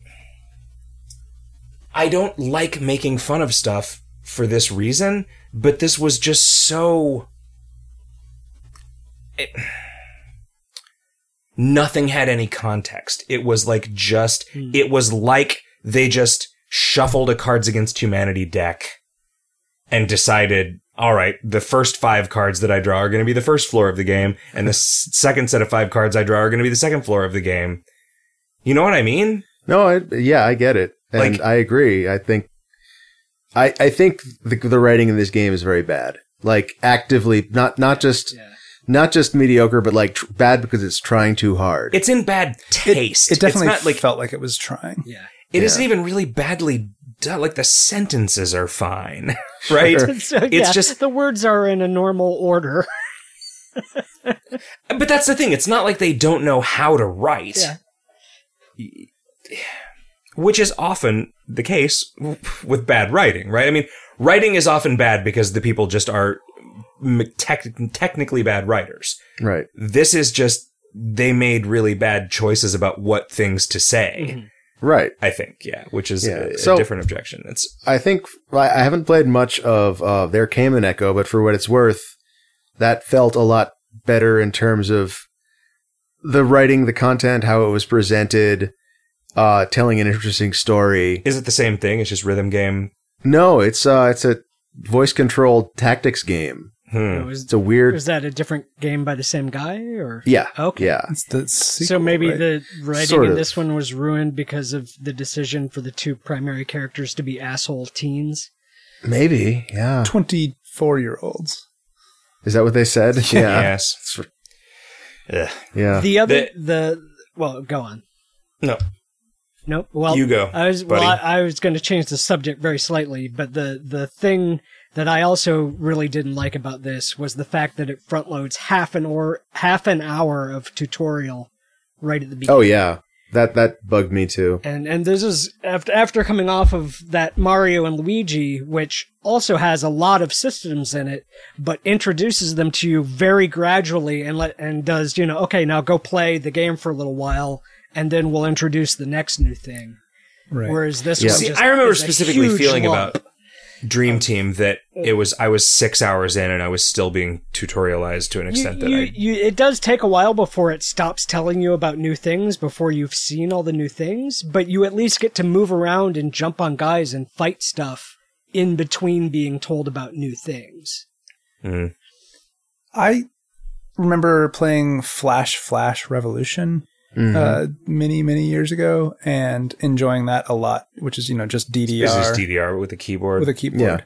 Speaker 1: I don't like making fun of stuff for this reason, but this was just so. It, nothing had any context. It was like just.
Speaker 4: Hmm.
Speaker 1: It was like they just shuffled a Cards Against Humanity deck and decided. All right, the first five cards that I draw are going to be the first floor of the game, and the s- second set of five cards I draw are going to be the second floor of the game. You know what I mean?
Speaker 3: No, I, yeah, I get it, and
Speaker 1: Like-
Speaker 3: I agree. I think, I I think the, the writing in this game is very bad. Like actively, not not just
Speaker 2: Yeah.
Speaker 3: not just mediocre, but like tr- bad because it's trying too hard.
Speaker 1: It's in bad taste.
Speaker 4: It definitely
Speaker 1: it's not like
Speaker 4: felt like it was trying.
Speaker 2: Yeah.
Speaker 1: it
Speaker 3: yeah.
Speaker 1: not even really badly done. Like the sentences are fine, right?
Speaker 3: Sure.
Speaker 2: So, yeah,
Speaker 1: just-
Speaker 2: the words are in a normal order.
Speaker 1: But that's the thing. It's not like they don't know how to write,
Speaker 2: Yeah.
Speaker 1: which is often the case with bad writing, right? I mean, writing is often bad because the people just are m- tech technically bad writers.
Speaker 3: right.
Speaker 1: This is just they made really bad choices about what things to say.
Speaker 2: Mm-hmm.
Speaker 3: Right.
Speaker 1: I think, yeah, which is
Speaker 3: Yeah.
Speaker 1: a, a
Speaker 3: So-
Speaker 1: different objection. It's
Speaker 3: I think I I haven't played much of uh, There Came an Echo, but for what it's worth, that felt a lot better in terms of the writing, the content, how it was presented, uh, telling an interesting story.
Speaker 1: is it the same thing? It's just rhythm game.
Speaker 3: No, it's uh, it's a voice controlled tactics game.
Speaker 1: Hmm.
Speaker 3: It's
Speaker 2: Was,
Speaker 3: a weird,
Speaker 2: was that a different game by the same guy or?
Speaker 3: yeah,
Speaker 2: Okay.
Speaker 3: yeah.
Speaker 4: It's the
Speaker 2: So
Speaker 4: sequel,
Speaker 2: maybe
Speaker 4: right?
Speaker 2: the writing
Speaker 3: Sort
Speaker 2: in
Speaker 3: of.
Speaker 2: this one was ruined because of the decision for the two primary characters to be asshole teens.
Speaker 3: Maybe, yeah.
Speaker 4: 24 year olds.
Speaker 3: Is that what they said? Yeah,
Speaker 1: Yes. Ugh.
Speaker 3: yeah.
Speaker 2: The other the, well, go on.
Speaker 1: No.
Speaker 2: Nope. Well,
Speaker 1: you go.
Speaker 2: I was well,
Speaker 1: buddy.
Speaker 2: I, I was going to change the subject very slightly, but the the thing that I also really didn't like about this was the fact that it front loads half an or half an hour of tutorial right at the beginning.
Speaker 3: Oh, yeah. That that bugged me too.
Speaker 2: And and this is after after coming off of that Mario and Luigi, which also has a lot of systems in it, but introduces them to you very gradually and let and does you know okay now go play the game for a little while, and then we'll introduce the next new thing.
Speaker 4: Right.
Speaker 2: Whereas this
Speaker 3: Yeah.
Speaker 2: one
Speaker 1: See,
Speaker 2: just
Speaker 1: I remember
Speaker 2: is a
Speaker 1: specifically
Speaker 2: huge
Speaker 1: feeling
Speaker 2: lump.
Speaker 1: about Dream Team that it was I was six hours in and I was still being tutorialized to an
Speaker 2: You,
Speaker 1: extent
Speaker 2: you,
Speaker 1: that I
Speaker 2: you, it does take a while before it stops telling you about new things before you've seen all the new things, but you at least get to move around and jump on guys and fight stuff in between being told about new things.
Speaker 1: Mm.
Speaker 4: I remember playing Flash Flash Revolution
Speaker 3: Mhm.
Speaker 1: Mm-hmm.
Speaker 4: uh, many, many years ago and enjoying that a lot, which is, you know, just DDR,
Speaker 1: This is DDR with a keyboard.
Speaker 4: with a keyboard.
Speaker 3: Yeah.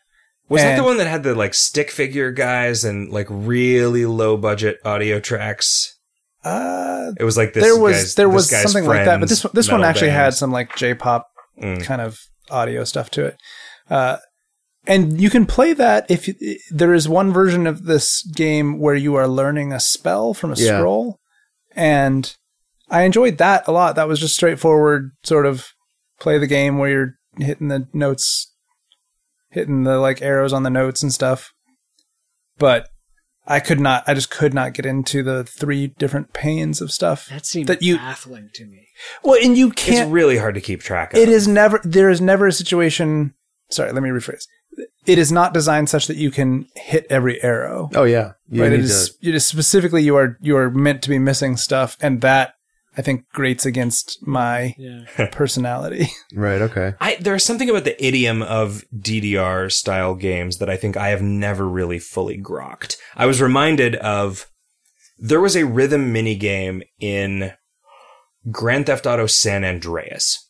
Speaker 1: was that the
Speaker 4: and-
Speaker 1: one that had the like stick figure guys and like really low budget audio tracks?
Speaker 4: Uh,
Speaker 1: It was like this.
Speaker 4: there was
Speaker 1: guy's-
Speaker 4: there
Speaker 1: this
Speaker 4: was
Speaker 1: guy's
Speaker 4: something like that, but this
Speaker 1: friends
Speaker 4: one- this one
Speaker 1: metal
Speaker 4: actually
Speaker 1: band.
Speaker 4: had some like J-pop
Speaker 1: Mm.
Speaker 4: kind of audio stuff to it. Uh, and you can play that if you, there is one version of this game where you are learning a spell from a
Speaker 3: Yeah.
Speaker 4: scroll. And I enjoyed that a lot. That was just straightforward, sort of play the game where you're hitting the notes, hitting the like arrows on the notes and stuff. But I could not, I just could not get into the three different panes of stuff.
Speaker 2: That seemed
Speaker 4: That you-
Speaker 2: baffling to me.
Speaker 4: Well, and you can't
Speaker 1: It's really hard to keep track of.
Speaker 4: it is never there is never a situation sorry let me rephrase it is not designed such that you can hit every arrow
Speaker 3: oh, yeah. You
Speaker 4: right it
Speaker 3: need to-
Speaker 4: is, it is specifically you are you are meant to be missing stuff and that i think grates against my
Speaker 2: Yeah.
Speaker 4: personality
Speaker 3: right, okay.
Speaker 1: I there's something about the idiom of DDR style games that I think I have never really fully grokked. I was reminded of there was a rhythm mini game in Grand Theft Auto San Andreas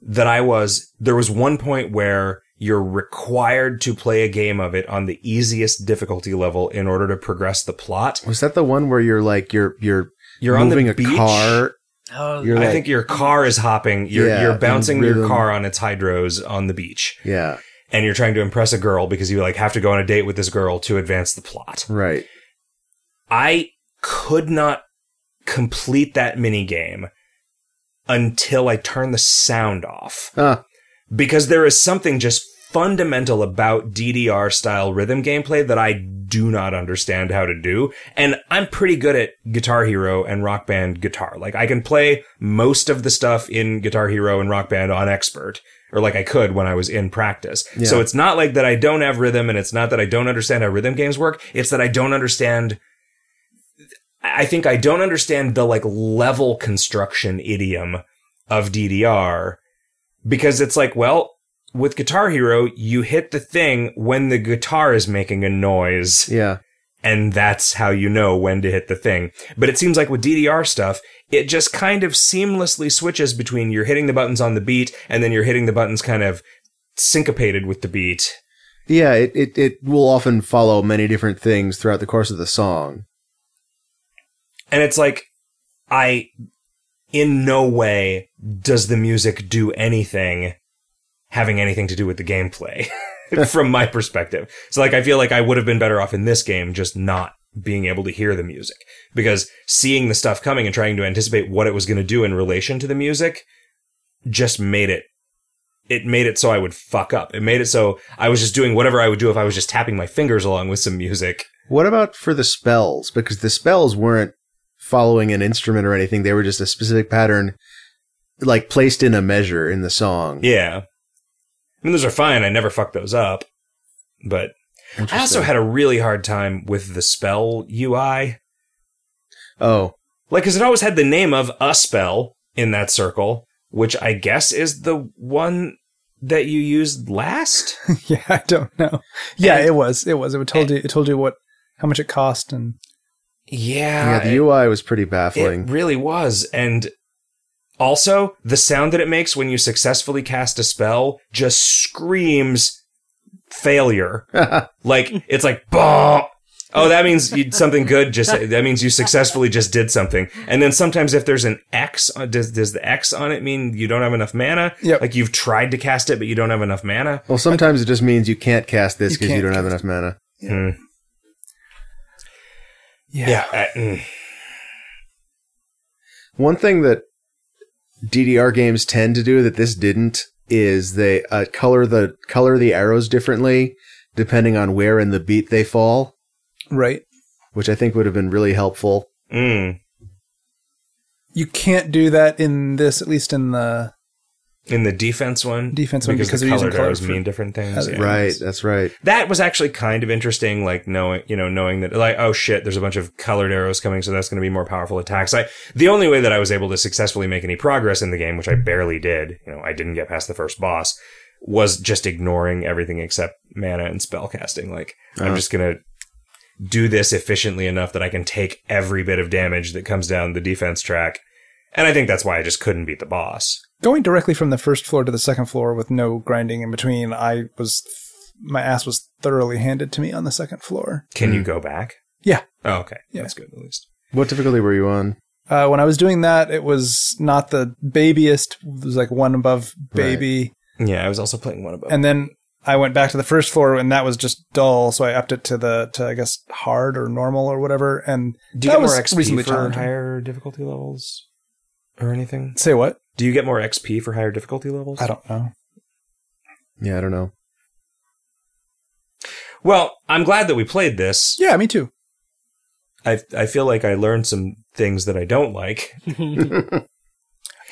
Speaker 1: that I was there was one point where you're required to play a game of it on the easiest difficulty level in order to progress the plot.
Speaker 3: Was that the one where you're like you're you're
Speaker 1: You're
Speaker 3: moving
Speaker 1: on the
Speaker 3: a
Speaker 1: beach.
Speaker 3: car?
Speaker 2: Oh,
Speaker 3: You're
Speaker 1: I
Speaker 3: like,
Speaker 1: think your car is hopping. You're,
Speaker 3: Yeah,
Speaker 1: you're
Speaker 3: in
Speaker 1: bouncing your
Speaker 3: rhythm.
Speaker 1: car on its hydros on the beach.
Speaker 3: yeah,
Speaker 1: and you're trying to impress a girl because you like have to go on a date with this girl to advance the plot.
Speaker 3: right.
Speaker 1: I could not complete that mini game until I turn the sound off.
Speaker 3: Huh.
Speaker 1: Because there is something just fundamental about DDR style rhythm gameplay that I do not understand how to do. And I'm pretty good at Guitar Hero and Rock Band guitar. Like I can play most of the stuff in Guitar Hero and Rock Band on expert, or like I could when I was in practice.
Speaker 3: Yeah.
Speaker 1: So it's not like that I don't have rhythm and it's not that I don't understand how rhythm games work. It's that I don't understand I think I don't understand the like level construction idiom of DDR because it's like, well, with Guitar Hero, you hit the thing when the guitar is making a noise
Speaker 3: Yeah.
Speaker 1: and that's how you know when to hit the thing. But it seems like with DDR stuff, it just kind of seamlessly switches between you're hitting the buttons on the beat and then you're hitting the buttons kind of syncopated with the beat.
Speaker 3: Yeah. It, it, it will often follow many different things throughout the course of the song.
Speaker 1: And it's like, I, in no way does the music do anything having anything to do with the gameplay from my perspective. So like, I feel like I would have been better off in this game just not being able to hear the music because seeing the stuff coming and trying to anticipate what it was going to do in relation to the music just made it it made it so I would fuck up. It made it so I was just doing whatever I would do if I was just tapping my fingers along with some music.
Speaker 3: What about for the spells? Because the spells weren't following an instrument or anything. They were just a specific pattern, like placed in a measure in the song.
Speaker 1: Yeah. I mean, those are fine. I never fuck those up. But I also
Speaker 3: Interesting.
Speaker 1: had a really hard time with the spell UI.
Speaker 3: Oh,
Speaker 1: Like, because it always had the name of a spell in that circle, which I guess is the one that you used last.
Speaker 4: yeah, I don't know. Yeah,
Speaker 1: And-
Speaker 4: it was. It was. It would told you. It told you what, how much it cost, and
Speaker 1: yeah.
Speaker 3: yeah. The UI was pretty
Speaker 1: it
Speaker 3: baffling.
Speaker 1: really was. And also, the sound that it makes when you successfully cast a spell just screams failure. Like it's like bah. Oh, that means you, something good. Just that means you successfully just did something. And then sometimes if there's an X, on- does does the X on it mean you don't have enough mana?
Speaker 4: Yep.
Speaker 1: Like you've tried to cast it, but you don't have enough mana.
Speaker 3: well, sometimes it just means you can't cast this
Speaker 4: You
Speaker 3: because you,
Speaker 4: can't
Speaker 3: don't have enough mana.
Speaker 1: Hmm.
Speaker 4: yeah,
Speaker 1: Yeah. I- mm.
Speaker 3: One thing that DDR games tend to do that this didn't is they uh, color the color the arrows differently depending on where in the beat they fall,
Speaker 4: right.
Speaker 3: which I think would have been really helpful.
Speaker 1: Mm.
Speaker 4: You can't do that in this, at least in the
Speaker 1: In the defense one,
Speaker 4: Defense one, because
Speaker 1: the
Speaker 4: they're using
Speaker 1: colored arrows
Speaker 4: color for-
Speaker 1: mean different things.
Speaker 4: Uh,
Speaker 1: yeah.
Speaker 3: Right, that's right.
Speaker 1: That was actually kind of interesting, like knowing you know knowing that like oh shit, there's a bunch of colored arrows coming, so that's going to be more powerful attacks. I the only way that I was able to successfully make any progress in the game, which I barely did, you know, I didn't get past the first boss, was just ignoring everything except mana and spell casting. Like I'm
Speaker 3: Uh-huh.
Speaker 1: just gonna do this efficiently enough that I can take every bit of damage that comes down the defense track, and I think that's why I just couldn't beat the boss.
Speaker 4: going directly from the first floor to the second floor with no grinding in between. I was my ass was thoroughly handed to me on the second floor.
Speaker 1: Can you
Speaker 3: Hmm.
Speaker 1: go back?
Speaker 4: Yeah.
Speaker 1: Oh, okay.
Speaker 4: Yeah.
Speaker 1: That's good at least.
Speaker 3: What difficulty were you on?
Speaker 4: Uh, when I was doing that, it was not the babyest. It was like one above baby,
Speaker 1: Yeah, I was also playing one above.
Speaker 4: and then I went back to the first floor, and that was just dull. So I upped it to the to I guess hard or normal or whatever. And
Speaker 1: Do you get
Speaker 4: That
Speaker 1: more
Speaker 4: was reasonably
Speaker 1: XP for
Speaker 4: challenging.
Speaker 1: higher difficulty levels or anything?
Speaker 4: say what?
Speaker 1: Do you get more XP for higher difficulty levels?
Speaker 4: I don't know.
Speaker 3: Yeah, I don't know.
Speaker 1: Well, I'm glad that we played this.
Speaker 4: Yeah, me too.
Speaker 1: I I feel like I learned some things that I don't like.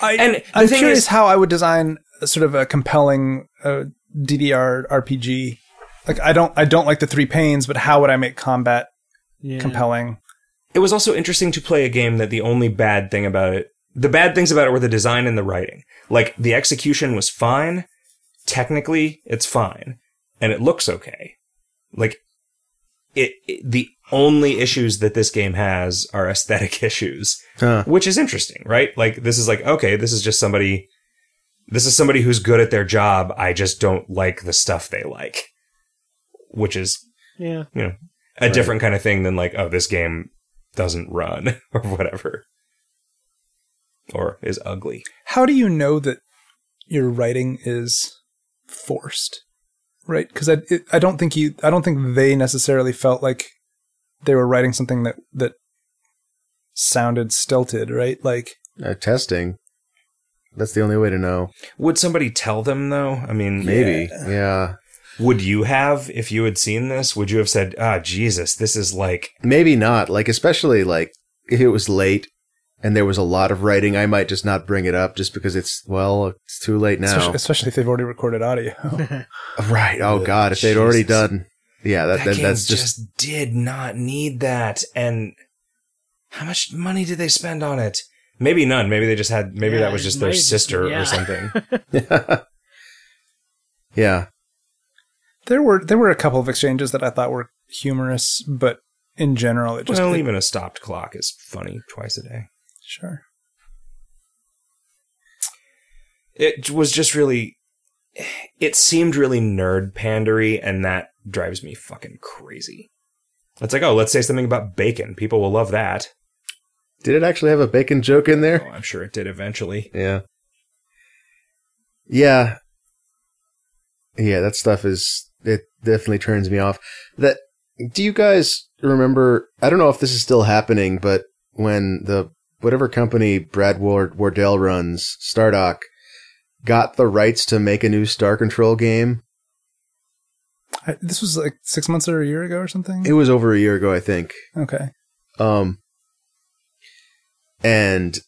Speaker 4: I,
Speaker 1: And the
Speaker 4: I'm
Speaker 1: thing
Speaker 4: curious
Speaker 1: is-
Speaker 4: how I would design a sort of a compelling uh, DDR RPG. Like I don't I don't like the three panes, but how would I make combat
Speaker 2: Yeah.
Speaker 4: compelling?
Speaker 1: It was also interesting to play a game that the only bad thing about it, the bad things about it were the design and the writing. Like the execution was fine. Technically, it's fine and it looks okay. Like it, it the only issues that this game has are aesthetic issues.
Speaker 3: Huh.
Speaker 1: which is interesting, right? Like this is like okay, this is just somebody this is somebody who's good at their job. I just don't like the stuff they like, which is
Speaker 2: Yeah.
Speaker 1: a
Speaker 3: Right.
Speaker 1: different kind of thing than like oh, this game doesn't run or whatever or is ugly.
Speaker 4: How do you know that your writing is forced? Right? Because I it, I don't think you I don't think they necessarily felt like they were writing something that that sounded stilted. Right? Like
Speaker 3: Uh, testing. That's the only way to know.
Speaker 1: Would somebody tell them though? I mean,
Speaker 3: Maybe. yeah.
Speaker 1: would you have if you had seen this? Would you have said, "Ah, Jesus, this is like
Speaker 3: Maybe not. Like, especially like if it was late and there was a lot of writing, I might just not bring it up just because it's well, it's too late now.
Speaker 4: especially, especially if they've already recorded audio.
Speaker 3: right. Oh
Speaker 1: Ugh,
Speaker 3: God, if they'd already
Speaker 1: Jesus.
Speaker 3: done, yeah, that,
Speaker 1: that,
Speaker 3: that-
Speaker 1: game
Speaker 3: that's just,
Speaker 1: just, did not need that and how much money did they spend on it maybe none maybe they just had maybe
Speaker 2: Yeah,
Speaker 1: that was
Speaker 2: it
Speaker 1: just their
Speaker 2: might-
Speaker 1: sister
Speaker 2: yeah.
Speaker 1: or something
Speaker 3: yeah,
Speaker 4: there were there were a couple of exchanges that I thought were humorous, but in general, it just
Speaker 1: well even a stopped clock is funny twice a day
Speaker 4: sure.
Speaker 1: it was just really it seemed really nerd pandery and that drives me fucking crazy it's like oh let's say something about bacon people will love that
Speaker 3: Did it actually have a bacon joke in
Speaker 1: oh,
Speaker 3: there?
Speaker 1: i'm sure it did eventually
Speaker 3: Yeah. Yeah. Yeah, that stuff is it definitely turns me off. That do you guys remember I don't know if this is still happening, but when the whatever company Brad Ward Wardell runs, Stardock, got the rights to make a new Star Control game.
Speaker 4: I, this was like six months or a year ago or something.
Speaker 3: It was over a year ago, I think.
Speaker 4: okay,
Speaker 3: Um, and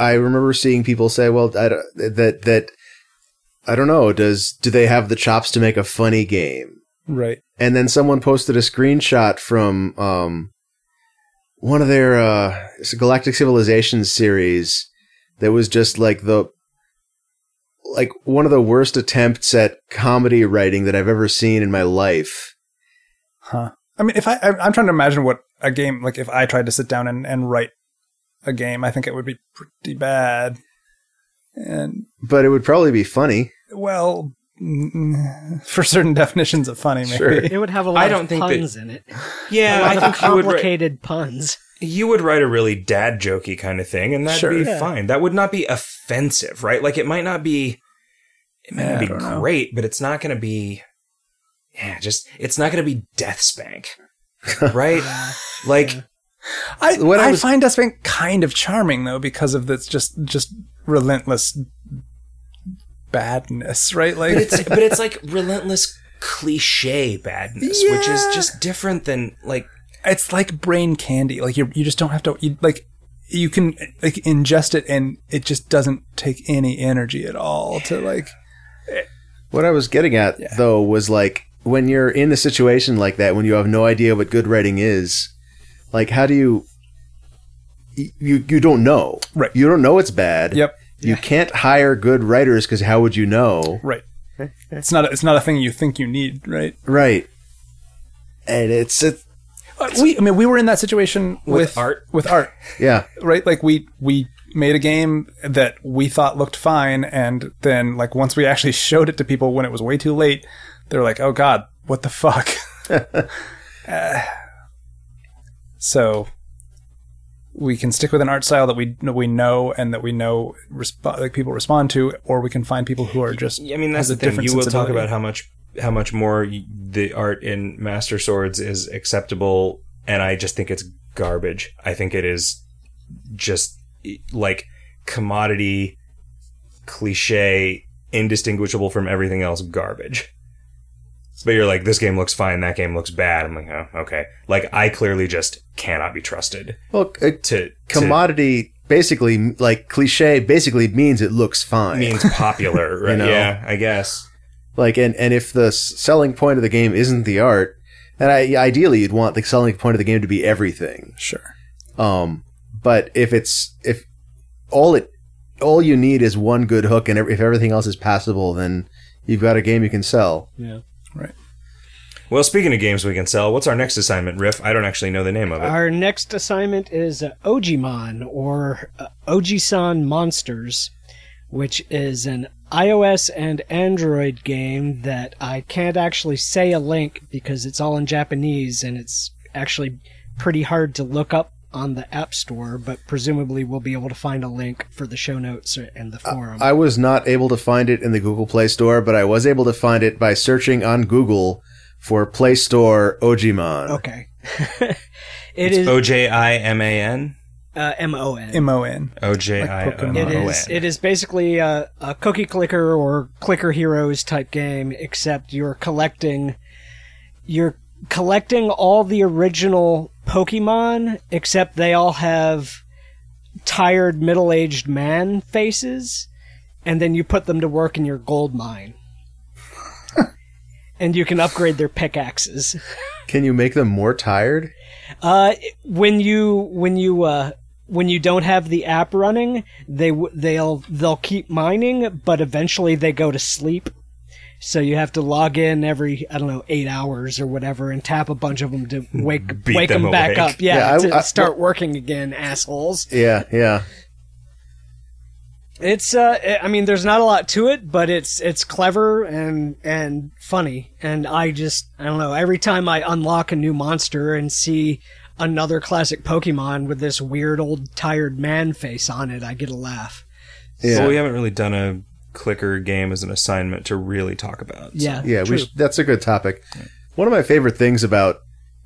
Speaker 3: I remember seeing people say, "Well, I don't- that that I don't know. Does do they have the chops to make a funny game?"
Speaker 4: right.
Speaker 3: And then someone posted a screenshot from um, one of their uh, Galactic Civilizations series that was just like the like one of the worst attempts at comedy writing that I've ever seen in my life.
Speaker 4: Huh. I mean, if I, I I'm trying to imagine what a game like if I tried to sit down and, and write a game, I think it would be pretty bad. And
Speaker 3: But it would probably be funny.
Speaker 4: well, mm, for certain definitions of funny, maybe.
Speaker 3: Sure.
Speaker 2: It would have a lot
Speaker 1: don't
Speaker 2: of
Speaker 1: think that-
Speaker 2: puns in it.
Speaker 1: yeah
Speaker 2: a lot
Speaker 1: i
Speaker 2: of
Speaker 1: think you would ri-
Speaker 2: complicated puns.
Speaker 1: you would write a really dad jokey kind of thing and that'd
Speaker 4: Sure.
Speaker 1: be
Speaker 2: Yeah.
Speaker 1: fine that would not be offensive right like it might not be it might
Speaker 4: Yeah,
Speaker 1: not
Speaker 4: I
Speaker 1: be
Speaker 4: don't know.
Speaker 1: great but it's not going to be yeah just it's not going to be death spank right like
Speaker 4: I
Speaker 3: What I
Speaker 4: I,
Speaker 3: was-
Speaker 4: find Death Bank kind of charming though because of this just just relentless badness, right? Like
Speaker 1: but it's but it's like relentless cliche badness which is
Speaker 4: Yeah.
Speaker 1: just different than like
Speaker 4: it's like brain candy. Like you you just don't have to you, like you can like ingest it and it just doesn't take any energy at all to like
Speaker 3: What I was getting at though was like when you're in a situation like that, when you have no idea what good writing is, like how do you y- you you don't know.
Speaker 4: Right.
Speaker 3: You don't know it's bad.
Speaker 4: Yep.
Speaker 3: You can't hire good writers because how would you know?
Speaker 4: Right. It's not a, it's not a thing you think you need, right?
Speaker 3: Right. And it's it,
Speaker 4: Uh, We I mean we were in that situation with,
Speaker 1: art.
Speaker 4: with art,
Speaker 3: yeah.
Speaker 4: right? Like we we made a game that we thought looked fine and then like once we actually showed it to people when it was way too late, they were like, "Oh god, what the fuck?" Uh, so we can stick with an art style that we we know and that we know resp- like people respond to, or we can find people who are just
Speaker 1: I mean, that's
Speaker 4: has a
Speaker 1: the thing.
Speaker 4: different
Speaker 1: You will talk
Speaker 4: sensibility.
Speaker 1: about how much how much more y- the art in Master Swords is acceptable, and I just think it's garbage. I think it is just e- like commodity, cliche, indistinguishable from everything else. Garbage. But you're like, this game looks fine. That game looks bad. I'm like, oh, okay. Like, I clearly just cannot be trusted
Speaker 3: Well, a
Speaker 1: to to
Speaker 3: commodity basically like cliche basically means it looks fine.
Speaker 1: means popular. Right?
Speaker 3: know?
Speaker 1: Yeah, I guess.
Speaker 3: Like, and, and if the s- selling point of the game isn't the art, then I, ideally you'd want the selling point of the game to be everything.
Speaker 4: sure.
Speaker 3: Um, but if it's, if all it, all you need is one good hook and ev- if everything else is passable, then you've got a game you can sell.
Speaker 2: Yeah.
Speaker 1: Well, speaking of games we can sell, what's our next assignment, Riff? I don't actually know the name of it.
Speaker 2: Our next assignment is uh, Ojimon or uh, Ojisan Monsters, which is an iOS and Android game that I can't actually say a link because it's all in Japanese and it's actually pretty hard to look up on the App Store, but presumably we'll be able to find a link for the show notes and the forum.
Speaker 3: I was not able to find it in the Google Play Store, but I was able to find it by searching on Google for Play Store Ojimon.
Speaker 2: okay. it
Speaker 1: It's
Speaker 2: is
Speaker 1: O J I M A N.
Speaker 2: Uh, M O N.
Speaker 4: M O N.
Speaker 1: O J I
Speaker 4: Like Pokemon.
Speaker 2: It
Speaker 1: O
Speaker 2: is.
Speaker 1: N.
Speaker 2: It is basically a, a cookie clicker or clicker heroes type game, except you're collecting. You're collecting all the original Pokemon, except they all have tired middle-aged man faces, and then you put them to work in your gold mine. and you can upgrade their pickaxes.
Speaker 3: Can you make them more tired?
Speaker 2: Uh, when you when you uh when you don't have the app running, they w- they'll they'll keep mining, but eventually they go to sleep. So you have to log in every I don't know eight hours or whatever and tap a bunch of them to wake
Speaker 1: Beat
Speaker 2: wake
Speaker 1: them
Speaker 2: them back
Speaker 1: awake.
Speaker 2: up. Yeah,
Speaker 3: Yeah, I-
Speaker 2: to
Speaker 3: I-
Speaker 2: start working again, assholes.
Speaker 3: Yeah, yeah.
Speaker 2: It's uh, I- I mean, there's not a lot to it, but it's it's clever and and funny. And I just I don't know. Every time I unlock a new monster and see another classic Pokemon with this weird old tired man face on it, I get a laugh.
Speaker 3: Yeah.
Speaker 1: Well, we haven't really done a clicker game as an assignment to really talk about. so-
Speaker 2: Yeah,
Speaker 3: Yeah,
Speaker 2: true.
Speaker 3: we sh- that's a good topic. One of my favorite things about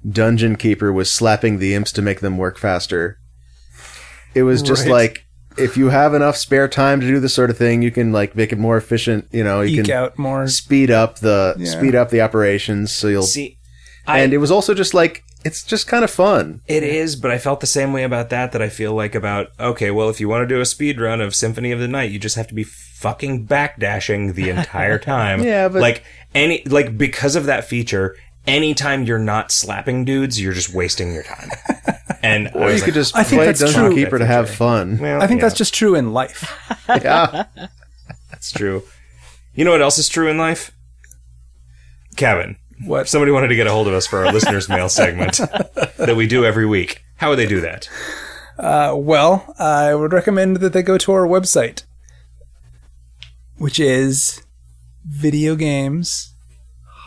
Speaker 3: Dungeon Keeper was slapping the imps to make them work faster. It was just
Speaker 4: Right.
Speaker 3: like if you have enough spare time to do this sort of thing, you can like make it more efficient. You know, you
Speaker 4: Eke
Speaker 3: can
Speaker 4: out more.
Speaker 3: speed up the
Speaker 4: Yeah.
Speaker 3: speed up the operations. So you'll
Speaker 1: See,
Speaker 3: and it was also just like it's just kind of fun.
Speaker 1: It is, but I felt the same way about that that I feel like about okay, well, if you want to do a speed run of Symphony of the Night, you just have to be fucking backdashing the entire time.
Speaker 3: Yeah, but-
Speaker 1: like any like because of that feature, anytime you're not slapping dudes, you're just wasting your time. And I
Speaker 3: Or
Speaker 1: was
Speaker 3: you
Speaker 1: like,
Speaker 3: could just
Speaker 4: I think
Speaker 3: play
Speaker 4: that's
Speaker 3: Dungeon
Speaker 4: true.
Speaker 3: Keeper to have fun.
Speaker 1: well,
Speaker 4: I think
Speaker 1: yeah,
Speaker 4: that's just true in life.
Speaker 3: yeah.
Speaker 1: that's true. You know what else is true in life? Kevin, if
Speaker 4: What?
Speaker 1: somebody wanted to get a hold of us for our listeners' mail segment that we do every week, how would they do that?
Speaker 4: Uh, well, I would recommend that they go to our website, which is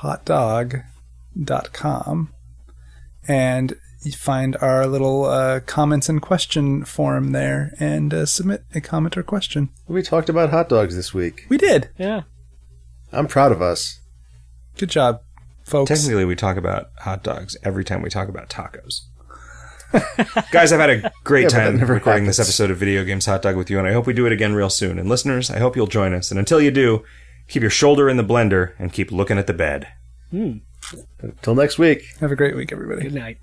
Speaker 4: videogameshotdog.com, and you find our little uh, comments and question form there and uh, submit a comment or question.
Speaker 3: We talked about hot dogs this week.
Speaker 4: We did.
Speaker 2: yeah.
Speaker 3: I'm proud of us.
Speaker 4: Good job, folks.
Speaker 1: Technically, we talk about hot dogs every time we talk about tacos. Guys, I've had a great
Speaker 3: Yeah, but that
Speaker 1: time
Speaker 3: never
Speaker 1: recording this
Speaker 3: happens.
Speaker 1: episode of Video Games Hot Dog with you, and I hope we do it again real soon. And listeners, I hope you'll join us. And until you do, keep your shoulder in the blender and keep looking at the bed.
Speaker 3: Till next week.
Speaker 4: Have a great week, everybody.
Speaker 2: Hmm. Good night.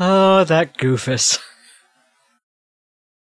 Speaker 2: Oh, that goofus.